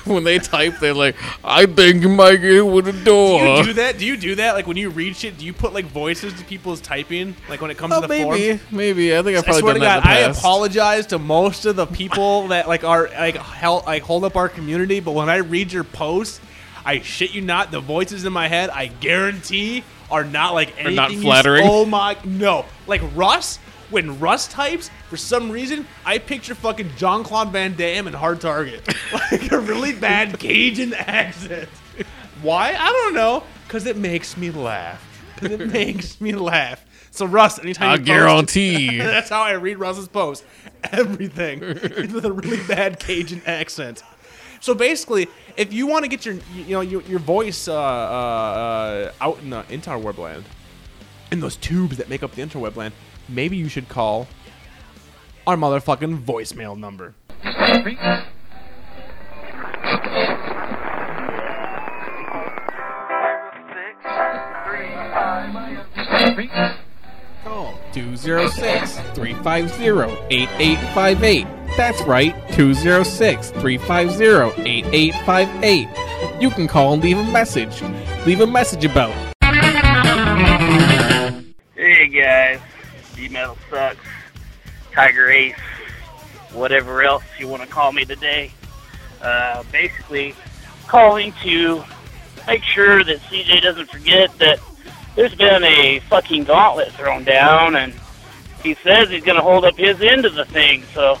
Speaker 6: when they type, they're like, I think you might get hit with the door.
Speaker 5: Do you do that? Do you do that? Like when you read shit, do you put like voices to people's typing? Like when it comes
Speaker 6: Oh,
Speaker 5: to the
Speaker 6: maybe,
Speaker 5: forums?
Speaker 6: maybe. I think
Speaker 5: I
Speaker 6: I've probably
Speaker 5: swear to
Speaker 6: done that
Speaker 5: God,
Speaker 6: in the
Speaker 5: I
Speaker 6: past.
Speaker 5: apologize to most of the people that like are like help like hold up our community. But when I read your posts, I shit you not, the voices in my head, I guarantee, are not like anything.
Speaker 6: not
Speaker 5: you-
Speaker 6: flattering.
Speaker 5: oh my no! Like Russ, when Russ types, for some reason, I picture fucking John Claude Van Damme and Hard Target, like a really bad Cajun accent. Why? I don't know. Cause it makes me laugh. 'Cause it makes me laugh. So Russ, anytime
Speaker 6: I
Speaker 5: you post-
Speaker 6: guarantee.
Speaker 5: that's how I read Russ's post. Everything with a really bad Cajun accent. So basically, if you want to get your you know your, your voice uh, uh, uh, out in the interweb land, in those tubes that make up the interweb land, maybe you should call our motherfucking voicemail number.
Speaker 2: Six, three, five.
Speaker 6: Call 206-350-8858. That's right, 206-350-8858. You can call and leave a message. Leave a message about
Speaker 7: Hey guys, D Metal sucks. Tiger Ace, whatever else you want to call me today. Uh, basically, calling to make sure that CJ doesn't forget that there's been a fucking gauntlet thrown down, and he says he's going to hold up his end of the thing. So,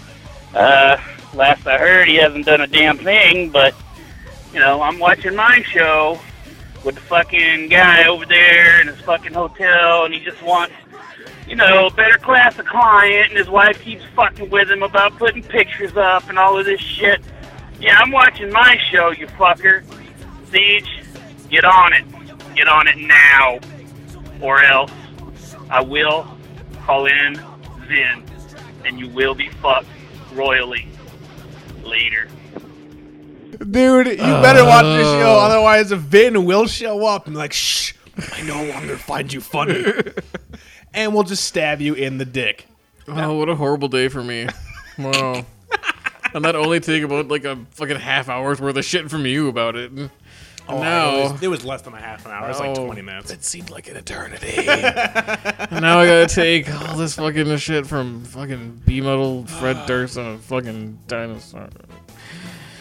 Speaker 7: uh, last I heard, he hasn't done a damn thing, but, you know, I'm watching my show with the fucking guy over there in his fucking hotel, and he just wants, you know, better class of client, and his wife keeps fucking with him about putting pictures up and all of this shit. Yeah, I'm watching my show, you fucker. Siege, get on it. Get on it now, or else I will call in Zen, and you will be fucked royally. Later.
Speaker 5: Dude, you better watch this show,
Speaker 6: Oh.
Speaker 5: otherwise Vin will show up and be like, shh, I no longer find you funny. and we'll just stab you in the dick.
Speaker 6: Oh, what a horrible day for me. Wow. I'm not only taking about like a fucking half hour's worth of shit from you about it. And now,
Speaker 5: Oh, It was, it was less than a half an hour. It was like
Speaker 6: No.
Speaker 5: 20 minutes.
Speaker 6: It seemed like an eternity. now I gotta take all this fucking shit from fucking B metal Fred Durst and a fucking dinosaur.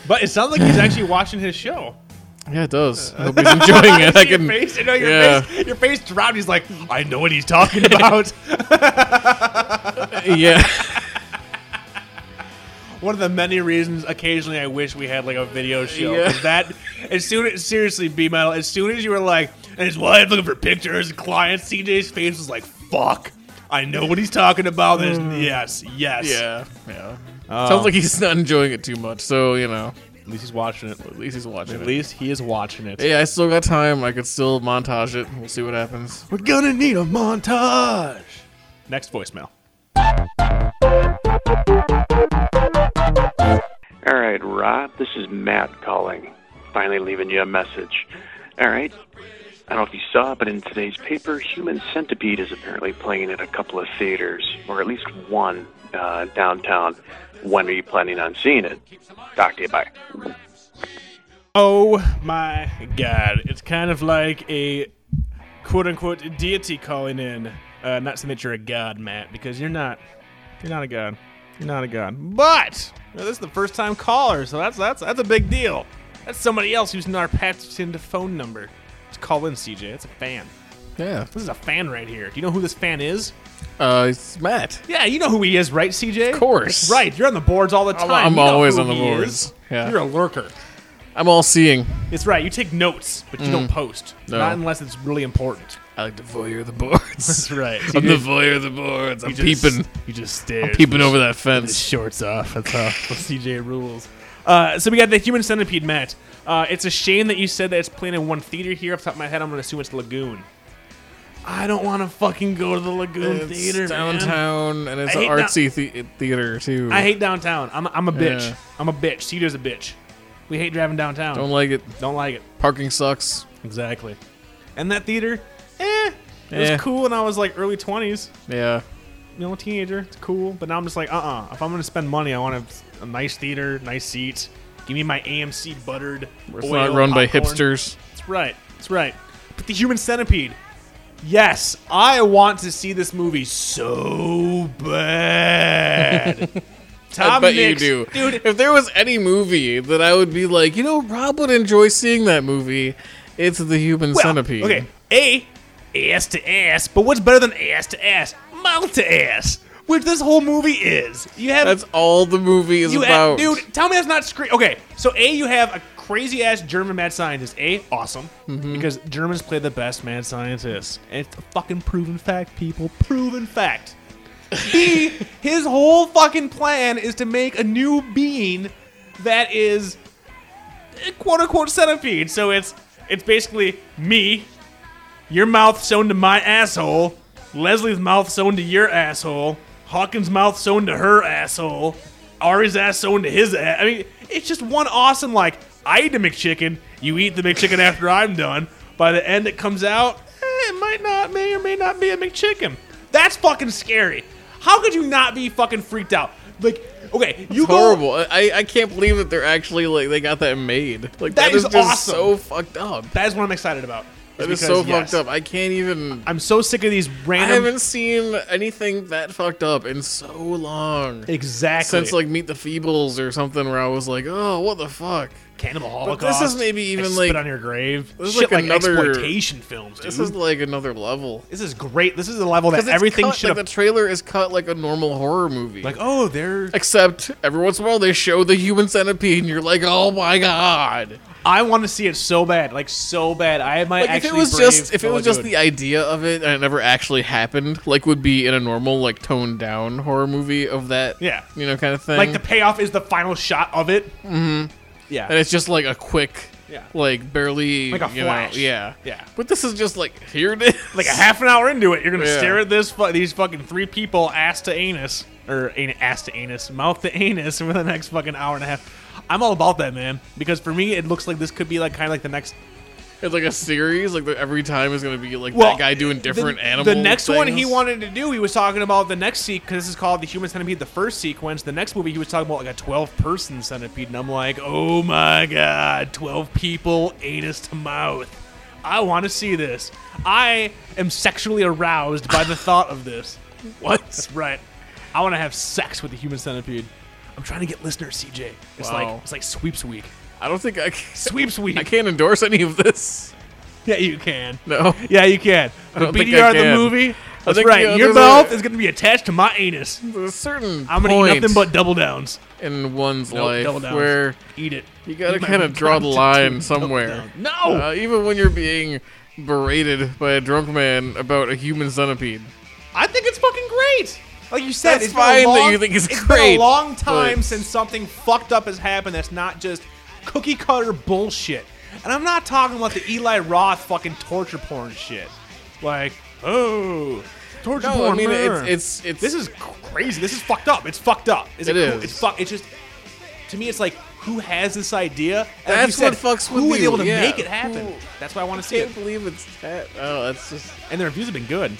Speaker 5: But it sounds like he's actually watching his show.
Speaker 6: Yeah, it does. I hope he's enjoying it. I
Speaker 5: your
Speaker 6: can.
Speaker 5: face, I know your
Speaker 6: yeah.
Speaker 5: face, your face dropped. He's like, I know what he's talking about.
Speaker 6: Yeah.
Speaker 5: One of the many reasons occasionally I wish we had like a video show. 'cause
Speaker 6: Yeah.
Speaker 5: That as soon as seriously, B metal, as soon as you were like, and his wife looking for pictures and clients, CJ's face was like, fuck. I know what he's talking about. There's, yes, yes.
Speaker 6: Mm. Yeah. Yeah. Sounds like he's not enjoying it too much. So you know,
Speaker 5: Um, At least he's watching it.
Speaker 6: at least he's watching
Speaker 5: At
Speaker 6: it.
Speaker 5: least he is watching it.
Speaker 6: Yeah, I still got time. I could still montage it. We'll see what happens.
Speaker 5: We're gonna need a montage. Next voicemail.
Speaker 8: All right, Rob, this is Matt calling. Finally leaving you a message. All right. I don't know if you saw, but in today's paper, Human Centipede is apparently playing at a couple of theaters, or at least one uh, downtown. When are you planning on seeing it? Talk to you. Bye.
Speaker 5: Oh my god. It's kind of like a quote unquote deity calling in. Uh, not saying that you're a god, Matt, because you're not. You're not a god. You're not a god. But now this is the first time caller, so that's that's that's a big deal. That's somebody else who's not patched into phone number. Just call in, CJ. That's a fan.
Speaker 6: Yeah.
Speaker 5: This is a fan right here. Do you know who this fan is?
Speaker 6: Uh, it's Matt.
Speaker 5: Yeah, you know who he is, right, CJ? Of
Speaker 6: course.
Speaker 5: right. You're on the boards all the time.
Speaker 6: I'm
Speaker 5: You know
Speaker 6: always
Speaker 5: who
Speaker 6: on the
Speaker 5: he
Speaker 6: boards.
Speaker 5: is.
Speaker 6: Yeah.
Speaker 5: You're a lurker.
Speaker 6: I'm all seeing.
Speaker 5: It's right. You take notes, but you don't post.
Speaker 6: Mm. No.
Speaker 5: Not unless it's really important.
Speaker 6: I like to voyeur the boards.
Speaker 5: right.
Speaker 6: I'm the voyeur of the boards. I'm peeping,
Speaker 5: You just stare.
Speaker 6: peeping over that fence.
Speaker 5: shorts off. That's how CJ rules. Uh, so we got the human centipede, Matt. Uh, it's a shame that you said that it's playing in one theater here. Off the top of my head, I'm going to assume it's Lagoon. I don't want to fucking go to the Lagoon
Speaker 6: It's
Speaker 5: Theater. man.
Speaker 6: downtown, and it's
Speaker 5: I
Speaker 6: an
Speaker 5: hate that-
Speaker 6: artsy the- theater too.
Speaker 5: I hate downtown. I'm, I'm a bitch.
Speaker 6: Yeah.
Speaker 5: I'm a bitch. CJ's a bitch. We hate driving downtown.
Speaker 6: Don't like it.
Speaker 5: Don't like it.
Speaker 6: Parking sucks.
Speaker 5: Exactly. And that theater, eh, it
Speaker 6: Eh.
Speaker 5: was cool when I was like early 20s.
Speaker 6: Yeah.
Speaker 5: you know, teenager, it's cool. But now I'm just like, uh uh If I'm going to spend money, I want a, a nice theater, nice seats. Give me my AMC buttered.
Speaker 6: It's not run by hipsters.
Speaker 5: That's right. That's right. But the human centipede. Yes, I want to see this movie so bad. Tom
Speaker 6: I bet
Speaker 5: Mix,
Speaker 6: you do,
Speaker 5: Dude,
Speaker 6: If there was any movie that I would be like, you know, Rob would enjoy seeing that movie. It's the Human
Speaker 5: Well,
Speaker 6: Centipede.
Speaker 5: Okay, a ass to ass, but what's better than ass to ass? Mouth to ass, which this whole movie is. You have
Speaker 6: That's all the movie is
Speaker 5: you
Speaker 6: about.
Speaker 5: have, dude. Tell me that's not screen. Okay, so a you have a crazy ass German mad scientist. A awesome
Speaker 6: Mm-hmm.
Speaker 5: because Germans play the best mad scientists, and it's a fucking proven fact, people. Proven fact. B his whole fucking plan is to make a new being that is quote unquote centipede. So it's it's basically me, your mouth sewn to my asshole, Leslie's mouth sewn to your asshole, Hawkins' mouth sewn to her asshole, Ari's ass sewn to his ass. I mean, it's just one awesome like I eat the McChicken, you eat the McChicken after I'm done. By the end, it comes out. eh, it might not, may or may not be a McChicken. That's fucking scary. How could you not be fucking freaked out? Like, okay, you
Speaker 6: It's
Speaker 5: go.
Speaker 6: horrible. I, I can't believe that they're actually like they got that made. Like
Speaker 5: That is
Speaker 6: is, just
Speaker 5: awesome.
Speaker 6: so fucked up.
Speaker 5: That is what I'm excited about.
Speaker 6: That
Speaker 5: It's
Speaker 6: is so
Speaker 5: because, yes,
Speaker 6: fucked up. I can't even.
Speaker 5: I'm so sick of these
Speaker 6: I
Speaker 5: random.
Speaker 6: haven't seen anything that fucked up in so long.
Speaker 5: exactly.
Speaker 6: Since like Meet the Feebles or something, where I was like, oh, what the fuck?
Speaker 5: Cannibal
Speaker 6: But
Speaker 5: Holocaust.
Speaker 6: this is maybe
Speaker 5: I
Speaker 6: even
Speaker 5: spit
Speaker 6: like
Speaker 5: on your grave.
Speaker 6: this is
Speaker 5: Shit like,
Speaker 6: like another-
Speaker 5: exploitation films. Dude.
Speaker 6: this is like another level.
Speaker 5: great. This is the level
Speaker 6: 'Cause
Speaker 5: that
Speaker 6: it's
Speaker 5: everything
Speaker 6: cut-
Speaker 5: should
Speaker 6: like
Speaker 5: have.
Speaker 6: the trailer is cut like a normal horror movie.
Speaker 5: Like, oh, they're.
Speaker 6: Except every once in a while they show the human centipede, and you're like, oh my god.
Speaker 5: I want to see it so bad, like so bad. I might
Speaker 6: like if
Speaker 5: actually.
Speaker 6: it was
Speaker 5: brave
Speaker 6: just if it
Speaker 5: Call
Speaker 6: was
Speaker 5: of
Speaker 6: just
Speaker 5: Duty.
Speaker 6: the idea of it and it never actually happened, like would be in a normal like toned down horror movie of that,
Speaker 5: Yeah.
Speaker 6: you know, kind of thing.
Speaker 5: like the payoff is the final shot of it. Mm-hmm. Yeah.
Speaker 6: and it's just like a quick,
Speaker 5: Yeah.
Speaker 6: like barely
Speaker 5: Like a
Speaker 6: you know,
Speaker 5: flash.
Speaker 6: yeah,
Speaker 5: Yeah.
Speaker 6: But this is just like here it is,
Speaker 5: like a half an hour into it, you're gonna
Speaker 6: Yeah.
Speaker 5: stare at this fu- these fucking three people ass to anus or an- ass to anus, mouth to anus for the next fucking hour and a half. I'm all about that, man, because for me it looks like this could be like kind of like the next
Speaker 6: It's like a series. Like the, every time is gonna be like
Speaker 5: Well,
Speaker 6: that guy doing different
Speaker 5: the,
Speaker 6: animals.
Speaker 5: The next one he
Speaker 6: things.
Speaker 5: wanted to do, he was talking about the next sequence. Because this is called the Human Centipede, the first sequence. The next movie, he was talking about like a twelve-person centipede, and I'm like, oh my god, twelve people, anus to mouth. I want to see this. I am sexually aroused by the thought of this.
Speaker 6: what?
Speaker 5: Right. I want to have sex with the human centipede. I'm trying to get listeners, CJ. It's
Speaker 6: Wow.
Speaker 5: like it's like sweeps week.
Speaker 6: I don't think I can,
Speaker 5: Sweeps week.
Speaker 6: I can't endorse any of this.
Speaker 5: Yeah, you can.
Speaker 6: No.
Speaker 5: Yeah, you can. The
Speaker 6: don't think I
Speaker 5: BDR the
Speaker 6: can.
Speaker 5: movie. That's
Speaker 6: think,
Speaker 5: right.
Speaker 6: you know,
Speaker 5: Your
Speaker 6: there's a-
Speaker 5: mouth is going to be attached to my anus.
Speaker 6: There's a certain
Speaker 5: I'm gonna
Speaker 6: point
Speaker 5: eat nothing but double downs.
Speaker 6: in one's
Speaker 5: Nope, double
Speaker 6: life
Speaker 5: downs.
Speaker 6: where
Speaker 5: Eat it.
Speaker 6: you gotta
Speaker 5: Eat my
Speaker 6: kind of draw the line somewhere.
Speaker 5: down. No!
Speaker 6: Uh, even when you're being berated by a drunk man about a human centipede.
Speaker 5: I think it's fucking great. Like you said,
Speaker 6: That's
Speaker 5: it's been a
Speaker 6: fine that
Speaker 5: long-
Speaker 6: you think it's
Speaker 5: Been
Speaker 6: great,
Speaker 5: a long time
Speaker 6: but-
Speaker 5: since something fucked up has happened that's not just cookie cutter bullshit. And I'm not talking about the Eli Roth fucking torture porn shit. Like, oh, torture
Speaker 6: No,
Speaker 5: porn.
Speaker 6: I mean
Speaker 5: meh.
Speaker 6: it's it's it's
Speaker 5: this is crazy. This is fucked up. It's fucked up. Is
Speaker 6: It
Speaker 5: it cool?
Speaker 6: is.
Speaker 5: It's fuck. It's just to me, it's like who has this idea? And like
Speaker 6: That's
Speaker 5: you said,
Speaker 6: what fucks
Speaker 5: who
Speaker 6: with
Speaker 5: was
Speaker 6: you,
Speaker 5: able to
Speaker 6: yeah.
Speaker 5: make it happen.
Speaker 6: Who-
Speaker 5: That's why I want to see it
Speaker 6: can't believe it's that. Oh, that's just
Speaker 5: and the reviews have been good.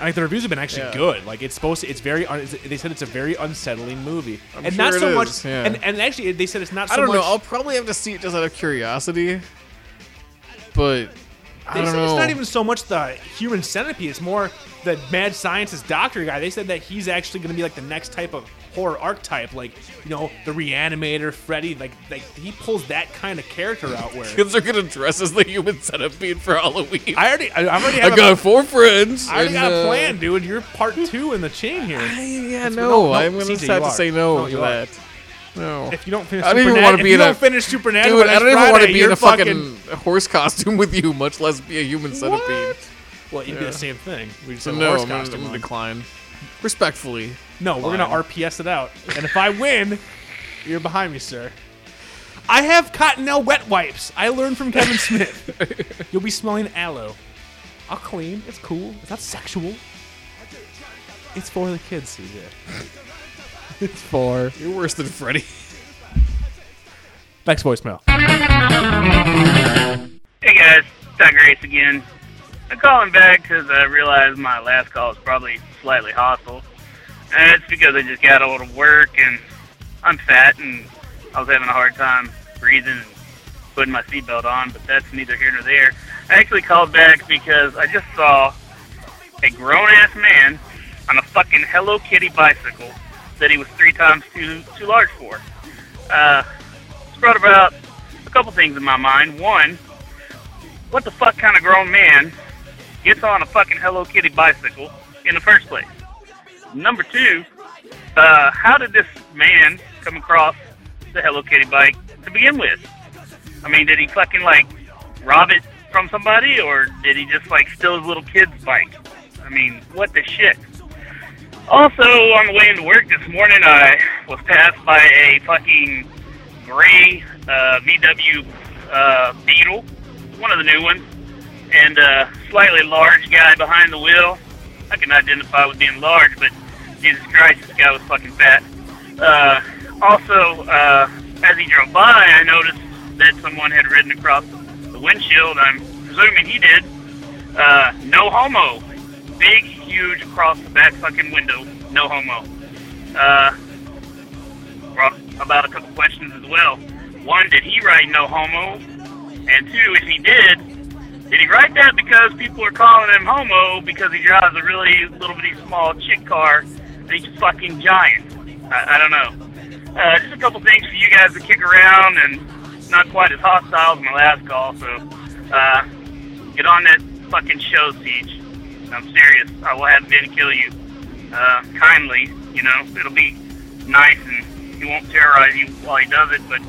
Speaker 5: Like the reviews have been actually
Speaker 6: Yeah.
Speaker 5: good. Like it's supposed to. It's very. Un, it's- they said it's a very unsettling movie, and
Speaker 6: sure
Speaker 5: not
Speaker 6: it
Speaker 5: so
Speaker 6: is,
Speaker 5: much.
Speaker 6: yeah.
Speaker 5: And, and actually, they said it's not so
Speaker 6: I don't
Speaker 5: much.
Speaker 6: know. I'll probably have to see it just out of curiosity. But I
Speaker 5: they
Speaker 6: don't
Speaker 5: said
Speaker 6: know.
Speaker 5: it's not even so much the human centipede. It's more the mad scientist doctor guy. They said that he's actually going to be like the next type of horror archetype, like you know the reanimator Freddy. Like like he pulls that kind of character out. Where
Speaker 6: Kids are gonna dress as the human centipede for Halloween. I,
Speaker 5: I already, I I already have.
Speaker 6: got
Speaker 5: a,
Speaker 6: four friends.
Speaker 5: I already
Speaker 6: and,
Speaker 5: got a
Speaker 6: uh,
Speaker 5: plan, dude. You're part two in the chain here.
Speaker 6: I- yeah,
Speaker 5: It's-
Speaker 6: no,
Speaker 5: no, no,
Speaker 6: I'm gonna
Speaker 5: CJ,
Speaker 6: just
Speaker 5: you
Speaker 6: have to
Speaker 5: are.
Speaker 6: say no,
Speaker 5: No,
Speaker 6: to
Speaker 5: you are.
Speaker 6: that. No,
Speaker 5: If you don't finish,
Speaker 6: I don't even
Speaker 5: Supernat-
Speaker 6: wanna
Speaker 5: if
Speaker 6: be
Speaker 5: you
Speaker 6: in
Speaker 5: don't
Speaker 6: a-
Speaker 5: finish Supernatural,
Speaker 6: dude, I don't even want to be in
Speaker 5: you're
Speaker 6: a fucking, horse costume with you, much less be a human centipede.
Speaker 5: What? Well, it'd be
Speaker 6: Yeah.
Speaker 5: the same thing. We just
Speaker 6: So
Speaker 5: have a
Speaker 6: no,
Speaker 5: horse
Speaker 6: I'm gonna, I'm
Speaker 5: costume.
Speaker 6: gonna
Speaker 5: on.
Speaker 6: decline. Respectfully,
Speaker 5: No, we're gonna RPS it out, and if I win, you're behind me, sir. I have Cottonelle wet wipes. I learned from Kevin Smith. You'll be smelling aloe. I'll clean. It's cool. It's not sexual. It's for the kids, CJ. it's for
Speaker 6: you're worse than Freddy.
Speaker 5: next voicemail.
Speaker 7: Hey guys, Doug Race again. I'm calling back because I realized my last call was probably slightly hostile. And it's because I just got out of work and I'm fat and I was having a hard time breathing and putting my seatbelt on, but that's neither here nor there. I actually called back because I just saw a grown ass man on a fucking Hello Kitty bicycle that he was three times too too large for. Uh, it's brought about a couple things in my mind. One, what the fuck kind of grown man gets on a fucking Hello Kitty bicycle in the first place? Number two, uh, how did this man come across the Hello Kitty bike to begin with? I mean, did he fucking like rob it from somebody, or did he just like steal his little kid's bike? I mean, what the shit? Also, on the way into work this morning, I was passed by a fucking gray uh, VW uh, Beetle, one of the new ones, and a slightly large guy behind the wheel. I can identify with being large, but Jesus Christ, this guy was fucking fat. Uh, also, uh, as he drove by, I noticed that someone had ridden across the windshield. I'm presuming he did. Uh, no homo. Big, huge across the back fucking window. No homo. Uh, brought about a couple questions as well. One, did he write no homo? And two, if he did, did he write that because people are calling him homo because he drives a really little bitty small chick car and he's a fucking giant? I, I don't know. Uh, just a couple things for you guys to kick around and not quite as hostile as my last call, so uh, get on that fucking show, Siege. I'm serious. I will have Ben kill you. Uh, kindly, you know, it'll be nice and he won't terrorize you while he does it, but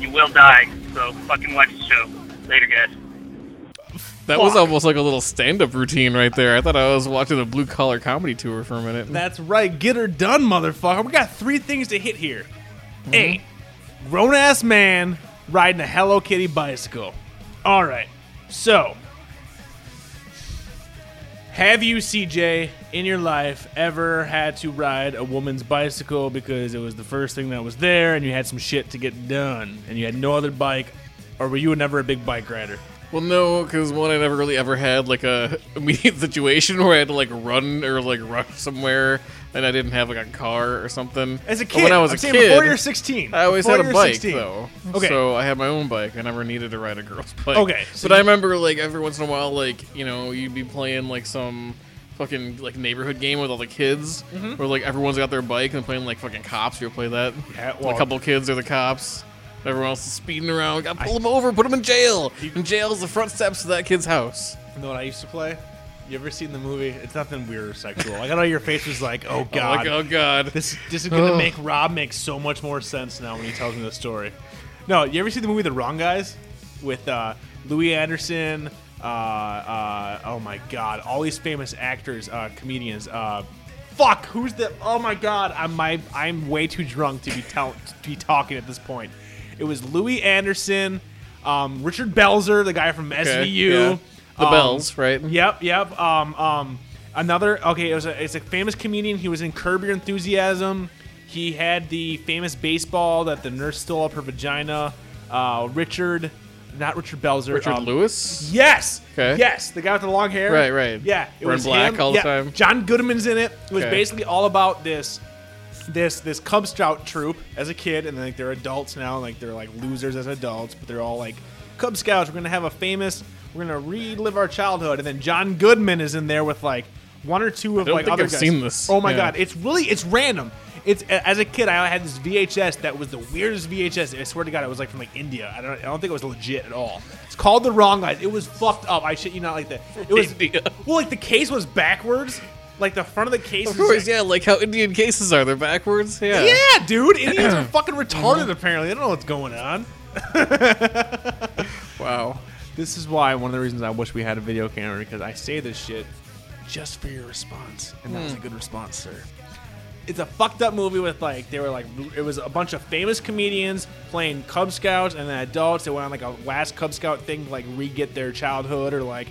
Speaker 7: you will die. So fucking watch the show. Later, guys.
Speaker 6: That was almost like a little stand-up routine right there. I thought I was watching a blue-collar comedy tour for a minute.
Speaker 5: That's right. Get her done, motherfucker. We got three things to hit here. A,
Speaker 6: Mm-hmm.
Speaker 5: grown ass man riding a Hello Kitty bicycle. All right. So, have you, CJ, in your life ever had to ride a woman's bicycle because it was the first thing that was there and you had some shit to get done and you had no other bike? Or were you never a big bike rider?
Speaker 6: Well, no, because one, I never really ever had like a immediate situation where I had to like run or like rush somewhere, and I didn't have like a car or something.
Speaker 5: As a
Speaker 6: But
Speaker 5: kid,
Speaker 6: when I was
Speaker 5: I'm
Speaker 6: a
Speaker 5: saying
Speaker 6: kid,
Speaker 5: before you're 16.
Speaker 6: I always
Speaker 5: Before
Speaker 6: had a
Speaker 5: you're
Speaker 6: bike
Speaker 5: 16.
Speaker 6: though.
Speaker 5: Okay.
Speaker 6: So I had my own bike. I never needed to ride a girl's bike.
Speaker 5: Okay, so
Speaker 6: but I
Speaker 5: you-
Speaker 6: remember like every once in a while, like you know, you'd be playing like some fucking like neighborhood game with all the kids,
Speaker 5: Mm-hmm.
Speaker 6: where like everyone's got their bike and playing like fucking cops. You ever play that?
Speaker 5: Yeah,
Speaker 6: a
Speaker 5: well-
Speaker 6: couple kids are the cops. Everyone else is speeding around. Got to pull them over. Put them in jail. And jail's the front steps to that kid's house.
Speaker 5: You know what I used to play? You ever seen the movie? It's nothing weird or sexual. Like I know your face was like, oh
Speaker 6: I'm
Speaker 5: god,
Speaker 6: Like, oh god.
Speaker 5: this this is gonna
Speaker 6: Ugh.
Speaker 5: make Rob make so much more sense now when he tells me the story. No, you ever see the movie The Wrong Guys with uh, Louis Anderson? Uh, uh, oh my god, all these famous actors, uh, comedians. Uh, fuck, who's the? Oh my god, I'm my I'm way too drunk to be tell, to be talking at this point. It was Louis Anderson, um, Richard Belzer, the guy from
Speaker 6: Okay,
Speaker 5: SVU.
Speaker 6: yeah. The
Speaker 5: um,
Speaker 6: bells, right?
Speaker 5: Yep, yep. Um, um, another. Okay, it was a, it's a famous comedian. He was in Curb Your Enthusiasm. He had the famous baseball that the nurse stole up her vagina. Uh, Richard, not Richard Belzer.
Speaker 6: Richard
Speaker 5: um,
Speaker 6: Lewis.
Speaker 5: Yes.
Speaker 6: Okay.
Speaker 5: Yes, the guy with the long hair.
Speaker 6: Right, right.
Speaker 5: Yeah, it
Speaker 6: Wearing
Speaker 5: was
Speaker 6: black
Speaker 5: him.
Speaker 6: all the
Speaker 5: Yeah,
Speaker 6: time.
Speaker 5: John Goodman's in it. It was
Speaker 6: Okay.
Speaker 5: basically all about this, this, this Cub Scout troop as a kid, and like they're adults now, and like they're like losers as adults, but they're all like Cub Scouts. We're gonna have a famous. We're gonna relive our childhood, and then John Goodman is in there with like one or two of
Speaker 6: don't
Speaker 5: like
Speaker 6: think
Speaker 5: other
Speaker 6: I've
Speaker 5: guys.
Speaker 6: seen this.
Speaker 5: Oh my
Speaker 6: Yeah.
Speaker 5: god, it's really it's random. It's a- as a kid, I had this VHS that was the weirdest VHS. I swear to God, it was like from like India. I don't, I don't think it was legit at all. It's called the wrong guys. It was fucked up. I shit you not like that. It was
Speaker 6: India.
Speaker 5: well, like the case was backwards. Like the front of the case.
Speaker 6: Of
Speaker 5: was-
Speaker 6: course, yeah. Like how Indian cases are, they're backwards. Yeah.
Speaker 5: Yeah, dude, Indians are fucking retarded. Apparently, I don't know what's going on.
Speaker 6: Wow.
Speaker 5: This is why one of the reasons I wish we had a video camera because I say this shit just for your response, and that was a good response, sir. It's a fucked up movie with like they were like it was a bunch of famous comedians playing Cub Scouts and then adults that went on like a last Cub Scout thing to like re get their childhood or like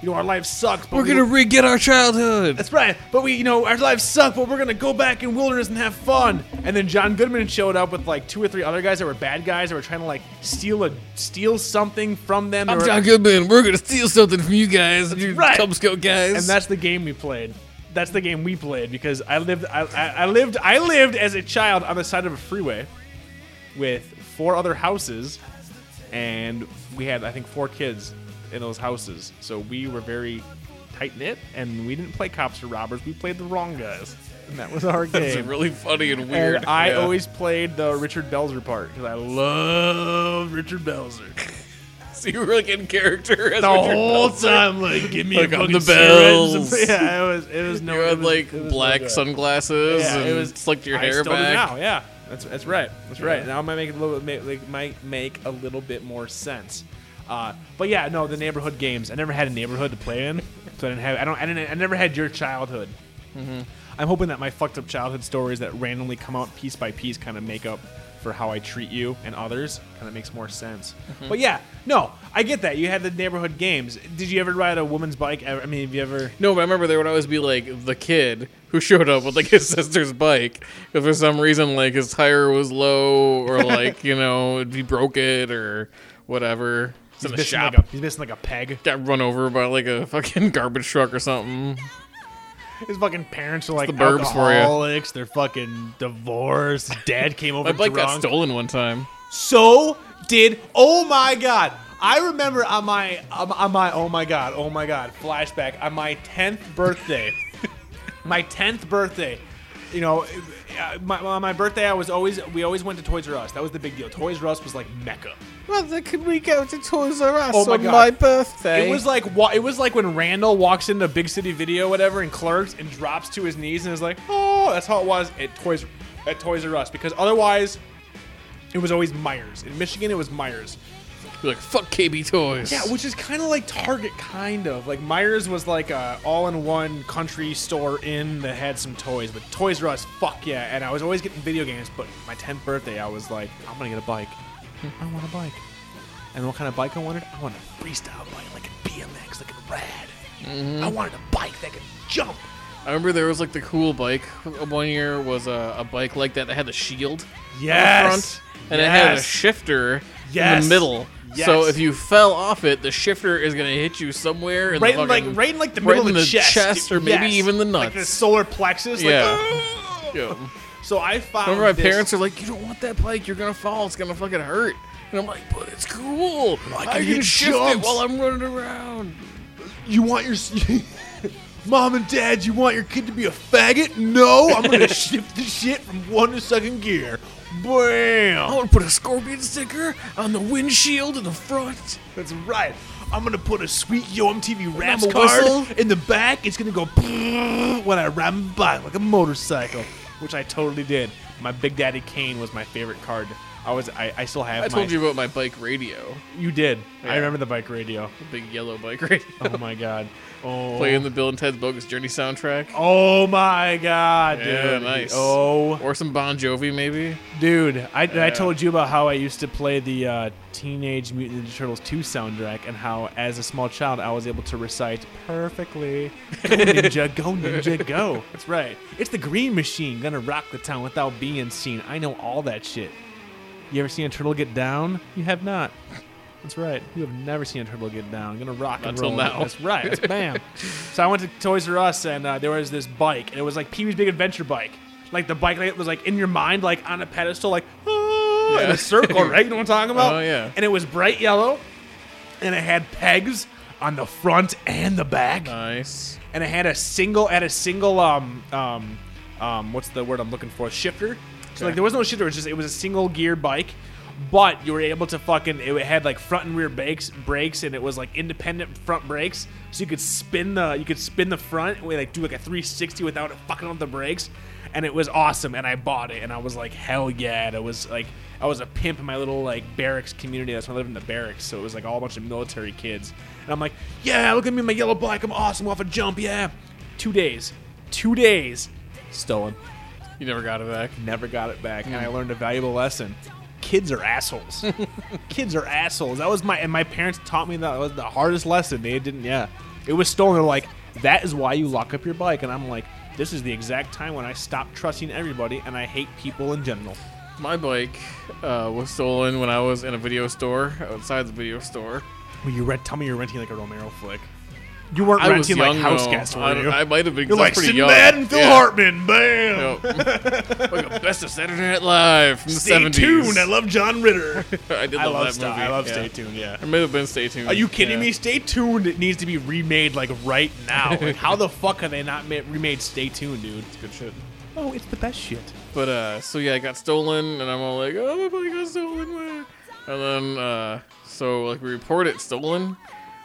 Speaker 5: you know our life sucks. But
Speaker 6: We're
Speaker 5: we-
Speaker 6: gonna re get our childhood.
Speaker 5: that's right. But we, you know, our lives suck, but we're going to go back in wilderness and have fun. And then John Goodman showed up with like two or three other guys that were bad guys that were trying to like steal a steal something from them. They
Speaker 6: I'm
Speaker 5: were-
Speaker 6: John Goodman. We're gonna steal something from you guys, you
Speaker 5: right.
Speaker 6: Cub Scout guys.
Speaker 5: and that's the game we played. That's the game we played because I lived I, I, I lived I lived as a child on the side of a freeway with four other houses and we had I think four kids in those houses. So we were very tight knit and we didn't play cops or robbers, we played the wrong guys. And that was our
Speaker 6: It's
Speaker 5: game.
Speaker 6: really funny and weird.
Speaker 5: And I
Speaker 6: Yeah.
Speaker 5: always played the Richard Belzer part because I love Richard Belzer.
Speaker 6: so you were like in character as
Speaker 5: The
Speaker 6: Richard
Speaker 5: whole
Speaker 6: Belzer.
Speaker 5: time, like, give me
Speaker 6: Like,
Speaker 5: a
Speaker 6: on
Speaker 5: fucking
Speaker 6: the
Speaker 5: cigarette and some-
Speaker 6: bells.
Speaker 5: Yeah, it was. It was no.
Speaker 6: You
Speaker 5: it
Speaker 6: had
Speaker 5: was-
Speaker 6: like
Speaker 5: it was no
Speaker 6: black
Speaker 5: good.
Speaker 6: sunglasses
Speaker 5: Yeah,
Speaker 6: and
Speaker 5: it was
Speaker 6: slicked your
Speaker 5: I
Speaker 6: hair
Speaker 5: still do
Speaker 6: back.
Speaker 5: now, yeah, that's that's right. That's right. Now it might make a little bit, like might make a little bit more sense. Uh, but yeah, no, the neighborhood games. I never had a neighborhood to play in, so I didn't have. I don't. I didn't. I never had your childhood.
Speaker 6: Mm-hmm.
Speaker 5: I'm hoping that my fucked up childhood stories that randomly come out piece by piece kind of make up for how I treat you and others. Kind of makes more sense.
Speaker 6: Mm-hmm.
Speaker 5: But yeah, no, I get that. You had the neighborhood games. Did you ever ride a woman's bike? Ever- I mean, have you ever?
Speaker 6: No, but I remember there would always be like the kid who showed up with like his sister's bike because for some reason like his tire was low or like you know he broke it or whatever. It's in the
Speaker 5: missing
Speaker 6: shop.
Speaker 5: Like a, he's missing like a peg.
Speaker 6: Got run over by like a fucking garbage truck or something.
Speaker 5: His fucking parents are like
Speaker 6: the burbs for ya.
Speaker 5: alcoholics. They're fucking divorced. Dad came over
Speaker 6: My bike got
Speaker 5: drunk.
Speaker 6: stolen one time.
Speaker 5: So did. Oh my god! I remember on my on my- on my oh my god oh my god flashback on my tenth birthday, my tenth birthday. You know, uh, my, on my birthday I was always we always went to Toys R Us. That was the big deal. Toys R Us was like mecca.
Speaker 6: Mother, could we go to Toys R Us
Speaker 5: Oh my on God. my
Speaker 6: birthday?
Speaker 5: It was like wa- it was like when Randall walks into Big City Video, whatever, and clerks and drops to his knees and is like, "Oh, that's how it was at Toys at Toys R Us." Because otherwise, it was always Myers. In Michigan, it was Myers.
Speaker 6: like fuck KB Toys.
Speaker 5: Yeah, which is kind of like Target, kind of like Myers was like a all-in-one country store in that had some toys, but Toys R Us, fuck yeah! And I was always getting video games. But my 10th birthday, I was like, I'm gonna get a bike. I want a bike. And what kind of bike I wanted? I wanted
Speaker 6: Mm-hmm.
Speaker 5: a freestyle bike, like a BMX, like a rad. I wanted a bike that could jump.
Speaker 6: I remember there was like the cool bike one year was a, a bike like that that had the shield
Speaker 5: Yes.
Speaker 6: front, and it had a
Speaker 5: Yes.
Speaker 6: shifter in
Speaker 5: Yes.
Speaker 6: the middle.
Speaker 5: Yes.
Speaker 6: So if you fell off it, the shifter is gonna hit you somewhere in
Speaker 5: Right
Speaker 6: the
Speaker 5: in like
Speaker 6: fucking-
Speaker 5: right in like the
Speaker 6: right
Speaker 5: middle
Speaker 6: in
Speaker 5: of the, chest,
Speaker 6: or maybe
Speaker 5: Yes.
Speaker 6: even the
Speaker 5: Like the
Speaker 6: nuts.
Speaker 5: solar plexus. Like,
Speaker 6: Yeah.
Speaker 5: "Ugh."
Speaker 6: Yeah.
Speaker 5: So I found.
Speaker 6: Remember, my
Speaker 5: this-
Speaker 6: parents are like, "You don't want that bike. You're gonna fall. It's gonna fucking hurt." And I'm like, "But it's cool. I can,
Speaker 5: hit
Speaker 6: shift
Speaker 5: jumps."
Speaker 6: it while I'm running around."
Speaker 5: You want your mom and dad? You want your kid to be a faggot? No, I'm gonna shift the shit from one to second gear.
Speaker 6: I
Speaker 5: Bam!
Speaker 6: want to put a scorpion sticker on the windshield in the front.
Speaker 5: That's right. I'm gonna put a sweet Yo MTV Raps
Speaker 6: I'ma
Speaker 5: card
Speaker 6: whistle.
Speaker 5: in the back. It's gonna go when I ride my bike like a motorcycle, which I totally did. My Big Daddy Kane was my favorite card. I was I, I still have.
Speaker 6: I told
Speaker 5: my-
Speaker 6: you about my bike radio,
Speaker 5: you did.
Speaker 6: Yeah.
Speaker 5: I remember the bike radio.
Speaker 6: the big yellow bike radio,
Speaker 5: Oh my god. Oh.
Speaker 6: playing the Bill and Ted's Bogus Journey soundtrack,
Speaker 5: Oh my god, dude.
Speaker 6: Yeah, nice.
Speaker 5: Oh,
Speaker 6: or some Bon Jovi maybe.
Speaker 5: dude. I, I told you about how I used to play the uh, Teenage Mutant Ninja Turtles 2 soundtrack and how, as a small child, I was able to recite perfectly Go, Ninja, go, Ninja, go. That's right. It's the green machine. Gonna rock the town without being seen. I know all that shit. You ever seen a turtle get down? You have not. That's right. You have never seen a turtle get down. Gonna rock and
Speaker 6: Until
Speaker 5: roll.
Speaker 6: now.
Speaker 5: That's right. That's bam. so I went to Toys R Us and uh, there was this bike, and it was like Pee Wee's Big Adventure bike. Like the bike that was like in your mind, like on a pedestal, like ah, in
Speaker 6: Yeah.
Speaker 5: a circle, right? You know what I'm talking about?
Speaker 6: Oh, yeah.
Speaker 5: And it was bright yellow, and it had pegs on the front and the back
Speaker 6: Nice.
Speaker 5: and it had a single at a single um um um what's the word I'm looking for shifter. So like there was no shifter. It was just it was a single gear bike, but you were able to fucking it had like front and rear brakes brakes and it was like independent front brakes, so you could spin the you could spin the front and we like do like a 360 without it fucking up the brakes. And it was awesome, and I bought it, and I was like, hell yeah! And it was like, I was a pimp in my little like barracks community. That's when I lived in the barracks, so it was like all a bunch of military kids. And I'm like, yeah, look at me in my yellow bike. I'm awesome off a jump. Yeah. Two days. Two days. Stolen.
Speaker 6: You never got it back.
Speaker 5: Never got it back. And I
Speaker 6: Mm.
Speaker 5: learned a valuable lesson. Kids are assholes. Kids are assholes. That was my, and my parents taught me that was the hardest lesson. They didn't, yeah. It was stolen. They're like, that is why you lock up your bike. And I'm like, this is the exact time when I stopped trusting everybody and I hate people in general.
Speaker 6: My bike uh, was stolen when I was in a video store outside the video store.
Speaker 5: Well, you rent, tell me you're renting like a Romero flick. You weren't
Speaker 6: I was
Speaker 5: renting
Speaker 6: young
Speaker 5: like house
Speaker 6: though.
Speaker 5: guest, were
Speaker 6: I, don't-
Speaker 5: you?
Speaker 6: I might have been. 'cause
Speaker 5: You're
Speaker 6: I was
Speaker 5: like
Speaker 6: pretty
Speaker 5: Sinbad
Speaker 6: young.
Speaker 5: and Phil
Speaker 6: Yeah.
Speaker 5: Hartman. Bam.
Speaker 6: No. like a best of Saturday Night Live from the
Speaker 5: Stay
Speaker 6: 70s.
Speaker 5: tuned. I love John Ritter.
Speaker 6: I did
Speaker 5: I
Speaker 6: love,
Speaker 5: love
Speaker 6: that
Speaker 5: Sta-
Speaker 6: movie.
Speaker 5: I love
Speaker 6: yeah.
Speaker 5: Stay Tuned. Yeah.
Speaker 6: I may have been Stay Tuned.
Speaker 5: Are you kidding
Speaker 6: yeah.
Speaker 5: me? Stay Tuned. It needs to be remade like right now. Like, how the fuck have they not ma- remade Stay Tuned, dude? It's good shit. Oh, it's the best shit.
Speaker 6: But uh, so yeah, I got stolen, and I'm all like, "Oh, my bike got stolen!" where?" And then uh, so like we report it stolen.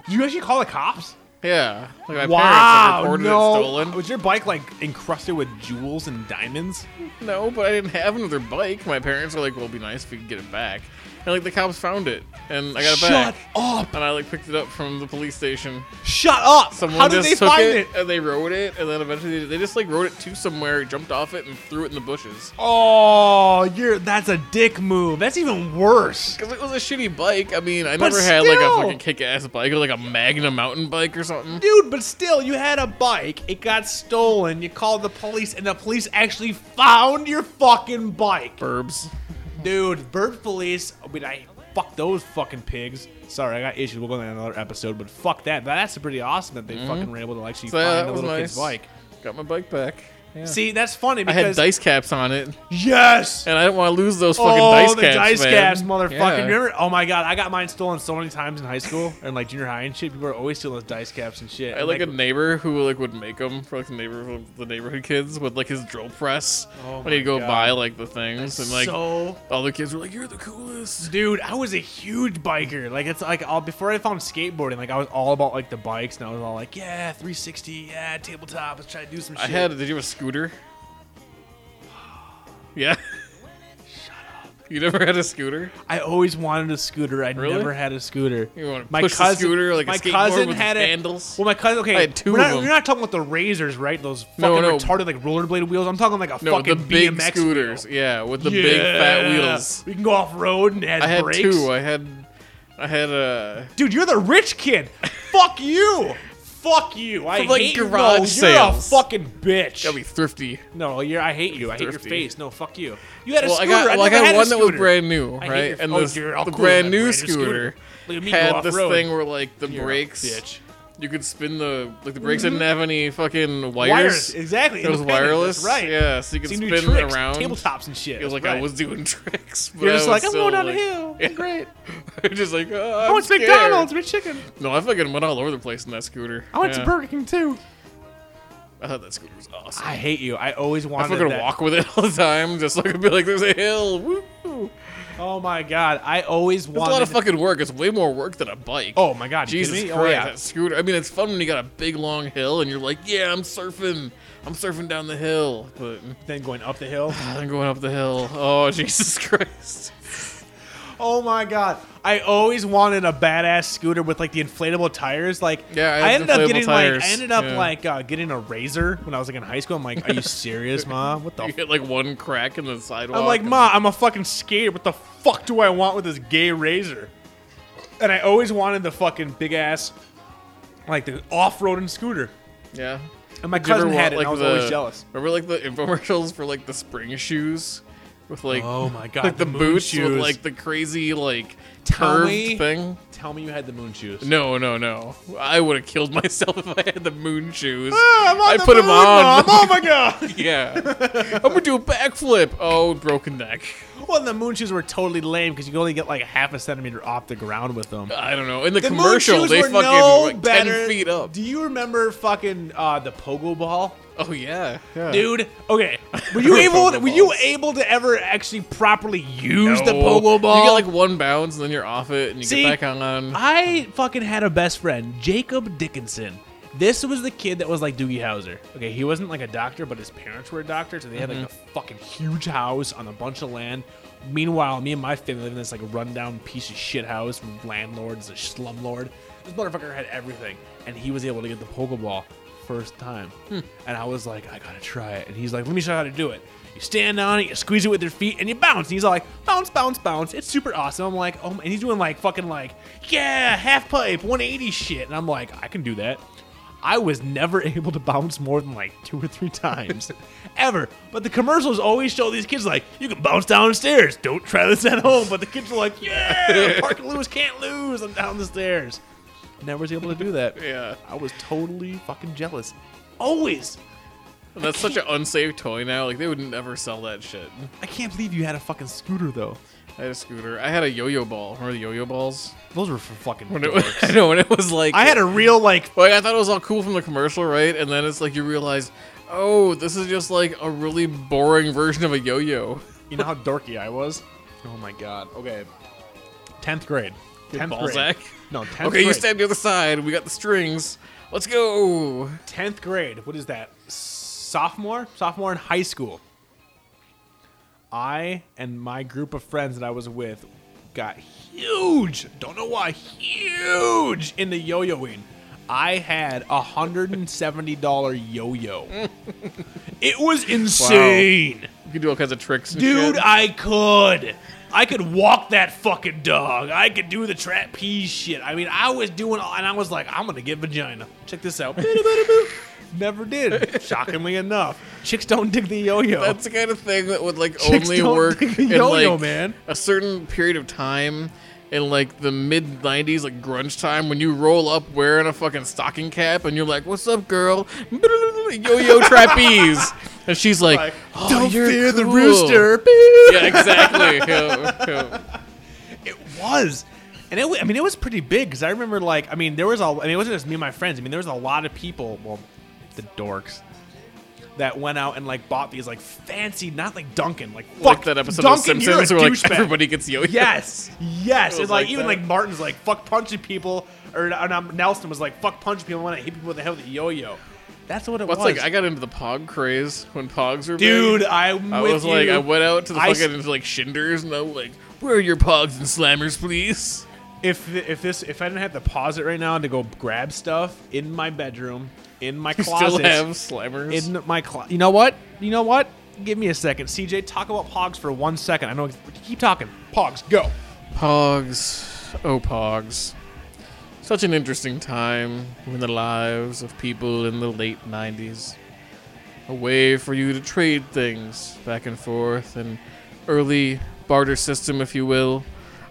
Speaker 5: Did you actually call the cops?
Speaker 6: Yeah, like my parents like,
Speaker 5: wow.
Speaker 6: reported
Speaker 5: no.
Speaker 6: it stolen.
Speaker 5: Was your bike like encrusted with jewels and diamonds?
Speaker 6: No, but I didn't have another bike. My parents were like, "Well, it'd be nice if we could get it back." And like the cops found it, and I got it
Speaker 5: Shut
Speaker 6: back.
Speaker 5: up.
Speaker 6: And I like picked it up from the police station.
Speaker 5: Shut up.
Speaker 6: Someone
Speaker 5: how did
Speaker 6: just
Speaker 5: they
Speaker 6: took
Speaker 5: find
Speaker 6: it, and they rode it, and then eventually they, they just like rode it to somewhere, jumped off it, and threw it in the bushes.
Speaker 5: Oh, you're that's a dick move. That's even worse.
Speaker 6: Because it was a shitty bike. I mean, I
Speaker 5: But
Speaker 6: never had like a
Speaker 5: still!
Speaker 6: fucking kick-ass bike, or like a Magna mountain bike or something.
Speaker 5: Dude, but still, you had a bike. It got stolen. You called the police, and the police actually found your fucking bike.
Speaker 6: Burbs.
Speaker 5: Dude, bird police. I mean, I fuck those fucking pigs. Sorry, I got issues. We'll go on another episode, but fuck that. That's pretty awesome that they fucking were able to actually
Speaker 6: Mm-hmm. So, yeah,
Speaker 5: find
Speaker 6: that
Speaker 5: the
Speaker 6: was
Speaker 5: little
Speaker 6: nice.
Speaker 5: kid's bike.
Speaker 6: Got my bike back.
Speaker 5: See, that's funny
Speaker 6: I had
Speaker 5: because
Speaker 6: dice caps on it,
Speaker 5: yes,
Speaker 6: and I didn't want to lose those fucking
Speaker 5: oh,
Speaker 6: dice
Speaker 5: the
Speaker 6: caps.
Speaker 5: dice
Speaker 6: man.
Speaker 5: caps, motherfucker!
Speaker 6: Yeah.
Speaker 5: Remember? Oh my god, I got mine stolen so many times in high school and like junior high and shit. People were always stealing those dice caps and shit.
Speaker 6: I had, like a neighbor who like would make them for like the neighbor the neighborhood kids with like his drill press
Speaker 5: Oh
Speaker 6: when he'd
Speaker 5: my
Speaker 6: go
Speaker 5: God.
Speaker 6: buy like the things and like
Speaker 5: so
Speaker 6: all the kids were like you're the coolest.
Speaker 5: Dude, I was a huge biker. Like it's like all before I found skateboarding, like I was all about like the bikes, and I was all like, yeah, 360, yeah, tabletop. Let's try to do some shit.
Speaker 6: I had. Did you have a scooter? Yeah. Shut up. You never had a scooter?
Speaker 5: I always wanted a scooter. I
Speaker 6: Really?
Speaker 5: never had a scooter.
Speaker 6: You wanna push the scooter like a skateboard with handles?
Speaker 5: Well, my cousin. Okay,
Speaker 6: I had two
Speaker 5: we're
Speaker 6: of
Speaker 5: not,
Speaker 6: them.
Speaker 5: You're not talking about the razors, right? Those fucking
Speaker 6: No, no.
Speaker 5: retarded like rollerblade wheels. I'm talking like a
Speaker 6: No, the
Speaker 5: fucking
Speaker 6: big
Speaker 5: BMX
Speaker 6: scooters.
Speaker 5: wheel.
Speaker 6: Yeah, with the
Speaker 5: yeah.
Speaker 6: big fat wheels.
Speaker 5: We can go off road and add
Speaker 6: I had
Speaker 5: brakes.
Speaker 6: two. I had, uh, I had a.
Speaker 5: Dude, you're the rich kid. Fuck you. Fuck you. I
Speaker 6: From, like,
Speaker 5: hate you. No,
Speaker 6: garage
Speaker 5: You're a
Speaker 6: sales.
Speaker 5: fucking bitch.
Speaker 6: Gotta be thrifty.
Speaker 5: no, you're. I hate you. I hate your
Speaker 6: Thrifty.
Speaker 5: face. No, fuck you. You had a
Speaker 6: Well, I
Speaker 5: scooter.
Speaker 6: got, well, I
Speaker 5: never
Speaker 6: got
Speaker 5: had a
Speaker 6: one that was
Speaker 5: scooter.
Speaker 6: brand new,
Speaker 5: I hate
Speaker 6: right?
Speaker 5: your-
Speaker 6: And
Speaker 5: oh,
Speaker 6: this,
Speaker 5: you're all
Speaker 6: the
Speaker 5: cool
Speaker 6: brand
Speaker 5: with that
Speaker 6: new
Speaker 5: brand new
Speaker 6: scooter,
Speaker 5: scooter. Look at me go
Speaker 6: had this
Speaker 5: off-road.
Speaker 6: thing where like the brakes,
Speaker 5: bitch. Mm-hmm.
Speaker 6: you could spin the like the brakes didn't have any fucking wires.
Speaker 5: Wires, exactly.
Speaker 6: It was
Speaker 5: independent,
Speaker 6: wireless,
Speaker 5: that's right?
Speaker 6: Yeah, so you could
Speaker 5: So you knew
Speaker 6: spin
Speaker 5: tricks,
Speaker 6: around.
Speaker 5: tabletops and shit.
Speaker 6: It was like
Speaker 5: right.
Speaker 6: I was doing tricks. But
Speaker 5: You're
Speaker 6: I
Speaker 5: just
Speaker 6: was
Speaker 5: like, I'm
Speaker 6: still,
Speaker 5: going down
Speaker 6: like,
Speaker 5: the hill.
Speaker 6: Yeah.
Speaker 5: Great.
Speaker 6: just like, oh, I'm
Speaker 5: Oh, it's
Speaker 6: scared.
Speaker 5: McDonald's with chicken.
Speaker 6: No, I fucking went all over the place in that scooter.
Speaker 5: I went
Speaker 6: Yeah.
Speaker 5: to Burger King too.
Speaker 6: I thought that scooter was awesome.
Speaker 5: I hate you. I always
Speaker 6: I
Speaker 5: wanted
Speaker 6: fucking
Speaker 5: that.
Speaker 6: walk with it all the time, just like be like, there's a hill. Woo. It's
Speaker 5: Oh my god, I always
Speaker 6: a
Speaker 5: wanted.
Speaker 6: lot of fucking work. It's way more work than a bike.
Speaker 5: Oh my god, you
Speaker 6: Jesus
Speaker 5: kidding
Speaker 6: Christ,
Speaker 5: me? Oh, yeah.
Speaker 6: that scooter. I mean, it's fun when you got a big long hill and you're like, yeah, I'm surfing. I'm surfing down the hill, but
Speaker 5: Then going up the hill.
Speaker 6: I'm going up the hill. Oh Jesus Christ!
Speaker 5: Oh my god. I always wanted a badass scooter with like the inflatable tires. Like
Speaker 6: Yeah, I
Speaker 5: I,
Speaker 6: had
Speaker 5: ended up
Speaker 6: inflatable
Speaker 5: getting
Speaker 6: tires.
Speaker 5: like I ended up
Speaker 6: Yeah.
Speaker 5: like uh, getting a razor when I was like in high school. I'm like, are you serious, mom? What the?
Speaker 6: You
Speaker 5: F-?
Speaker 6: hit like one crack in the sidewalk.
Speaker 5: I'm like,
Speaker 6: and-
Speaker 5: ma, I'm a fucking skater. What the fuck do I want with this gay razor? And I always wanted the fucking big ass, like the off-roading scooter.
Speaker 6: Yeah.
Speaker 5: And my
Speaker 6: Did you ever
Speaker 5: cousin had it. and
Speaker 6: want,
Speaker 5: I was
Speaker 6: the-
Speaker 5: always jealous.
Speaker 6: Remember like the infomercials for like the spring shoes with like
Speaker 5: Oh my god,
Speaker 6: like the,
Speaker 5: moon
Speaker 6: boots
Speaker 5: shoes.
Speaker 6: with like the crazy like
Speaker 5: Tell
Speaker 6: curved
Speaker 5: me-
Speaker 6: thing.
Speaker 5: Tell me you had the moon shoes.
Speaker 6: No, no, no. I would have killed myself if I had the moon shoes.
Speaker 5: Ah, I'm on
Speaker 6: I
Speaker 5: the
Speaker 6: put them
Speaker 5: moon, Mom.
Speaker 6: on.
Speaker 5: Oh my god!
Speaker 6: yeah. I'm gonna do a backflip. Oh, broken neck.
Speaker 5: Well, the moon shoes were totally lame because you could only get like a half a centimeter off the ground with them.
Speaker 6: I don't know. In the,
Speaker 5: The moon
Speaker 6: commercial,
Speaker 5: shoes
Speaker 6: they
Speaker 5: were
Speaker 6: fucking
Speaker 5: no
Speaker 6: like,
Speaker 5: better.
Speaker 6: ten feet up.
Speaker 5: Do you remember fucking uh, the pogo ball,
Speaker 6: Oh yeah. yeah.
Speaker 5: dude? Okay, were you
Speaker 6: Pogo
Speaker 5: able? To, were you
Speaker 6: balls.
Speaker 5: able to ever actually properly use the
Speaker 6: No.
Speaker 5: pogo ball?
Speaker 6: You get like one bounce and then you're off it and you
Speaker 5: See,
Speaker 6: get back on.
Speaker 5: I fucking had a best friend, Jacob Dickinson. This was the kid that was like Doogie Howser. Okay, he wasn't like a doctor, but his parents were doctors, and they had like
Speaker 6: Mm-hmm.
Speaker 5: a fucking huge house on a bunch of land. Meanwhile, me and my family live in this like rundown piece of shit house from landlords to slumlord. This motherfucker had everything, and he was able to get the Pokeball first time.
Speaker 6: Hmm.
Speaker 5: And I was like, I gotta try it. And he's like, let me show you how to do it. You stand on it, you squeeze it with your feet, and you bounce. And he's all like, bounce, bounce, bounce. It's super awesome. I'm like, oh, my- and he's doing like fucking like, yeah, half pipe, 180 shit. And I'm like, I can do that. I was never able to bounce more than like two or three times, ever. But the commercials always show these kids like, you can bounce downstairs. Don't try this at home. But the kids are like, yeah, Parker Lewis can't lose. I'm down the stairs. Never was able to do that.
Speaker 6: yeah.
Speaker 5: I was totally fucking jealous. Always.
Speaker 6: And that's such an unsafe toy now. Like they would never sell that shit.
Speaker 5: I can't believe you had a fucking scooter though.
Speaker 6: I had a scooter. I had a yo-yo ball. Remember the yo-yo balls?
Speaker 5: Those were for fucking.
Speaker 6: When it was, I know when it was like
Speaker 5: I had a real like.
Speaker 6: Like I thought it was all cool from the commercial, right? And then it's like you realize, oh, this is just like a really boring version of a yo-yo.
Speaker 5: You know how dorky I was. Oh my god. Okay. Tenth grade. Tenth
Speaker 6: Balzac.
Speaker 5: grade. No, tenth
Speaker 6: Okay,
Speaker 5: grade.
Speaker 6: you stand the other side. We got the strings. Let's go.
Speaker 5: tenth grade. What is that? Sophomore, sophomore in high school. I and my group of friends that I was with got huge. Don't know why, huge in the yo-yoing. I had a hundred and seventy dollar yo-yo. it was insane,
Speaker 6: You can do all kinds of tricks, and
Speaker 5: dude.
Speaker 6: shit.
Speaker 5: I could. I could walk that fucking dog. I could do the trapeze shit. I mean, I was doing, all, and I was like, I'm gonna get vagina. Check this out. Never did. Shockingly enough, chicks don't dig the yo-yo.
Speaker 6: That's the kind of thing that would like
Speaker 5: Chicks
Speaker 6: only
Speaker 5: don't
Speaker 6: work
Speaker 5: dig the
Speaker 6: in
Speaker 5: yo-yo,
Speaker 6: like
Speaker 5: man.
Speaker 6: a certain period of time in like the mid '90s, like grunge time, when you roll up wearing a fucking stocking cap and you're like, "What's up, girl?" Yo-yo trapeze, and she's like, oh, you're cool." Yeah, exactly. Yeah, yeah.
Speaker 5: It was, and it. wa- I mean, it was pretty big because I remember, like, I mean, there was a. I mean, it wasn't just me and my friends. I mean, there was a lot of people. Well, the dorks that went out and like bought these like fancy, not like Duncan, like fuck
Speaker 6: Like that episode
Speaker 5: Duncan,
Speaker 6: of The
Speaker 5: you're a
Speaker 6: Simpsons where like
Speaker 5: douchebag.
Speaker 6: everybody gets yo-yo.
Speaker 5: Yes, yes,
Speaker 6: It
Speaker 5: and
Speaker 6: was
Speaker 5: like,
Speaker 6: like
Speaker 5: even
Speaker 6: that.
Speaker 5: like Martin's like fuck punching people, or uh, not- Nelson was like fuck punching people, I want to hit people with the head with a yo-yo. That's what it
Speaker 6: What's
Speaker 5: was.
Speaker 6: like? I got into the pog craze when pogs were big.
Speaker 5: Dude, I'm
Speaker 6: I
Speaker 5: with
Speaker 6: was
Speaker 5: you.
Speaker 6: like, I went out to the
Speaker 5: I s-
Speaker 6: fucking like shinders and I'm like, where are your pogs and slammers, please?
Speaker 5: if th- if this if I didn't have to pause it right now to go grab stuff in my bedroom, in my closet,
Speaker 6: Still have slammers.
Speaker 5: in my closet. You know what? You know what? Give me a second, CJ. Talk about Pogs for one second. I know. Keep talking. Pogs, go.
Speaker 6: pogs. Oh, pogs. Such an interesting time in the lives of people in the late 90s. A way for you to trade things back and forth, an early barter system, if you will.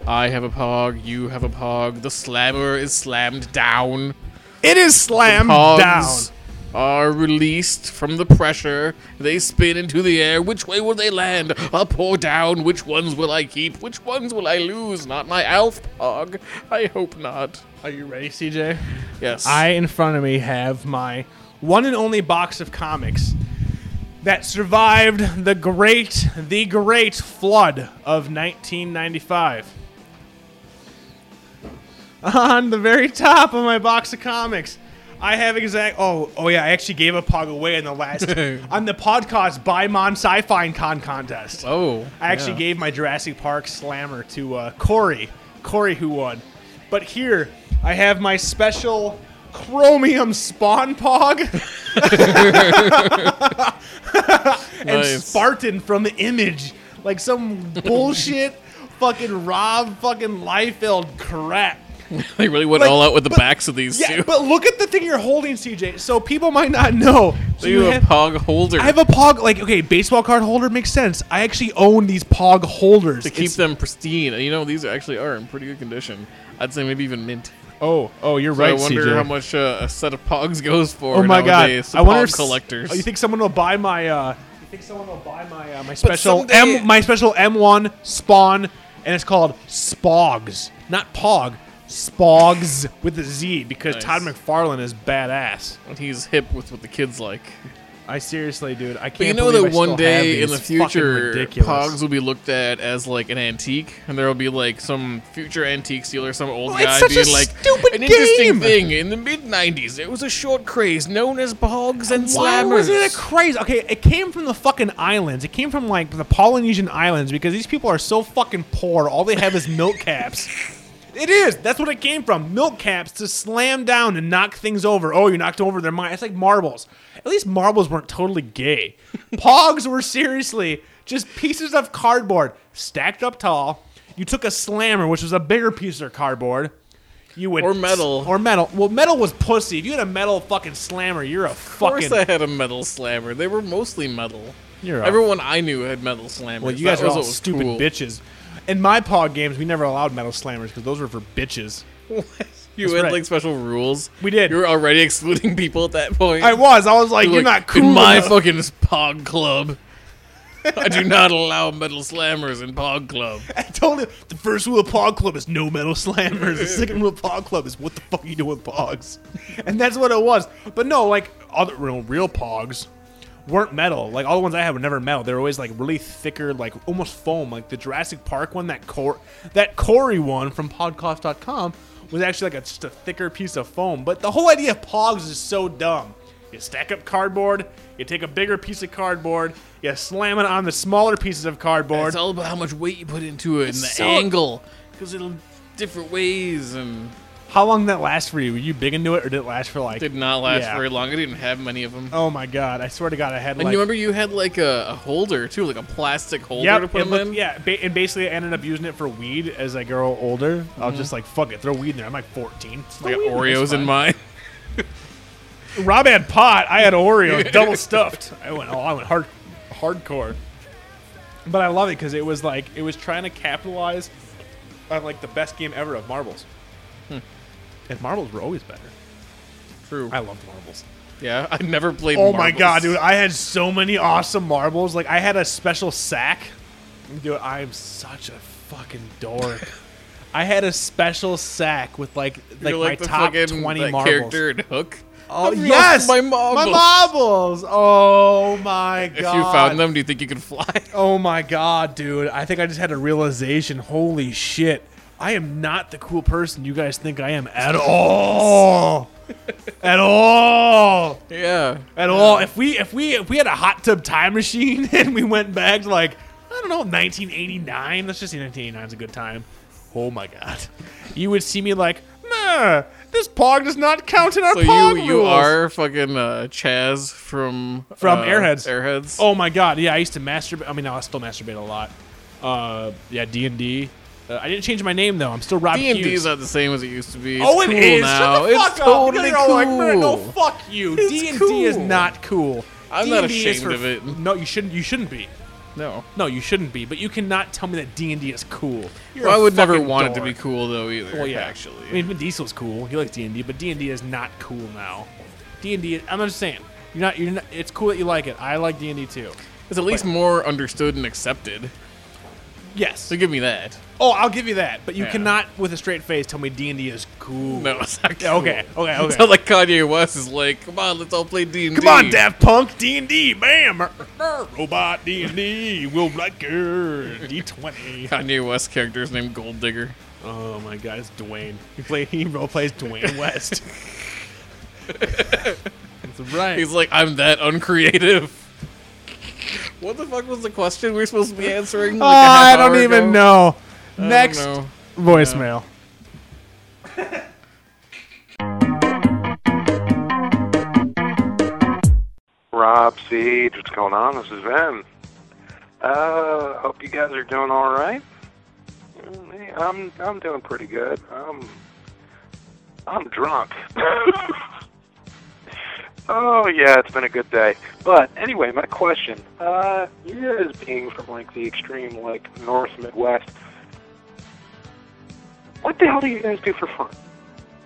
Speaker 6: I have a pog, you have a pog, the slammer is slammed down.
Speaker 5: It is slammed down.
Speaker 6: Pogs Are released from the pressure. They spin into the air. Which way will they land? Up or down? Which ones will I keep? Which ones will I lose? Not my Alf Pog. I hope not.
Speaker 5: Are you ready, CJ?
Speaker 6: Yes.
Speaker 5: I, in front of me, have my one and only box of comics that survived the great, the great flood of 1995. On the very top of my box of comics, I have exact. Oh, oh yeah, I actually gave a pog away in the last on the podcast by Mon Sci-Fi Con contest.
Speaker 6: Oh.
Speaker 5: I actually
Speaker 6: yeah.
Speaker 5: gave my Jurassic Park slammer to uh, Corey. Corey who won. But here, I have my special chromium spawn pog and
Speaker 6: Nice.
Speaker 5: Spartan from Image. Like some bullshit fucking Rob fucking Liefeld crap.
Speaker 6: They really went
Speaker 5: Like,
Speaker 6: all out with the
Speaker 5: but-
Speaker 6: backs of these
Speaker 5: Yeah,
Speaker 6: two.
Speaker 5: but look at the thing you're holding, CJ. So people might not know. So
Speaker 6: you have a pog holder
Speaker 5: I have a pog like okay, baseball card holder makes sense. I actually own these pog holders.
Speaker 6: to keep them pristine. And you know, these actually are in pretty good condition. I'd say maybe even mint.
Speaker 5: Oh, oh, you're
Speaker 6: So
Speaker 5: right.
Speaker 6: I wonder
Speaker 5: CJ.
Speaker 6: how much uh, a set of pogs goes for.
Speaker 5: Oh my god!
Speaker 6: nowadays to
Speaker 5: I wonder
Speaker 6: pog
Speaker 5: if s-
Speaker 6: collectors.
Speaker 5: Oh, you think someone will buy my? Uh, you think someone will buy my uh, my special
Speaker 6: someday-
Speaker 5: M my special M1 spawn, and it's called Spogs, not Pog, Spogs with a Z because
Speaker 6: Nice.
Speaker 5: Todd McFarlane is badass.
Speaker 6: And he's hip with what the kids like.
Speaker 5: I seriously, dude, I can't.
Speaker 6: But you know
Speaker 5: believe
Speaker 6: that
Speaker 5: I
Speaker 6: one
Speaker 5: still have
Speaker 6: day in
Speaker 5: these.
Speaker 6: the
Speaker 5: It's fucking
Speaker 6: future,
Speaker 5: ridiculous.
Speaker 6: Pogs will be looked at as like an antique, and there will be like some future antique dealer, some old
Speaker 5: Well, it's
Speaker 6: guy
Speaker 5: such a
Speaker 6: being like,
Speaker 5: stupid
Speaker 6: an
Speaker 5: game!"
Speaker 6: interesting thing in the mid '90s. There was a short craze known as Pogs and
Speaker 5: Why
Speaker 6: Slammers.
Speaker 5: was it a craze? Okay, it came from the fucking islands. It came from like the Polynesian islands because these people are so fucking poor. All they have is milk caps. It is. That's what it came from. Milk caps to slam down and knock things over. Oh, you knocked over their mind. It's like marbles. At least marbles weren't totally gay. Pogs were seriously just pieces of cardboard stacked up tall. You took a slammer, which was a bigger piece of cardboard. You would
Speaker 6: Or metal.
Speaker 5: or metal. Well, metal was pussy. If you had a metal fucking slammer, you're a
Speaker 6: Of course,
Speaker 5: fucking
Speaker 6: I had a metal slammer. They were mostly metal.
Speaker 5: You're up.
Speaker 6: Everyone I knew had metal slammers.
Speaker 5: Well, you
Speaker 6: That
Speaker 5: guys are
Speaker 6: was
Speaker 5: all
Speaker 6: what was
Speaker 5: stupid
Speaker 6: cool.
Speaker 5: bitches. In my pod games, we never allowed metal slammers because those were for bitches.
Speaker 6: You
Speaker 5: That's
Speaker 6: had
Speaker 5: right.
Speaker 6: like special rules.
Speaker 5: We did.
Speaker 6: You were already excluding people at that point.
Speaker 5: I was. I was like,
Speaker 6: Be
Speaker 5: you're
Speaker 6: like,
Speaker 5: not cool.
Speaker 6: In my
Speaker 5: enough."
Speaker 6: fucking Pog Club. I do not allow metal slammers in Pog Club.
Speaker 5: I told him the first rule of Pog Club is no metal slammers. The second rule of Pog Club is what the fuck you do with Pogs, and that's what it was. But no, like other real, real Pogs weren't metal. Like all the ones I had were never metal. They were always like really thicker, like almost foam. Like the Jurassic Park one, that Cor- that Corey one from Podcast.com was actually like a, just a thicker piece of foam. But the whole idea of Pogs is so dumb. You stack up cardboard. You take a bigger piece of cardboard. You slam it on the smaller pieces of cardboard.
Speaker 6: It's all about how much weight you put into it and the
Speaker 5: so-
Speaker 6: angle. Because it'll different ways and
Speaker 5: How long did that last for you? Were you big into it, or did it last for like?
Speaker 6: did not last
Speaker 5: Yeah.
Speaker 6: very long. I didn't have many of them.
Speaker 5: Oh my god! I swear to God, I had
Speaker 6: and
Speaker 5: like.
Speaker 6: you remember you had like a, a holder too, like a plastic holder
Speaker 5: Yep,
Speaker 6: to put
Speaker 5: it
Speaker 6: them
Speaker 5: looked-
Speaker 6: in.
Speaker 5: yeah, ba- and basically I ended up using it for weed as I grow older. I was just like, fuck it, throw weed in there. I'm like 14.
Speaker 6: I got Mm-hmm. Oreos in mine.
Speaker 5: Rob had pot. I had Oreos, double stuffed. I went, oh, I went hard, hardcore. But I love it because it was like it was trying to capitalize on like the best game ever of marbles.
Speaker 6: Hmm.
Speaker 5: And marbles were always better.
Speaker 6: True.
Speaker 5: I loved marbles.
Speaker 6: yeah, I never played.
Speaker 5: Oh my
Speaker 6: marbles.
Speaker 5: god, dude! I had so many awesome marbles. Like I had a special sack. Dude, I'm such a fucking dork. I had a special sack with like like,
Speaker 6: You're
Speaker 5: my
Speaker 6: the
Speaker 5: top
Speaker 6: fucking,
Speaker 5: twenty
Speaker 6: that
Speaker 5: marbles.
Speaker 6: character in Hook.
Speaker 5: Oh
Speaker 6: I lost
Speaker 5: yes,
Speaker 6: my marbles.
Speaker 5: My marbles. Oh my god!
Speaker 6: If you found them, do you think you could fly?
Speaker 5: Oh my god, dude! I think I just had a realization. Holy shit! I am not the cool person you guys think I am at all. at all
Speaker 6: yeah.
Speaker 5: at all. If we if we if we had a hot tub time machine and we went back to like I don't know 1989. Let's just say 1989 is a good time. Oh my god, you would see me like, nah, this pog does not count in our
Speaker 6: So
Speaker 5: pog
Speaker 6: you you
Speaker 5: rules."
Speaker 6: are fucking uh, Chaz from
Speaker 5: From
Speaker 6: uh,
Speaker 5: Airheads.
Speaker 6: Airheads.
Speaker 5: Oh my god, yeah, I used to masturbate. I mean, no, I still masturbate a lot. Uh, yeah, D and D. Uh, I didn't change my name though. I'm still Rob
Speaker 6: DMD
Speaker 5: Hughes.
Speaker 6: is not the same as it used to be. It's
Speaker 5: oh, it
Speaker 6: cool
Speaker 5: is.
Speaker 6: Now.
Speaker 5: Shut the fuck
Speaker 6: it's
Speaker 5: up.
Speaker 6: totally
Speaker 5: You're all
Speaker 6: cool.
Speaker 5: like, "Man, no, fuck you.
Speaker 6: It's
Speaker 5: D and D
Speaker 6: cool.
Speaker 5: is not cool.
Speaker 6: I'm not
Speaker 5: D&D is
Speaker 6: ashamed
Speaker 5: for-
Speaker 6: of it.
Speaker 5: No, you shouldn't. You shouldn't be.
Speaker 6: no.
Speaker 5: No, you shouldn't be. But you cannot tell me that D and D is cool. You're
Speaker 6: Well,
Speaker 5: a
Speaker 6: I would never
Speaker 5: fucking
Speaker 6: want it to
Speaker 5: dork.
Speaker 6: be cool though either.
Speaker 5: Well, yeah,
Speaker 6: actually.
Speaker 5: I mean, Vin Diesel's cool. He likes D and D, but D and D is not cool now. D and D. I'm just saying. You're not. You're not. It's cool that you like it. I like D and D too.
Speaker 6: it's at least more understood and accepted.
Speaker 5: Yes.
Speaker 6: So give me that.
Speaker 5: Oh, I'll give you that. But you
Speaker 6: Yeah.
Speaker 5: cannot, with a straight face, tell me D and D is cool.
Speaker 6: No, it's not cool.
Speaker 5: Yeah, okay. Okay. Okay.
Speaker 6: It's not like Kanye West is like, come on, let's all play D and D.
Speaker 5: Come on, Daft Punk, D and D, bam, er, er, robot D and D, Will Riker, D twenty.
Speaker 6: Kanye West character is named Gold Digger.
Speaker 5: Oh my God, it's Dwayne. He play he role plays Dwayne West. That's right.
Speaker 6: He's like, I'm that uncreative. What the fuck was the question we were supposed to be answering? Like
Speaker 5: oh,
Speaker 6: a half
Speaker 5: I don't
Speaker 6: hour
Speaker 5: even
Speaker 6: ago?
Speaker 5: know.
Speaker 6: I don't
Speaker 5: Next
Speaker 6: know.
Speaker 5: voicemail.
Speaker 8: Rob Siege, what's going on? This is Ben. Uh, hope you guys are doing all right. Mm, hey, I'm I'm doing pretty good. Um, I'm drunk. oh yeah, it's been a good day. But anyway, my question: uh, You guys being from like the extreme, like North Midwest, what the hell do you guys do for fun?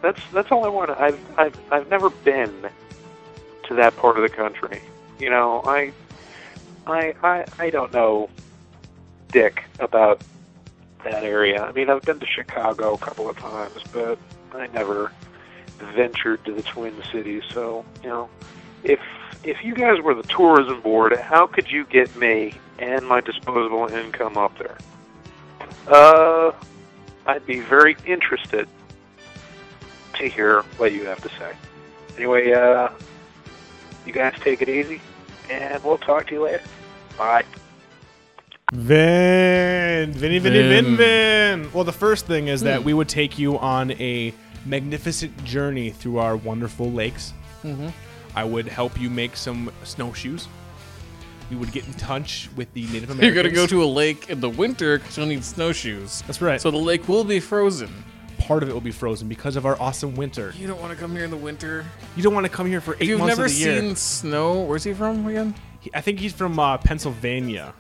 Speaker 8: That's that's all I want. I've I've I've never been to that part of the country. You know, I, I, I, I don't know dick about that area. I mean, I've been to Chicago a couple of times, but I never ventured to the Twin Cities. So, you know, if if you guys were the tourism board, how could you get me and my disposable income up there? Uh, I'd be very interested to hear what you have to say. Anyway, uh, you guys take it easy, and we'll talk to you later. Bye.
Speaker 5: Vin, Vinny, Vinny, Vin,
Speaker 6: Vin. Hmm.
Speaker 5: Vin. Well, the first thing is that we would take you on a magnificent journey through our wonderful lakes. Mm-hmm. I would help you make some snowshoes. We would get in touch with the Native Americans.
Speaker 6: You're gonna go to a lake in the winter because you'll need snowshoes.
Speaker 5: That's right.
Speaker 6: So the lake will be frozen.
Speaker 5: part of it will be frozen because of our awesome winter.
Speaker 6: You don't want to come here in the winter.
Speaker 5: You don't want to come here for eight
Speaker 6: If you've
Speaker 5: months
Speaker 6: never
Speaker 5: of the year.
Speaker 6: seen snow, where's he from again?
Speaker 5: He- I think he's from uh, Pennsylvania.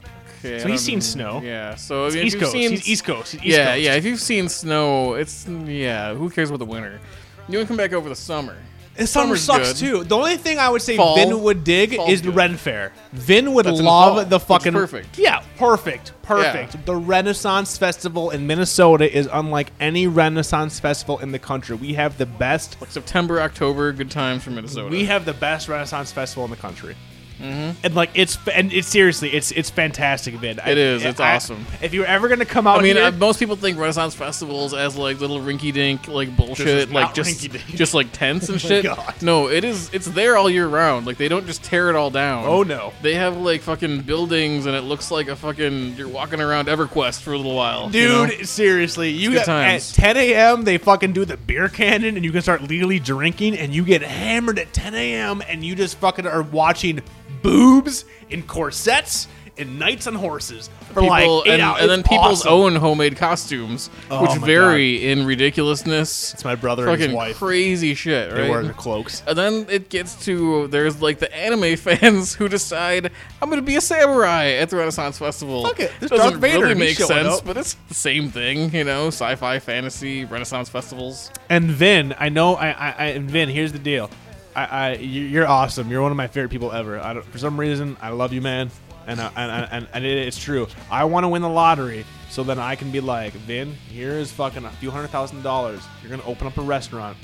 Speaker 6: Okay,
Speaker 5: So
Speaker 6: I
Speaker 5: he's seen
Speaker 6: don't-
Speaker 5: snow.
Speaker 6: Yeah. So I mean, if
Speaker 5: East
Speaker 6: you've
Speaker 5: Coast.
Speaker 6: seen-
Speaker 5: He's East Coast. He's East
Speaker 6: yeah,
Speaker 5: Coast.
Speaker 6: yeah. If you've seen snow, it's yeah. Who cares about the winter? You want to come back over the summer?
Speaker 5: The summer
Speaker 6: Summer's
Speaker 5: sucks
Speaker 6: good.
Speaker 5: too. The only thing I would say
Speaker 6: Fall.
Speaker 5: Vin would dig
Speaker 6: Fall's
Speaker 5: is the
Speaker 6: good.
Speaker 5: Ren Fair. Vin would
Speaker 6: That's in the
Speaker 5: love
Speaker 6: fall.
Speaker 5: the
Speaker 6: It's
Speaker 5: fucking
Speaker 6: perfect.
Speaker 5: Yeah, perfect, perfect. The Renaissance Festival in Minnesota is unlike any Renaissance festival in the country. We have the best.
Speaker 6: September, October, good times for Minnesota. Mm-hmm.
Speaker 5: We have the best Renaissance festival in the country. And like it's and it's seriously it's it's fantastic, Vin. It
Speaker 6: It
Speaker 5: is.
Speaker 6: is, it's awesome.
Speaker 5: If you're ever gonna come out,
Speaker 6: I mean,
Speaker 5: here,
Speaker 6: uh, most people think Renaissance festivals as like little rinky-dink like bullshit,
Speaker 5: Just
Speaker 6: like
Speaker 5: not
Speaker 6: just
Speaker 5: rinky-dink. Oh
Speaker 6: just like tents and shit.
Speaker 5: God.
Speaker 6: No, it is. It's there all year round. Like they don't just tear it all down.
Speaker 5: Oh, no.
Speaker 6: they have like fucking buildings, and it looks like a fucking you're walking around EverQuest for a little while, you know?
Speaker 5: Dude, seriously, you
Speaker 6: good
Speaker 5: got, at
Speaker 6: times.
Speaker 5: 10 a.m. they fucking do the beer cannon, and you can start legally drinking, and you get hammered at 10 a.m. and you just fucking are watching boobs in corsets and knights on horses for like
Speaker 6: People-
Speaker 5: eight
Speaker 6: and,
Speaker 5: hours.
Speaker 6: and then
Speaker 5: It's
Speaker 6: people's
Speaker 5: awesome.
Speaker 6: own homemade costumes,
Speaker 5: Oh,
Speaker 6: which
Speaker 5: my
Speaker 6: vary in ridiculousness.
Speaker 5: It's my brother and
Speaker 6: fucking
Speaker 5: his wife.
Speaker 6: crazy shit, right?
Speaker 5: They wear their cloaks.
Speaker 6: And then it gets to there's like the anime fans who decide I'm gonna be a samurai at the Renaissance Festival.
Speaker 5: Fuck it, there's
Speaker 6: doesn't
Speaker 5: Darth Vader,
Speaker 6: really
Speaker 5: he's
Speaker 6: make
Speaker 5: showing
Speaker 6: sense,
Speaker 5: up.
Speaker 6: but it's the same thing, you know. Sci-fi, fantasy, Renaissance festivals.
Speaker 5: And Vin, I know, I, I, I and Vin, here's the deal. I, I, you- you're awesome. You're one of my favorite people ever. I don't, for some reason, I love you, man. And I, and, I- and, and it, it's true. I want to win the lottery so then I can be like, Vin, here is fucking a few hundred thousand dollars. You're gonna open up a restaurant.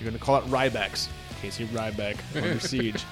Speaker 5: You're gonna call it Ryback's. Casey Ryback under siege.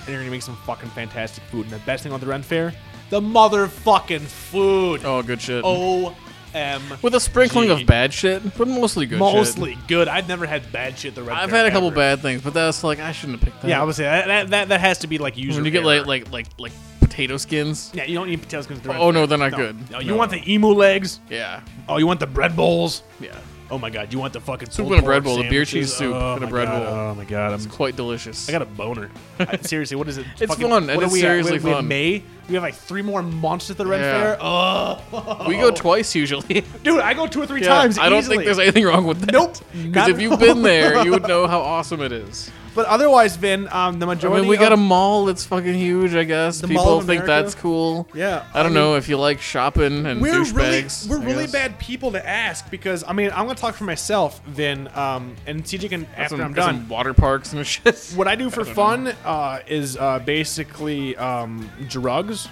Speaker 5: And you're gonna make some fucking fantastic food. And the best thing on the Ren Fair, the motherfucking food.
Speaker 6: Oh, good shit.
Speaker 5: O M.
Speaker 6: with a sprinkling
Speaker 5: Gee.
Speaker 6: of bad shit, but mostly good. shit.
Speaker 5: Mostly good. I've never had bad shit. The Ren
Speaker 6: I've
Speaker 5: Fair
Speaker 6: had a couple
Speaker 5: ever.
Speaker 6: bad things, but that's like I shouldn't have picked that.
Speaker 5: Yeah, I would say that that, that, that has to be like user.
Speaker 6: when you get
Speaker 5: error.
Speaker 6: like like like like potato skins.
Speaker 5: yeah, you don't need potatoes. Cause
Speaker 6: Oh, no, they're not good.
Speaker 5: No, you
Speaker 6: No.
Speaker 5: want the emu legs?
Speaker 6: Yeah,
Speaker 5: Oh, you want the bread bowls?
Speaker 6: yeah,
Speaker 5: Oh my god, you want the fucking
Speaker 6: Soup
Speaker 5: pulled
Speaker 6: and a bread
Speaker 5: pork
Speaker 6: bowl, a beer
Speaker 5: sandwiches?
Speaker 6: cheese soup
Speaker 5: Oh
Speaker 6: and a
Speaker 5: my
Speaker 6: bread
Speaker 5: God,
Speaker 6: bowl.
Speaker 5: Oh my god, I'm
Speaker 6: quite delicious.
Speaker 5: I got a boner. I- seriously, what is it?
Speaker 6: It's fun,
Speaker 5: What
Speaker 6: it
Speaker 5: are
Speaker 6: is
Speaker 5: we at?
Speaker 6: seriously
Speaker 5: We're- we're in
Speaker 6: fun.
Speaker 5: May We have like three more months at the Red
Speaker 6: Yeah.
Speaker 5: Fair. Oh,
Speaker 6: We go twice usually.
Speaker 5: dude, I go two or three
Speaker 6: Yeah,
Speaker 5: times.
Speaker 6: I don't
Speaker 5: easily.
Speaker 6: think there's anything wrong with that.
Speaker 5: Nope, not
Speaker 6: Because if
Speaker 5: at
Speaker 6: you've
Speaker 5: all.
Speaker 6: been there, you would know how awesome it is.
Speaker 5: But otherwise, Vin, um, the
Speaker 6: I
Speaker 5: majority.
Speaker 6: mean, we
Speaker 5: of-
Speaker 6: got a mall that's fucking huge. I guess
Speaker 5: The Mall
Speaker 6: people
Speaker 5: of
Speaker 6: think
Speaker 5: America?
Speaker 6: that's cool.
Speaker 5: Yeah,
Speaker 6: I don't
Speaker 5: I
Speaker 6: know if you like shopping and
Speaker 5: We're really,
Speaker 6: douchebags.
Speaker 5: we're
Speaker 6: I
Speaker 5: really
Speaker 6: guess.
Speaker 5: bad people to ask because I mean I'm gonna talk for myself, Vin, um, and CJ can
Speaker 6: Got
Speaker 5: after
Speaker 6: some-
Speaker 5: I'm
Speaker 6: got
Speaker 5: done.
Speaker 6: some water parks and shit.
Speaker 5: what I do for fun uh, is uh, basically um, drugs,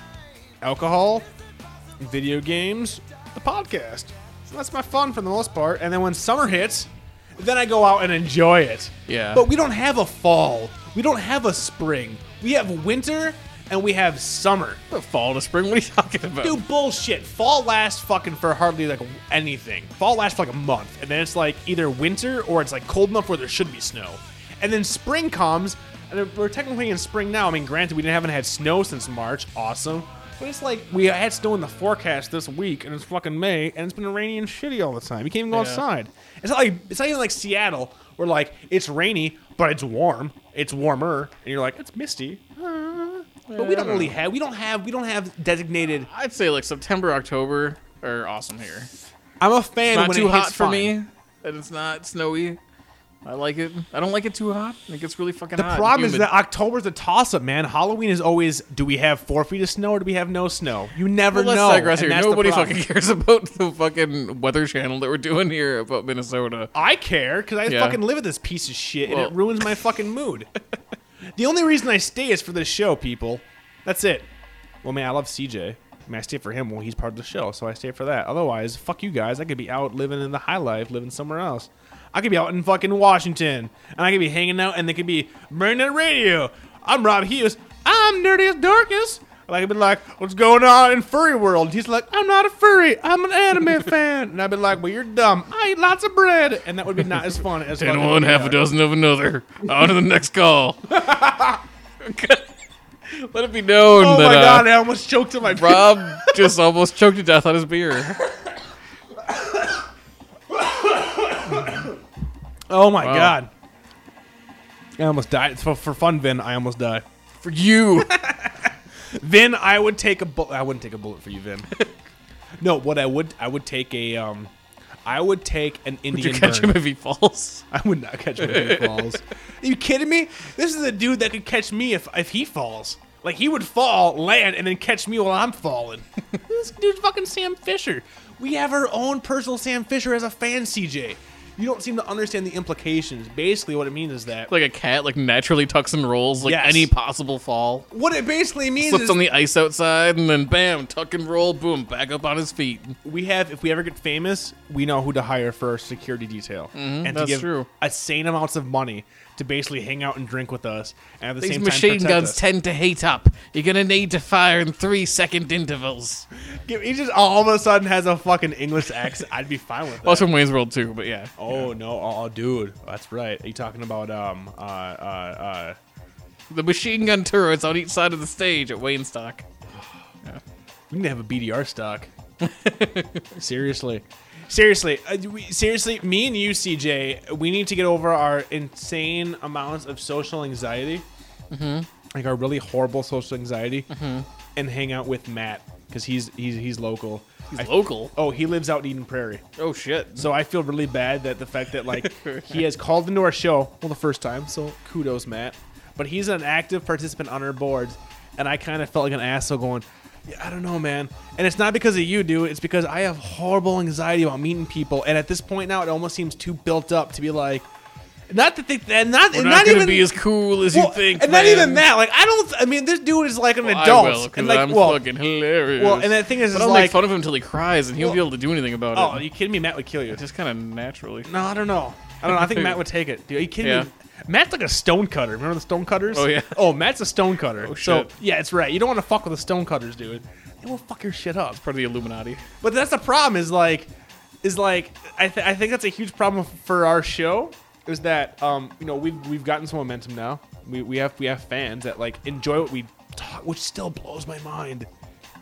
Speaker 5: alcohol, video games, the podcast. So that's my fun for the most part. And then when summer hits, then I go out and enjoy it.
Speaker 6: Yeah.
Speaker 5: But we don't have a fall. We don't have a spring. We have winter and we have summer.
Speaker 6: Fall to spring. What are you talking about?
Speaker 5: Dude, bullshit. Fall lasts fucking for hardly like anything. Fall lasts for like a month, and then it's like either winter or it's like cold enough where there should be snow. And then spring comes, and we're technically in spring now. I mean, granted, we haven't had snow since March. Awesome. But it's like we had snow in the forecast this week, and it's fucking May, and it's been rainy and shitty all the time. You can't even go outside. It's not like it's not even like Seattle, where like it's rainy but it's warm. It's warmer, and you're like it's misty. Uh, But we don't really have we don't have we don't have designated
Speaker 6: I'd say like September, October are awesome here.
Speaker 5: I'm a fan.
Speaker 6: Not
Speaker 5: when
Speaker 6: too
Speaker 5: it
Speaker 6: hot
Speaker 5: hits
Speaker 6: for
Speaker 5: fine.
Speaker 6: me, and it's not snowy. I like it. I don't like it too hot. It gets really fucking
Speaker 5: The
Speaker 6: hot. and
Speaker 5: problem is
Speaker 6: humid.
Speaker 5: that October's a toss-up, man. Halloween is always: do we have four feet of snow or do we have no snow? You never
Speaker 6: Well, let's
Speaker 5: know.
Speaker 6: digress
Speaker 5: and
Speaker 6: here.
Speaker 5: that's the
Speaker 6: Nobody
Speaker 5: problem.
Speaker 6: fucking cares about the fucking weather channel that we're doing here about Minnesota.
Speaker 5: I care because I
Speaker 6: Yeah.
Speaker 5: fucking live at this piece of shit,
Speaker 6: Well-
Speaker 5: and it ruins my fucking mood. the only reason I stay is for this show, people. That's it. Well, man, I love CJ. I mean, I stay for him when he's part of the show, so I stay for that. Otherwise, fuck you guys. I could be out living in the high life, living somewhere else. I could be out in fucking Washington, and I could be hanging out, and they could be burning that radio. I'm Rob Hughes. I'm nerdy as darkest. And I could be like, what's going on in furry world? And he's like, I'm not a furry. I'm an anime fan. And I've been like, well, you're dumb. I eat lots of bread, and that would be not as fun as
Speaker 6: And
Speaker 5: fucking-
Speaker 6: one, half a dozen of another. On to the next call. Let it be known
Speaker 5: Oh
Speaker 6: that
Speaker 5: my
Speaker 6: uh,
Speaker 5: god! I almost choked on my
Speaker 6: Rob just almost choked to death on his beer.
Speaker 5: Oh my god. I almost died. For, for fun, Vin, I almost died.
Speaker 6: For you.
Speaker 5: Vin, I would take a bullet. I wouldn't take a bullet for you, Vin. no, what I would, I would take a, um, I would take an
Speaker 6: Did you
Speaker 5: Indian
Speaker 6: catch
Speaker 5: burn.
Speaker 6: him if he falls?
Speaker 5: I would not catch him if he falls. Are you kidding me? This is a dude that could catch me if if he falls. Like he would fall, land, and then catch me while I'm falling. this dude's fucking Sam Fisher. We have our own personal Sam Fisher as a fan, CJ. You don't seem to understand the implications. Basically, what it means is that
Speaker 6: Like a cat, like naturally tucks and rolls, like
Speaker 5: Yes.
Speaker 6: any possible fall.
Speaker 5: what it basically means
Speaker 6: Slips
Speaker 5: is
Speaker 6: on the ice outside, and then bam, tuck and roll, boom, back up on his feet.
Speaker 5: we have if we ever get famous, we know who to hire for our security detail and to
Speaker 6: that's
Speaker 5: give
Speaker 6: true.
Speaker 5: insane amounts of money to basically hang out and drink with us and at the
Speaker 6: These
Speaker 5: same
Speaker 6: machine
Speaker 5: time protect
Speaker 6: guns
Speaker 5: us.
Speaker 6: tend to heat up. You're gonna need to fire in three second intervals.
Speaker 5: Give- he just all of a sudden has a fucking English accent. I'd be fine with that.
Speaker 6: Well, it's from Wayne's World too, but yeah.
Speaker 5: oh no, oh dude, that's right. Are you talking about um uh uh uh?
Speaker 6: The machine gun turrets on each side of the stage at Waynestock.
Speaker 5: We need to have a BDR stock. seriously, seriously, uh, we, seriously. Me and you, CJ, we need to get over our insane amounts of social anxiety, mm-hmm. like our really horrible social anxiety, and hang out with Matt because he's he's he's local.
Speaker 6: He's
Speaker 5: I-
Speaker 6: local.
Speaker 5: Oh, he lives out in Eden Prairie.
Speaker 6: Oh shit.
Speaker 5: So I feel really bad that the fact that like he has called into our show well the first time. So kudos, Matt. But he's an active participant on our boards, and I kind of felt like an asshole going, yeah, I don't know, man. And it's not because of you, dude. It's because I have horrible anxiety about meeting people, and at this point now, it almost seems too built up to be like, not that they, and not,
Speaker 6: We're
Speaker 5: and
Speaker 6: not, gonna
Speaker 5: even
Speaker 6: be as cool as
Speaker 5: well,
Speaker 6: you think.
Speaker 5: and not
Speaker 6: man.
Speaker 5: even that. Like I don't. I mean, this dude is like an
Speaker 6: I
Speaker 5: adult,
Speaker 6: will, 'cause
Speaker 5: and like,
Speaker 6: I'm
Speaker 5: well,
Speaker 6: fucking hilarious.
Speaker 5: well, and the thing is,
Speaker 6: but
Speaker 5: is
Speaker 6: I'll
Speaker 5: like,
Speaker 6: make fun of him until he cries, and he won't be able to do anything about
Speaker 5: oh, are
Speaker 6: it.
Speaker 5: you kidding me? Matt would kill you.
Speaker 6: Just kind of naturally.
Speaker 5: No, I don't know. I don't know. I think Matt would take it. Dude, are you kidding
Speaker 6: Yeah.
Speaker 5: me? Matt's like a stone cutter. Remember the stone cutters?
Speaker 6: Oh, yeah.
Speaker 5: Oh, Matt's a stone cutter.
Speaker 6: Oh,
Speaker 5: so
Speaker 6: shit.
Speaker 5: yeah, it's right. You don't want to fuck with the stone cutters, dude. They will fuck your shit up.
Speaker 6: Part of the Illuminati.
Speaker 5: But that's the problem. Is like, is like, I, th- I think that's a huge problem for our show. Is that um, you know we've we've gotten some momentum now. We, we have we have fans that like enjoy what we talk, which still blows my mind.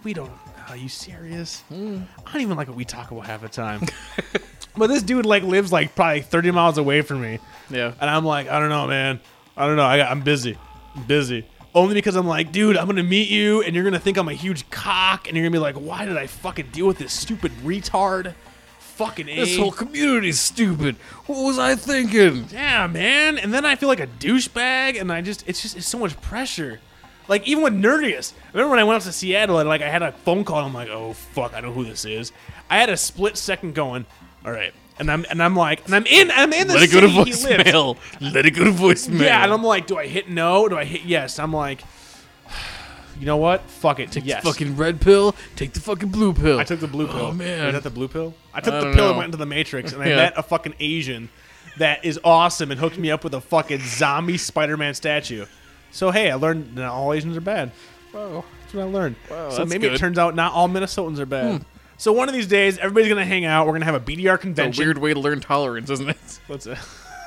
Speaker 5: We don't. Are you serious?
Speaker 6: Hmm.
Speaker 5: I don't even like what we talk about half the time. but this dude like lives like probably thirty miles away from me.
Speaker 6: Yeah.
Speaker 5: And I'm like, I don't know, man. I don't know. I got, I'm busy. I'm busy. Only because I'm like, dude, I'm gonna meet you, and you're gonna think I'm a huge cock, and you're gonna be like, why did I fucking deal with this stupid retard? Fucking a.
Speaker 6: This whole community's stupid. What was I thinking?
Speaker 5: Yeah, man. And then I feel like a douchebag, and I just it's just it's so much pressure. Like even with Nerdiest, I remember when I went up to Seattle and like I had a phone call and I'm like, oh fuck, I know who this is. I had a split second going, all right, and I'm and I'm like, and I'm in, I'm in the
Speaker 6: Let it go
Speaker 5: city
Speaker 6: to
Speaker 5: he lives.
Speaker 6: voicemail. Let it go to voicemail.
Speaker 5: Yeah, and I'm like, do I hit no? Do I hit yes? I'm like, you know what? Fuck it.
Speaker 6: Take
Speaker 5: yes.
Speaker 6: the fucking red pill. Take the fucking blue pill.
Speaker 5: I took the blue pill.
Speaker 6: Oh
Speaker 5: is
Speaker 6: man.
Speaker 5: that the blue pill? I took
Speaker 6: I
Speaker 5: the
Speaker 6: don't
Speaker 5: pill and
Speaker 6: know.
Speaker 5: went into the Matrix, and I
Speaker 6: Yeah.
Speaker 5: met a fucking Asian that is awesome and hooked me up with a fucking zombie Spider-Man statue. So hey, I learned not all Asians are bad. Wow, that's what I learned. so
Speaker 6: that's
Speaker 5: maybe it
Speaker 6: good. Hmm.
Speaker 5: turns out not all Minnesotans are bad. So one of these days, everybody's gonna hang out. We're gonna have a BDR
Speaker 6: a
Speaker 5: convention.
Speaker 6: weird way to learn tolerance, isn't it?
Speaker 5: What's that?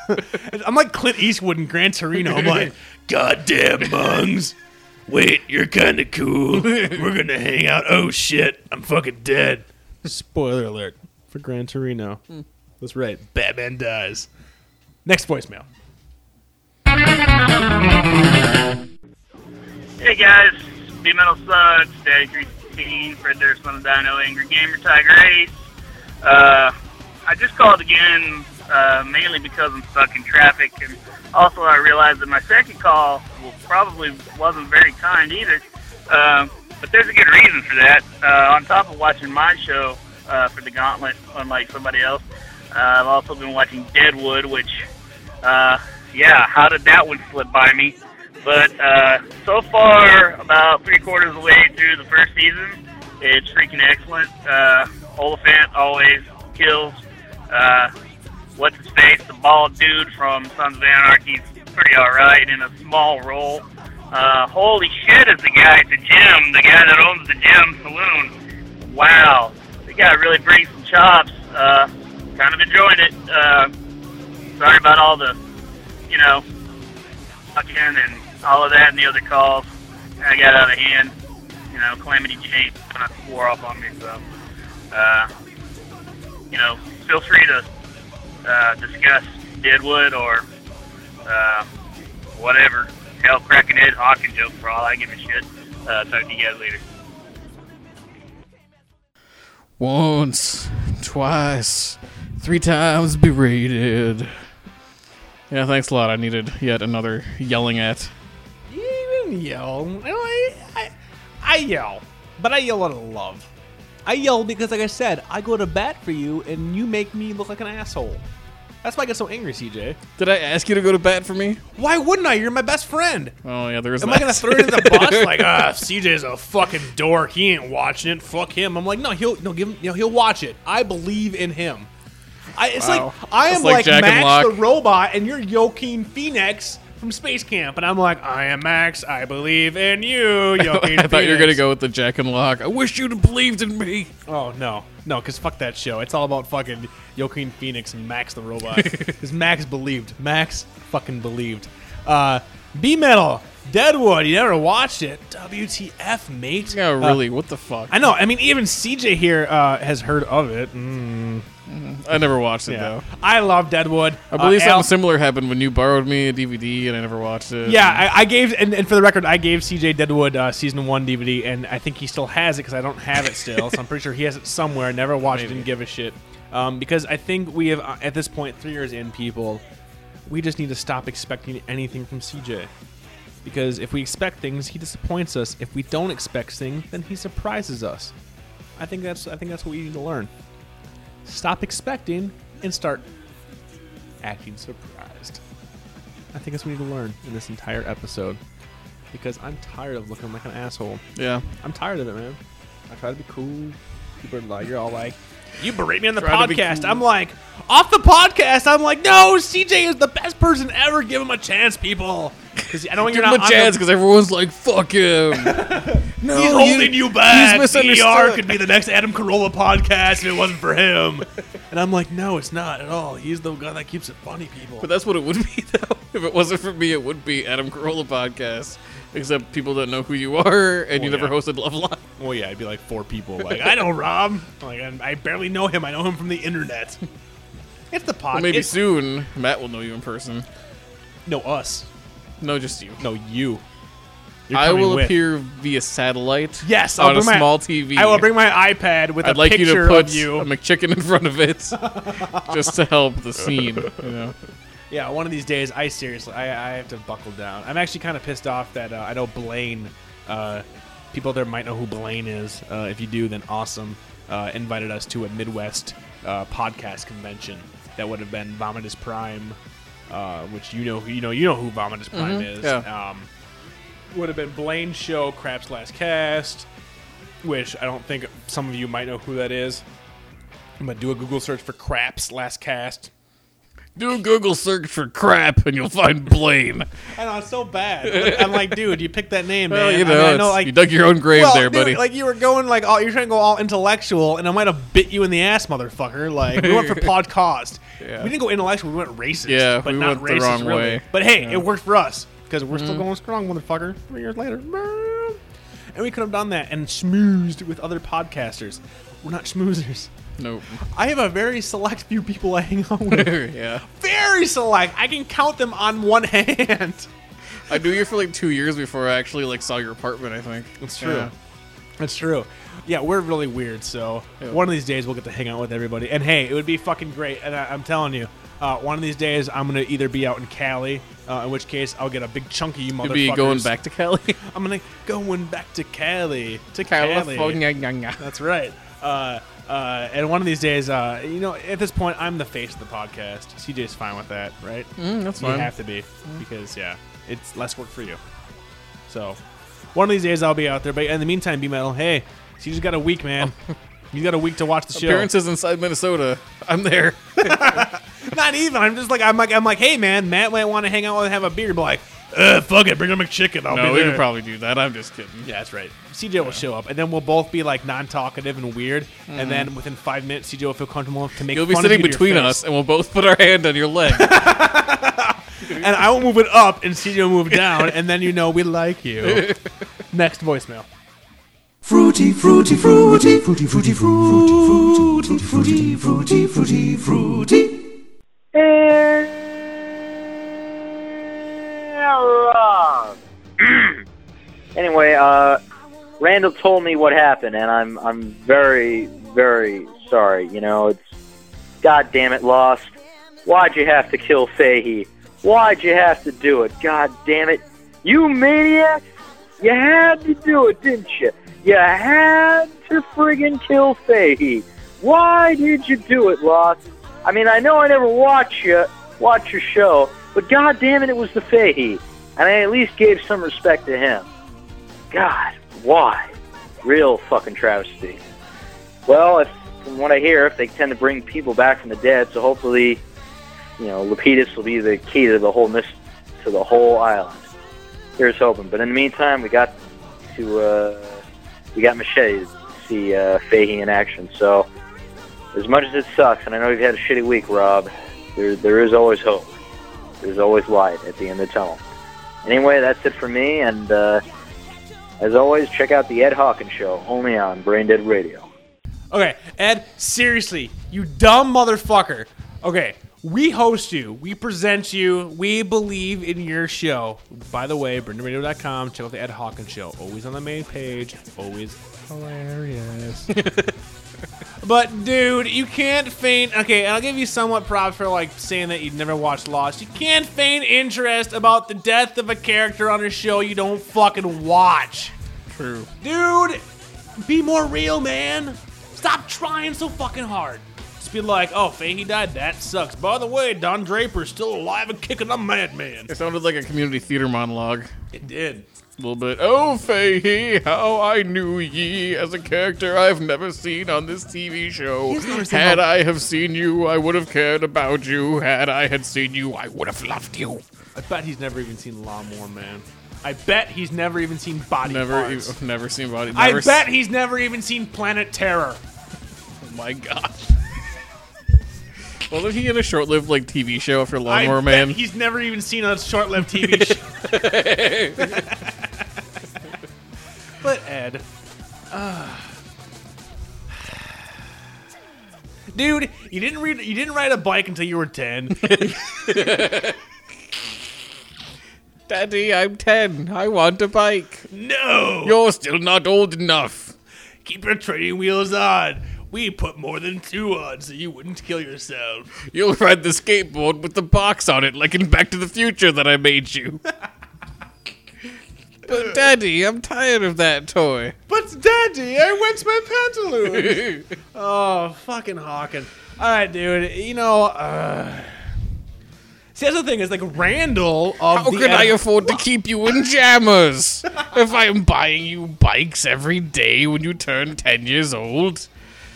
Speaker 5: I'm like Clint Eastwood in Gran Torino. I'm like, goddamn Mungs. Wait, you're kind of cool. We're gonna hang out. Oh shit, I'm fucking dead. Spoiler alert for Gran Torino. That's right. Batman dies. Next voicemail.
Speaker 7: Hey guys, B Metal Sucks, Daddy 316, Fred Durstman, the Dino Angry Gamer, Tiger Ace. Uh, I just called again uh, mainly because I'm stuck in traffic, and also I realized that my second call well, probably wasn't very kind either. Um, but there's a good reason for that. Uh, on top of watching my show uh, for the Gauntlet, unlike somebody else, uh, I've also been watching Deadwood, which uh, yeah, how did that one slip by me? But uh, so far, about three quarters of the way through the first season, it's freaking excellent. Uh, Oliphant always kills. Uh, what's his face? The bald dude from Sons of Anarchy's pretty alright in a small role. Uh, holy shit, is the guy at the gym, the guy that owns the gym saloon. Wow, the guy really brings some chops. Uh, kind of enjoying it. Uh, sorry about all the, you know, fucking and all of that and the other calls. I got out of hand. You know, Calamity Jane kind of wore off on me, so, uh, you know, feel free to uh, discuss Deadwood or uh, whatever. Hell, cracking head, Hawking joke for all I give a shit. Uh, talk to you guys later.
Speaker 6: Once, twice, three times berated. Yeah, thanks a lot. I needed yet another yelling at.
Speaker 5: You didn't yell. No, I, I, I yell, but I yell out of love. I yell because, like I said, I go to bat for you, and you make me look like an asshole. That's why I get so angry, CJ.
Speaker 6: Did I ask you to go to bat for me?
Speaker 5: Why wouldn't I? You're my best friend.
Speaker 6: Oh yeah, there is.
Speaker 5: Am
Speaker 6: that.
Speaker 5: I gonna throw it in the bus? Like, ah, CJ's a fucking dork. He ain't watching it. Fuck him. I'm like, no, he'll no give him. You know, he'll watch it. I believe in him. I, it's
Speaker 6: Wow.
Speaker 5: like I am
Speaker 6: That's like
Speaker 5: like,
Speaker 6: Jack and
Speaker 5: Max
Speaker 6: Locke.
Speaker 5: the robot, and you're Joaquin Phoenix from Space Camp, and I'm like, I am Max. I believe in you, Joaquin.
Speaker 6: I thought you were gonna
Speaker 5: Phoenix.
Speaker 6: go with the Jack and Lock. I wish you'd have believed in me.
Speaker 5: Oh no, no, because fuck that show. It's all about fucking Joaquin Phoenix and Max the robot. Because Max believed. Max fucking believed. Uh, B metal, Deadwood. You never watched it? WTF, mate?
Speaker 6: Yeah,
Speaker 5: Uh,
Speaker 6: really? what the fuck?
Speaker 5: I know. I mean, even CJ here uh, has heard of it. Mm,
Speaker 6: I never watched it
Speaker 5: yeah.
Speaker 6: though.
Speaker 5: I love Deadwood.
Speaker 6: I believe
Speaker 5: uh,
Speaker 6: something
Speaker 5: Al-
Speaker 6: similar happened when you borrowed me a DVD and I never watched it.
Speaker 5: Yeah, I, I gave, and, and for the record, I gave CJ Deadwood uh, season one DVD, and I think he still has it because I don't have it still. so I'm pretty sure he has it somewhere. Never watched it, didn't give a shit. Um, because I think we have, uh, at this point, three years in, people, we just need to stop expecting anything from CJ. Because if we expect things, he disappoints us. If we don't expect things, then he surprises us. I think that's I think that's what we need to learn. Stop expecting and start acting surprised. I think that's what we need to learn in this entire episode. Because I'm tired of looking like an asshole.
Speaker 6: yeah.
Speaker 5: I'm tired of it, man. I try to be cool. People are like, you're all like, you berate me on the
Speaker 6: Try to be
Speaker 5: podcast.
Speaker 6: cool.
Speaker 5: I'm like, off the podcast. I'm like, no, CJ is the best person ever. Give him a chance, people. Because I don't want
Speaker 6: Give
Speaker 5: you're
Speaker 6: him
Speaker 5: not
Speaker 6: a chance because everyone's like, "Fuck him." no,
Speaker 5: He's holding you back.
Speaker 6: He's misunderstood.
Speaker 5: ER could be the next Adam Carolla podcast if it wasn't for him. and I'm like, no, it's not at all. He's the guy that keeps it funny, people.
Speaker 6: But that's what it would be, though. If it wasn't for me, it would be Adam Carolla podcast. Except people don't know who you are, and you
Speaker 5: Well,
Speaker 6: never
Speaker 5: Oh, yeah.
Speaker 6: hosted Love Live.
Speaker 5: Well, yeah, it'd be like four people. Like, I know Rob. Like, I, I barely know him. I know him from the internet. It's the podcast.
Speaker 6: Well, maybe soon Matt will know you in person.
Speaker 5: no us.
Speaker 6: No, just you.
Speaker 5: No you. You're
Speaker 6: I
Speaker 5: coming
Speaker 6: will
Speaker 5: with.
Speaker 6: appear via satellite.
Speaker 5: Yes, I'll
Speaker 6: on a
Speaker 5: bring my-
Speaker 6: small TV.
Speaker 5: I will bring my iPad with
Speaker 6: I'd
Speaker 5: a
Speaker 6: like you
Speaker 5: picture
Speaker 6: to put
Speaker 5: of you.
Speaker 6: a McChicken in front of it, just to help the scene. You know?
Speaker 5: Yeah, one of these days, I seriously, I, I have to buckle down. I'm actually kind of pissed off that uh, I know Blaine. Uh, people there might know who Blaine is. Uh, if you do, then awesome. Uh, invited us to a Midwest uh, podcast convention that would have been Vomitus Prime, uh, which you know, you know, you know who Vomitus Prime is.
Speaker 6: yeah.
Speaker 5: Um, would have been Blaine's show, Craps Last Cast, which I don't think some of you might know who that is. I'm gonna do a Google search for Craps Last Cast.
Speaker 6: Do a Google search for crap, and you'll find Blaine.
Speaker 5: I know it's so bad. I'm like, dude, you picked that name, man.
Speaker 6: Well, you
Speaker 5: I
Speaker 6: know,
Speaker 5: mean, I
Speaker 6: it's- you dug your own grave
Speaker 5: Well,
Speaker 6: there,
Speaker 5: dude,
Speaker 6: buddy.
Speaker 5: Like you were going like all you're trying to go all intellectual, and I might have bit you in the ass, motherfucker. Like we went for podcast. We didn't go intellectual. We went racist.
Speaker 6: Yeah,
Speaker 5: but
Speaker 6: we
Speaker 5: not
Speaker 6: went the
Speaker 5: racist
Speaker 6: wrong
Speaker 5: really.
Speaker 6: way. Mm-hmm.
Speaker 5: But hey, it worked for us because we're still going strong, motherfucker. Three years later, and we could have done that and schmoozed with other podcasters. We're not schmoozers.
Speaker 6: nope.
Speaker 5: I have a very select few people I hang out with.
Speaker 6: yeah.
Speaker 5: very select. I can count them on one hand.
Speaker 6: I knew you for like two years before I actually like saw your apartment. I think
Speaker 5: That's true. That's true. Yeah, we're really weird. So one of these days we'll get to hang out with everybody. And hey, it would be fucking great. And I, I'm telling you, uh, one of these days I'm gonna either be out in Cali, uh, in which case I'll get a big chunk of you motherfuckers.
Speaker 6: You'd be going back to Cali.
Speaker 5: I'm gonna going back to Cali to Cali.
Speaker 6: California.
Speaker 5: That's right. Uh, uh, and one of these days, uh, you know, at this point, I'm the face of the podcast. CJ's fine with that, right?
Speaker 6: Mm, that's
Speaker 5: you
Speaker 6: fine. Mm.
Speaker 5: have to be because yeah, it's less work for you. So one of these days I'll be out there. But in the meantime, B metal, hey, so you just got a week, man. you got a week to watch the show.
Speaker 6: Appearances inside Minnesota. I'm there.
Speaker 5: Not even. I'm just like I'm like I'm like, hey man, Matt might want to hang out and have a beer. But like, uh, fuck it, bring him a chicken. I'll
Speaker 6: no,
Speaker 5: be
Speaker 6: we
Speaker 5: there.
Speaker 6: could probably do that. I'm just kidding.
Speaker 5: yeah, that's right. CJ will show up, and then we'll both be like non-talkative and weird. And then within five minutes, CJ will feel comfortable enough to make.
Speaker 6: Mm-hmm. You'll be
Speaker 5: fun of
Speaker 6: sitting
Speaker 5: you to your
Speaker 6: between
Speaker 5: face.
Speaker 6: us, and we'll both put our hand on your leg.
Speaker 5: and I will move it up, and CJ will move down, and then you know we like you. Next voicemail.
Speaker 9: Fruity, fruity, fruity, fruity, fruity, fruity, fruity, fruity, fruity, fruity.
Speaker 8: Aaron. anyway, uh, Randall told me what happened, and I'm I'm very very sorry. You know, it's God damn it, lost. Why'd you have to kill Fahey? Why'd you have to do it? God damn it, you maniac! You had to do it, didn't you? You had to friggin' kill Fahey. Why did you do it, Lost? I mean, I know I never watch you watch your show, but god damn it, it was the Fahey, and I at least gave some respect to him. God, why? Real fucking travesty. Well, if, from what I hear, if they tend to bring people back from the dead, so hopefully, you know, Lapidus will be the key to the whole mis- to the whole island. Here's hoping. But in the meantime, we got to uh, we got Machete to see uh, Fahey in action. So as much as it sucks, and I know you've had a shitty week, Rob, there, there is always hope. There's always light at the end of the tunnel. Anyway, that's it for me, and uh, as always, check out the Ed Hawkins Show, only on Brain Dead Radio.
Speaker 5: Okay, Ed, seriously, you dumb motherfucker. Okay, we host you, we present you, we believe in your show. By the way, BrendanRadio.com, check out the Ed Hawkins show. Always on the main page, always hilarious. but dude, you can't feign. Okay, and I'll give you somewhat props for like saying that you've never watched Lost. You can't feign interest about the death of a character on a show you don't fucking watch.
Speaker 6: True.
Speaker 5: Dude, be more real, man. Stop trying so fucking hard. Just be like, oh, Fahey died. That sucks. By the way, Don Draper's still alive and kicking a madman.
Speaker 6: It sounded like a community theater monologue.
Speaker 5: It did.
Speaker 6: A little bit. Oh, Fahey, how I knew ye as a character I've never seen on this TV show. Had I have seen you, I would have cared about you. Had I had seen you, I would have loved you.
Speaker 5: I bet he's never even seen Lawnmower Man. I bet he's never even seen Body
Speaker 6: Never, e-
Speaker 5: Parts.
Speaker 6: I've never seen body.
Speaker 5: I
Speaker 6: never
Speaker 5: bet he's never even seen Planet Terror.
Speaker 6: Oh my god. Wasn't he in a short-lived like TV show after Lawnmower
Speaker 5: I
Speaker 6: Man?
Speaker 5: Bet he's never even seen a short-lived TV show. but Ed, ah. dude, you didn't read, you didn't ride a bike until you were ten.
Speaker 6: Daddy, I'm 10. I want a bike.
Speaker 5: No!
Speaker 6: You're still not old enough.
Speaker 5: Keep your training wheels on. We put more than two on so you wouldn't kill yourself.
Speaker 6: You'll ride the skateboard with the box on it, like in Back to the Future that I made you. but, Daddy, I'm tired of that toy.
Speaker 5: But, Daddy, I wet my pantaloons. Oh, fucking Hawkins. All right, dude. You know, uh... see, that's the thing is like Randall of
Speaker 6: How
Speaker 5: the
Speaker 6: can I
Speaker 5: F-
Speaker 6: afford to keep you in jammers if I am buying you bikes every day when you turn 10 years old?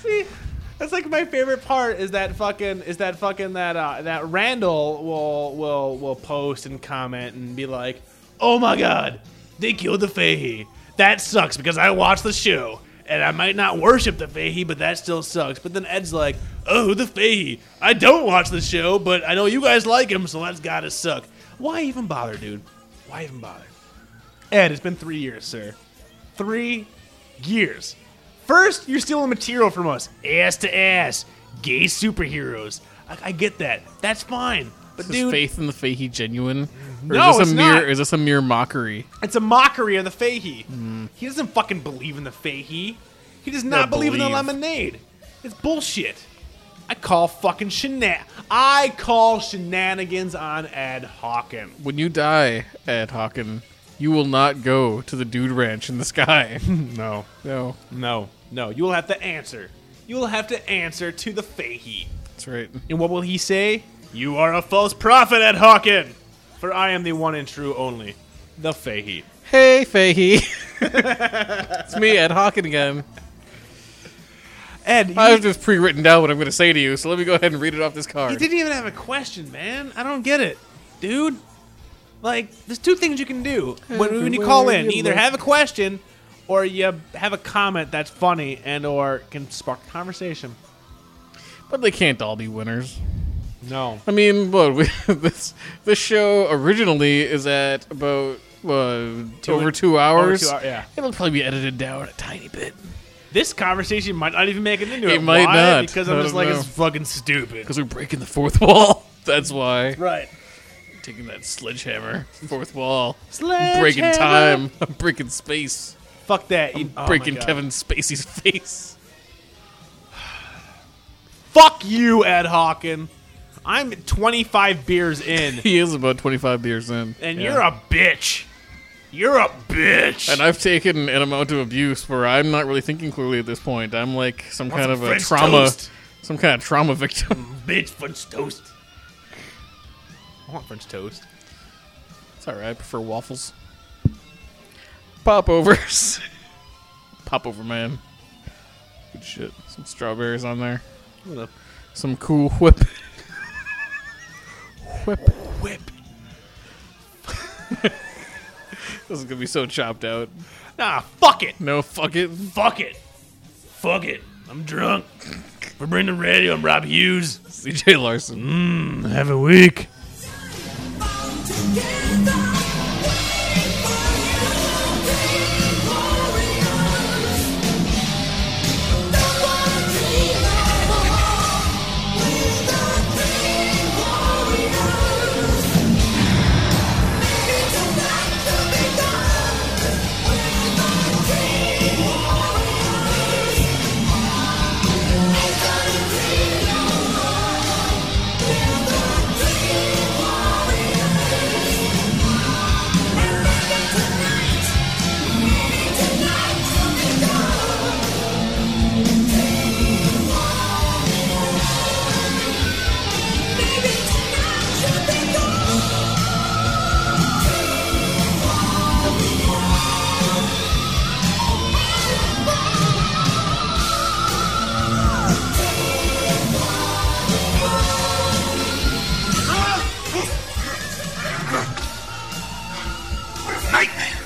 Speaker 5: see, that's like my favorite part is that fucking is that fucking that uh, that Randall will will will post and comment and be like, "Oh my god, they killed the Fahey. That sucks because I watched the show." And I might not worship the Fahey, but that still sucks. But then Ed's like, "Oh, the Fahey! I don't watch the show, but I know you guys like him, so that's gotta suck." Why even bother, dude? Why even bother? Ed, it's been three years, sir. Three years. First, you're stealing material from us, ass to ass, gay superheroes. I, I get that. That's fine. But
Speaker 6: Is
Speaker 5: dude,
Speaker 6: faith in the Fahey genuine? Or
Speaker 5: No,
Speaker 6: is this
Speaker 5: it's
Speaker 6: a mere
Speaker 5: not.
Speaker 6: is this a mere mockery?
Speaker 5: it's a mockery of the Fahey. He doesn't fucking believe in the Fahey. He does not
Speaker 6: Yeah,
Speaker 5: believe, in the
Speaker 6: believe.
Speaker 5: lemonade. It's bullshit. I call fucking shenan. I call shenanigans on Ed Hawkins.
Speaker 6: When you die, Ed Hawken, you will not go to the dude ranch in the sky.
Speaker 5: No,
Speaker 6: no,
Speaker 5: no, no. You will have to answer. You will have to answer to the Fahey.
Speaker 6: that's right.
Speaker 5: And what will he say? You are a false prophet, Ed Hawken! For I am the one and true only, the Fahey.
Speaker 6: Hey, Fahey. it's me, Ed Hawken again.
Speaker 5: Ed, you,
Speaker 6: I have just pre-written down what I'm going to say to you, so let me go ahead and read it off this card.
Speaker 5: you didn't even have a question, man. I don't get it. Dude, like, there's two things you can do when, when you call in. You either have a question or you have a comment that's funny and or can spark a conversation.
Speaker 6: But they can't all be winners.
Speaker 5: No.
Speaker 6: I mean, what we, this this show originally is at about uh, over two hours.
Speaker 5: hour- yeah.
Speaker 6: It'll probably be edited down a tiny bit
Speaker 5: This conversation might not even make it into it.
Speaker 6: It might
Speaker 5: Why?
Speaker 6: not.
Speaker 5: Because
Speaker 6: I
Speaker 5: I'm just
Speaker 6: don't
Speaker 5: like,
Speaker 6: know.
Speaker 5: it's fucking stupid.
Speaker 6: because we're breaking the fourth wall. That's why
Speaker 5: Right.
Speaker 6: taking that sledgehammer, fourth wall,
Speaker 5: Sledgehammer.
Speaker 6: breaking time, I'm breaking space,
Speaker 5: Fuck that. You, oh my
Speaker 6: breaking
Speaker 5: God.
Speaker 6: Kevin Spacey's face.
Speaker 5: Fuck you, Ed Hawken. I'm 25 beers in,
Speaker 6: He is about 25 beers in,
Speaker 5: and
Speaker 6: Yeah.
Speaker 5: you're a bitch. You're a bitch.
Speaker 6: And I've taken an amount of abuse where I'm not really thinking clearly at this point. I'm like some kind of a
Speaker 5: French
Speaker 6: trauma,
Speaker 5: toast? Hmm.
Speaker 6: some kind of trauma victim.
Speaker 5: bitch French toast. I want French toast.
Speaker 6: it's all right. I prefer waffles. Popovers. Popover man. Good shit. Some strawberries on there. Some cool whip. whip. Whip. this is gonna be so chopped out.
Speaker 5: Nah, fuck it.
Speaker 6: No, fuck it.
Speaker 5: Fuck it. Fuck it. I'm drunk. We're bringing the radio. I'm Rob Hughes.
Speaker 6: CJ Larson.
Speaker 5: Mm, Have a week.
Speaker 10: Nightmare.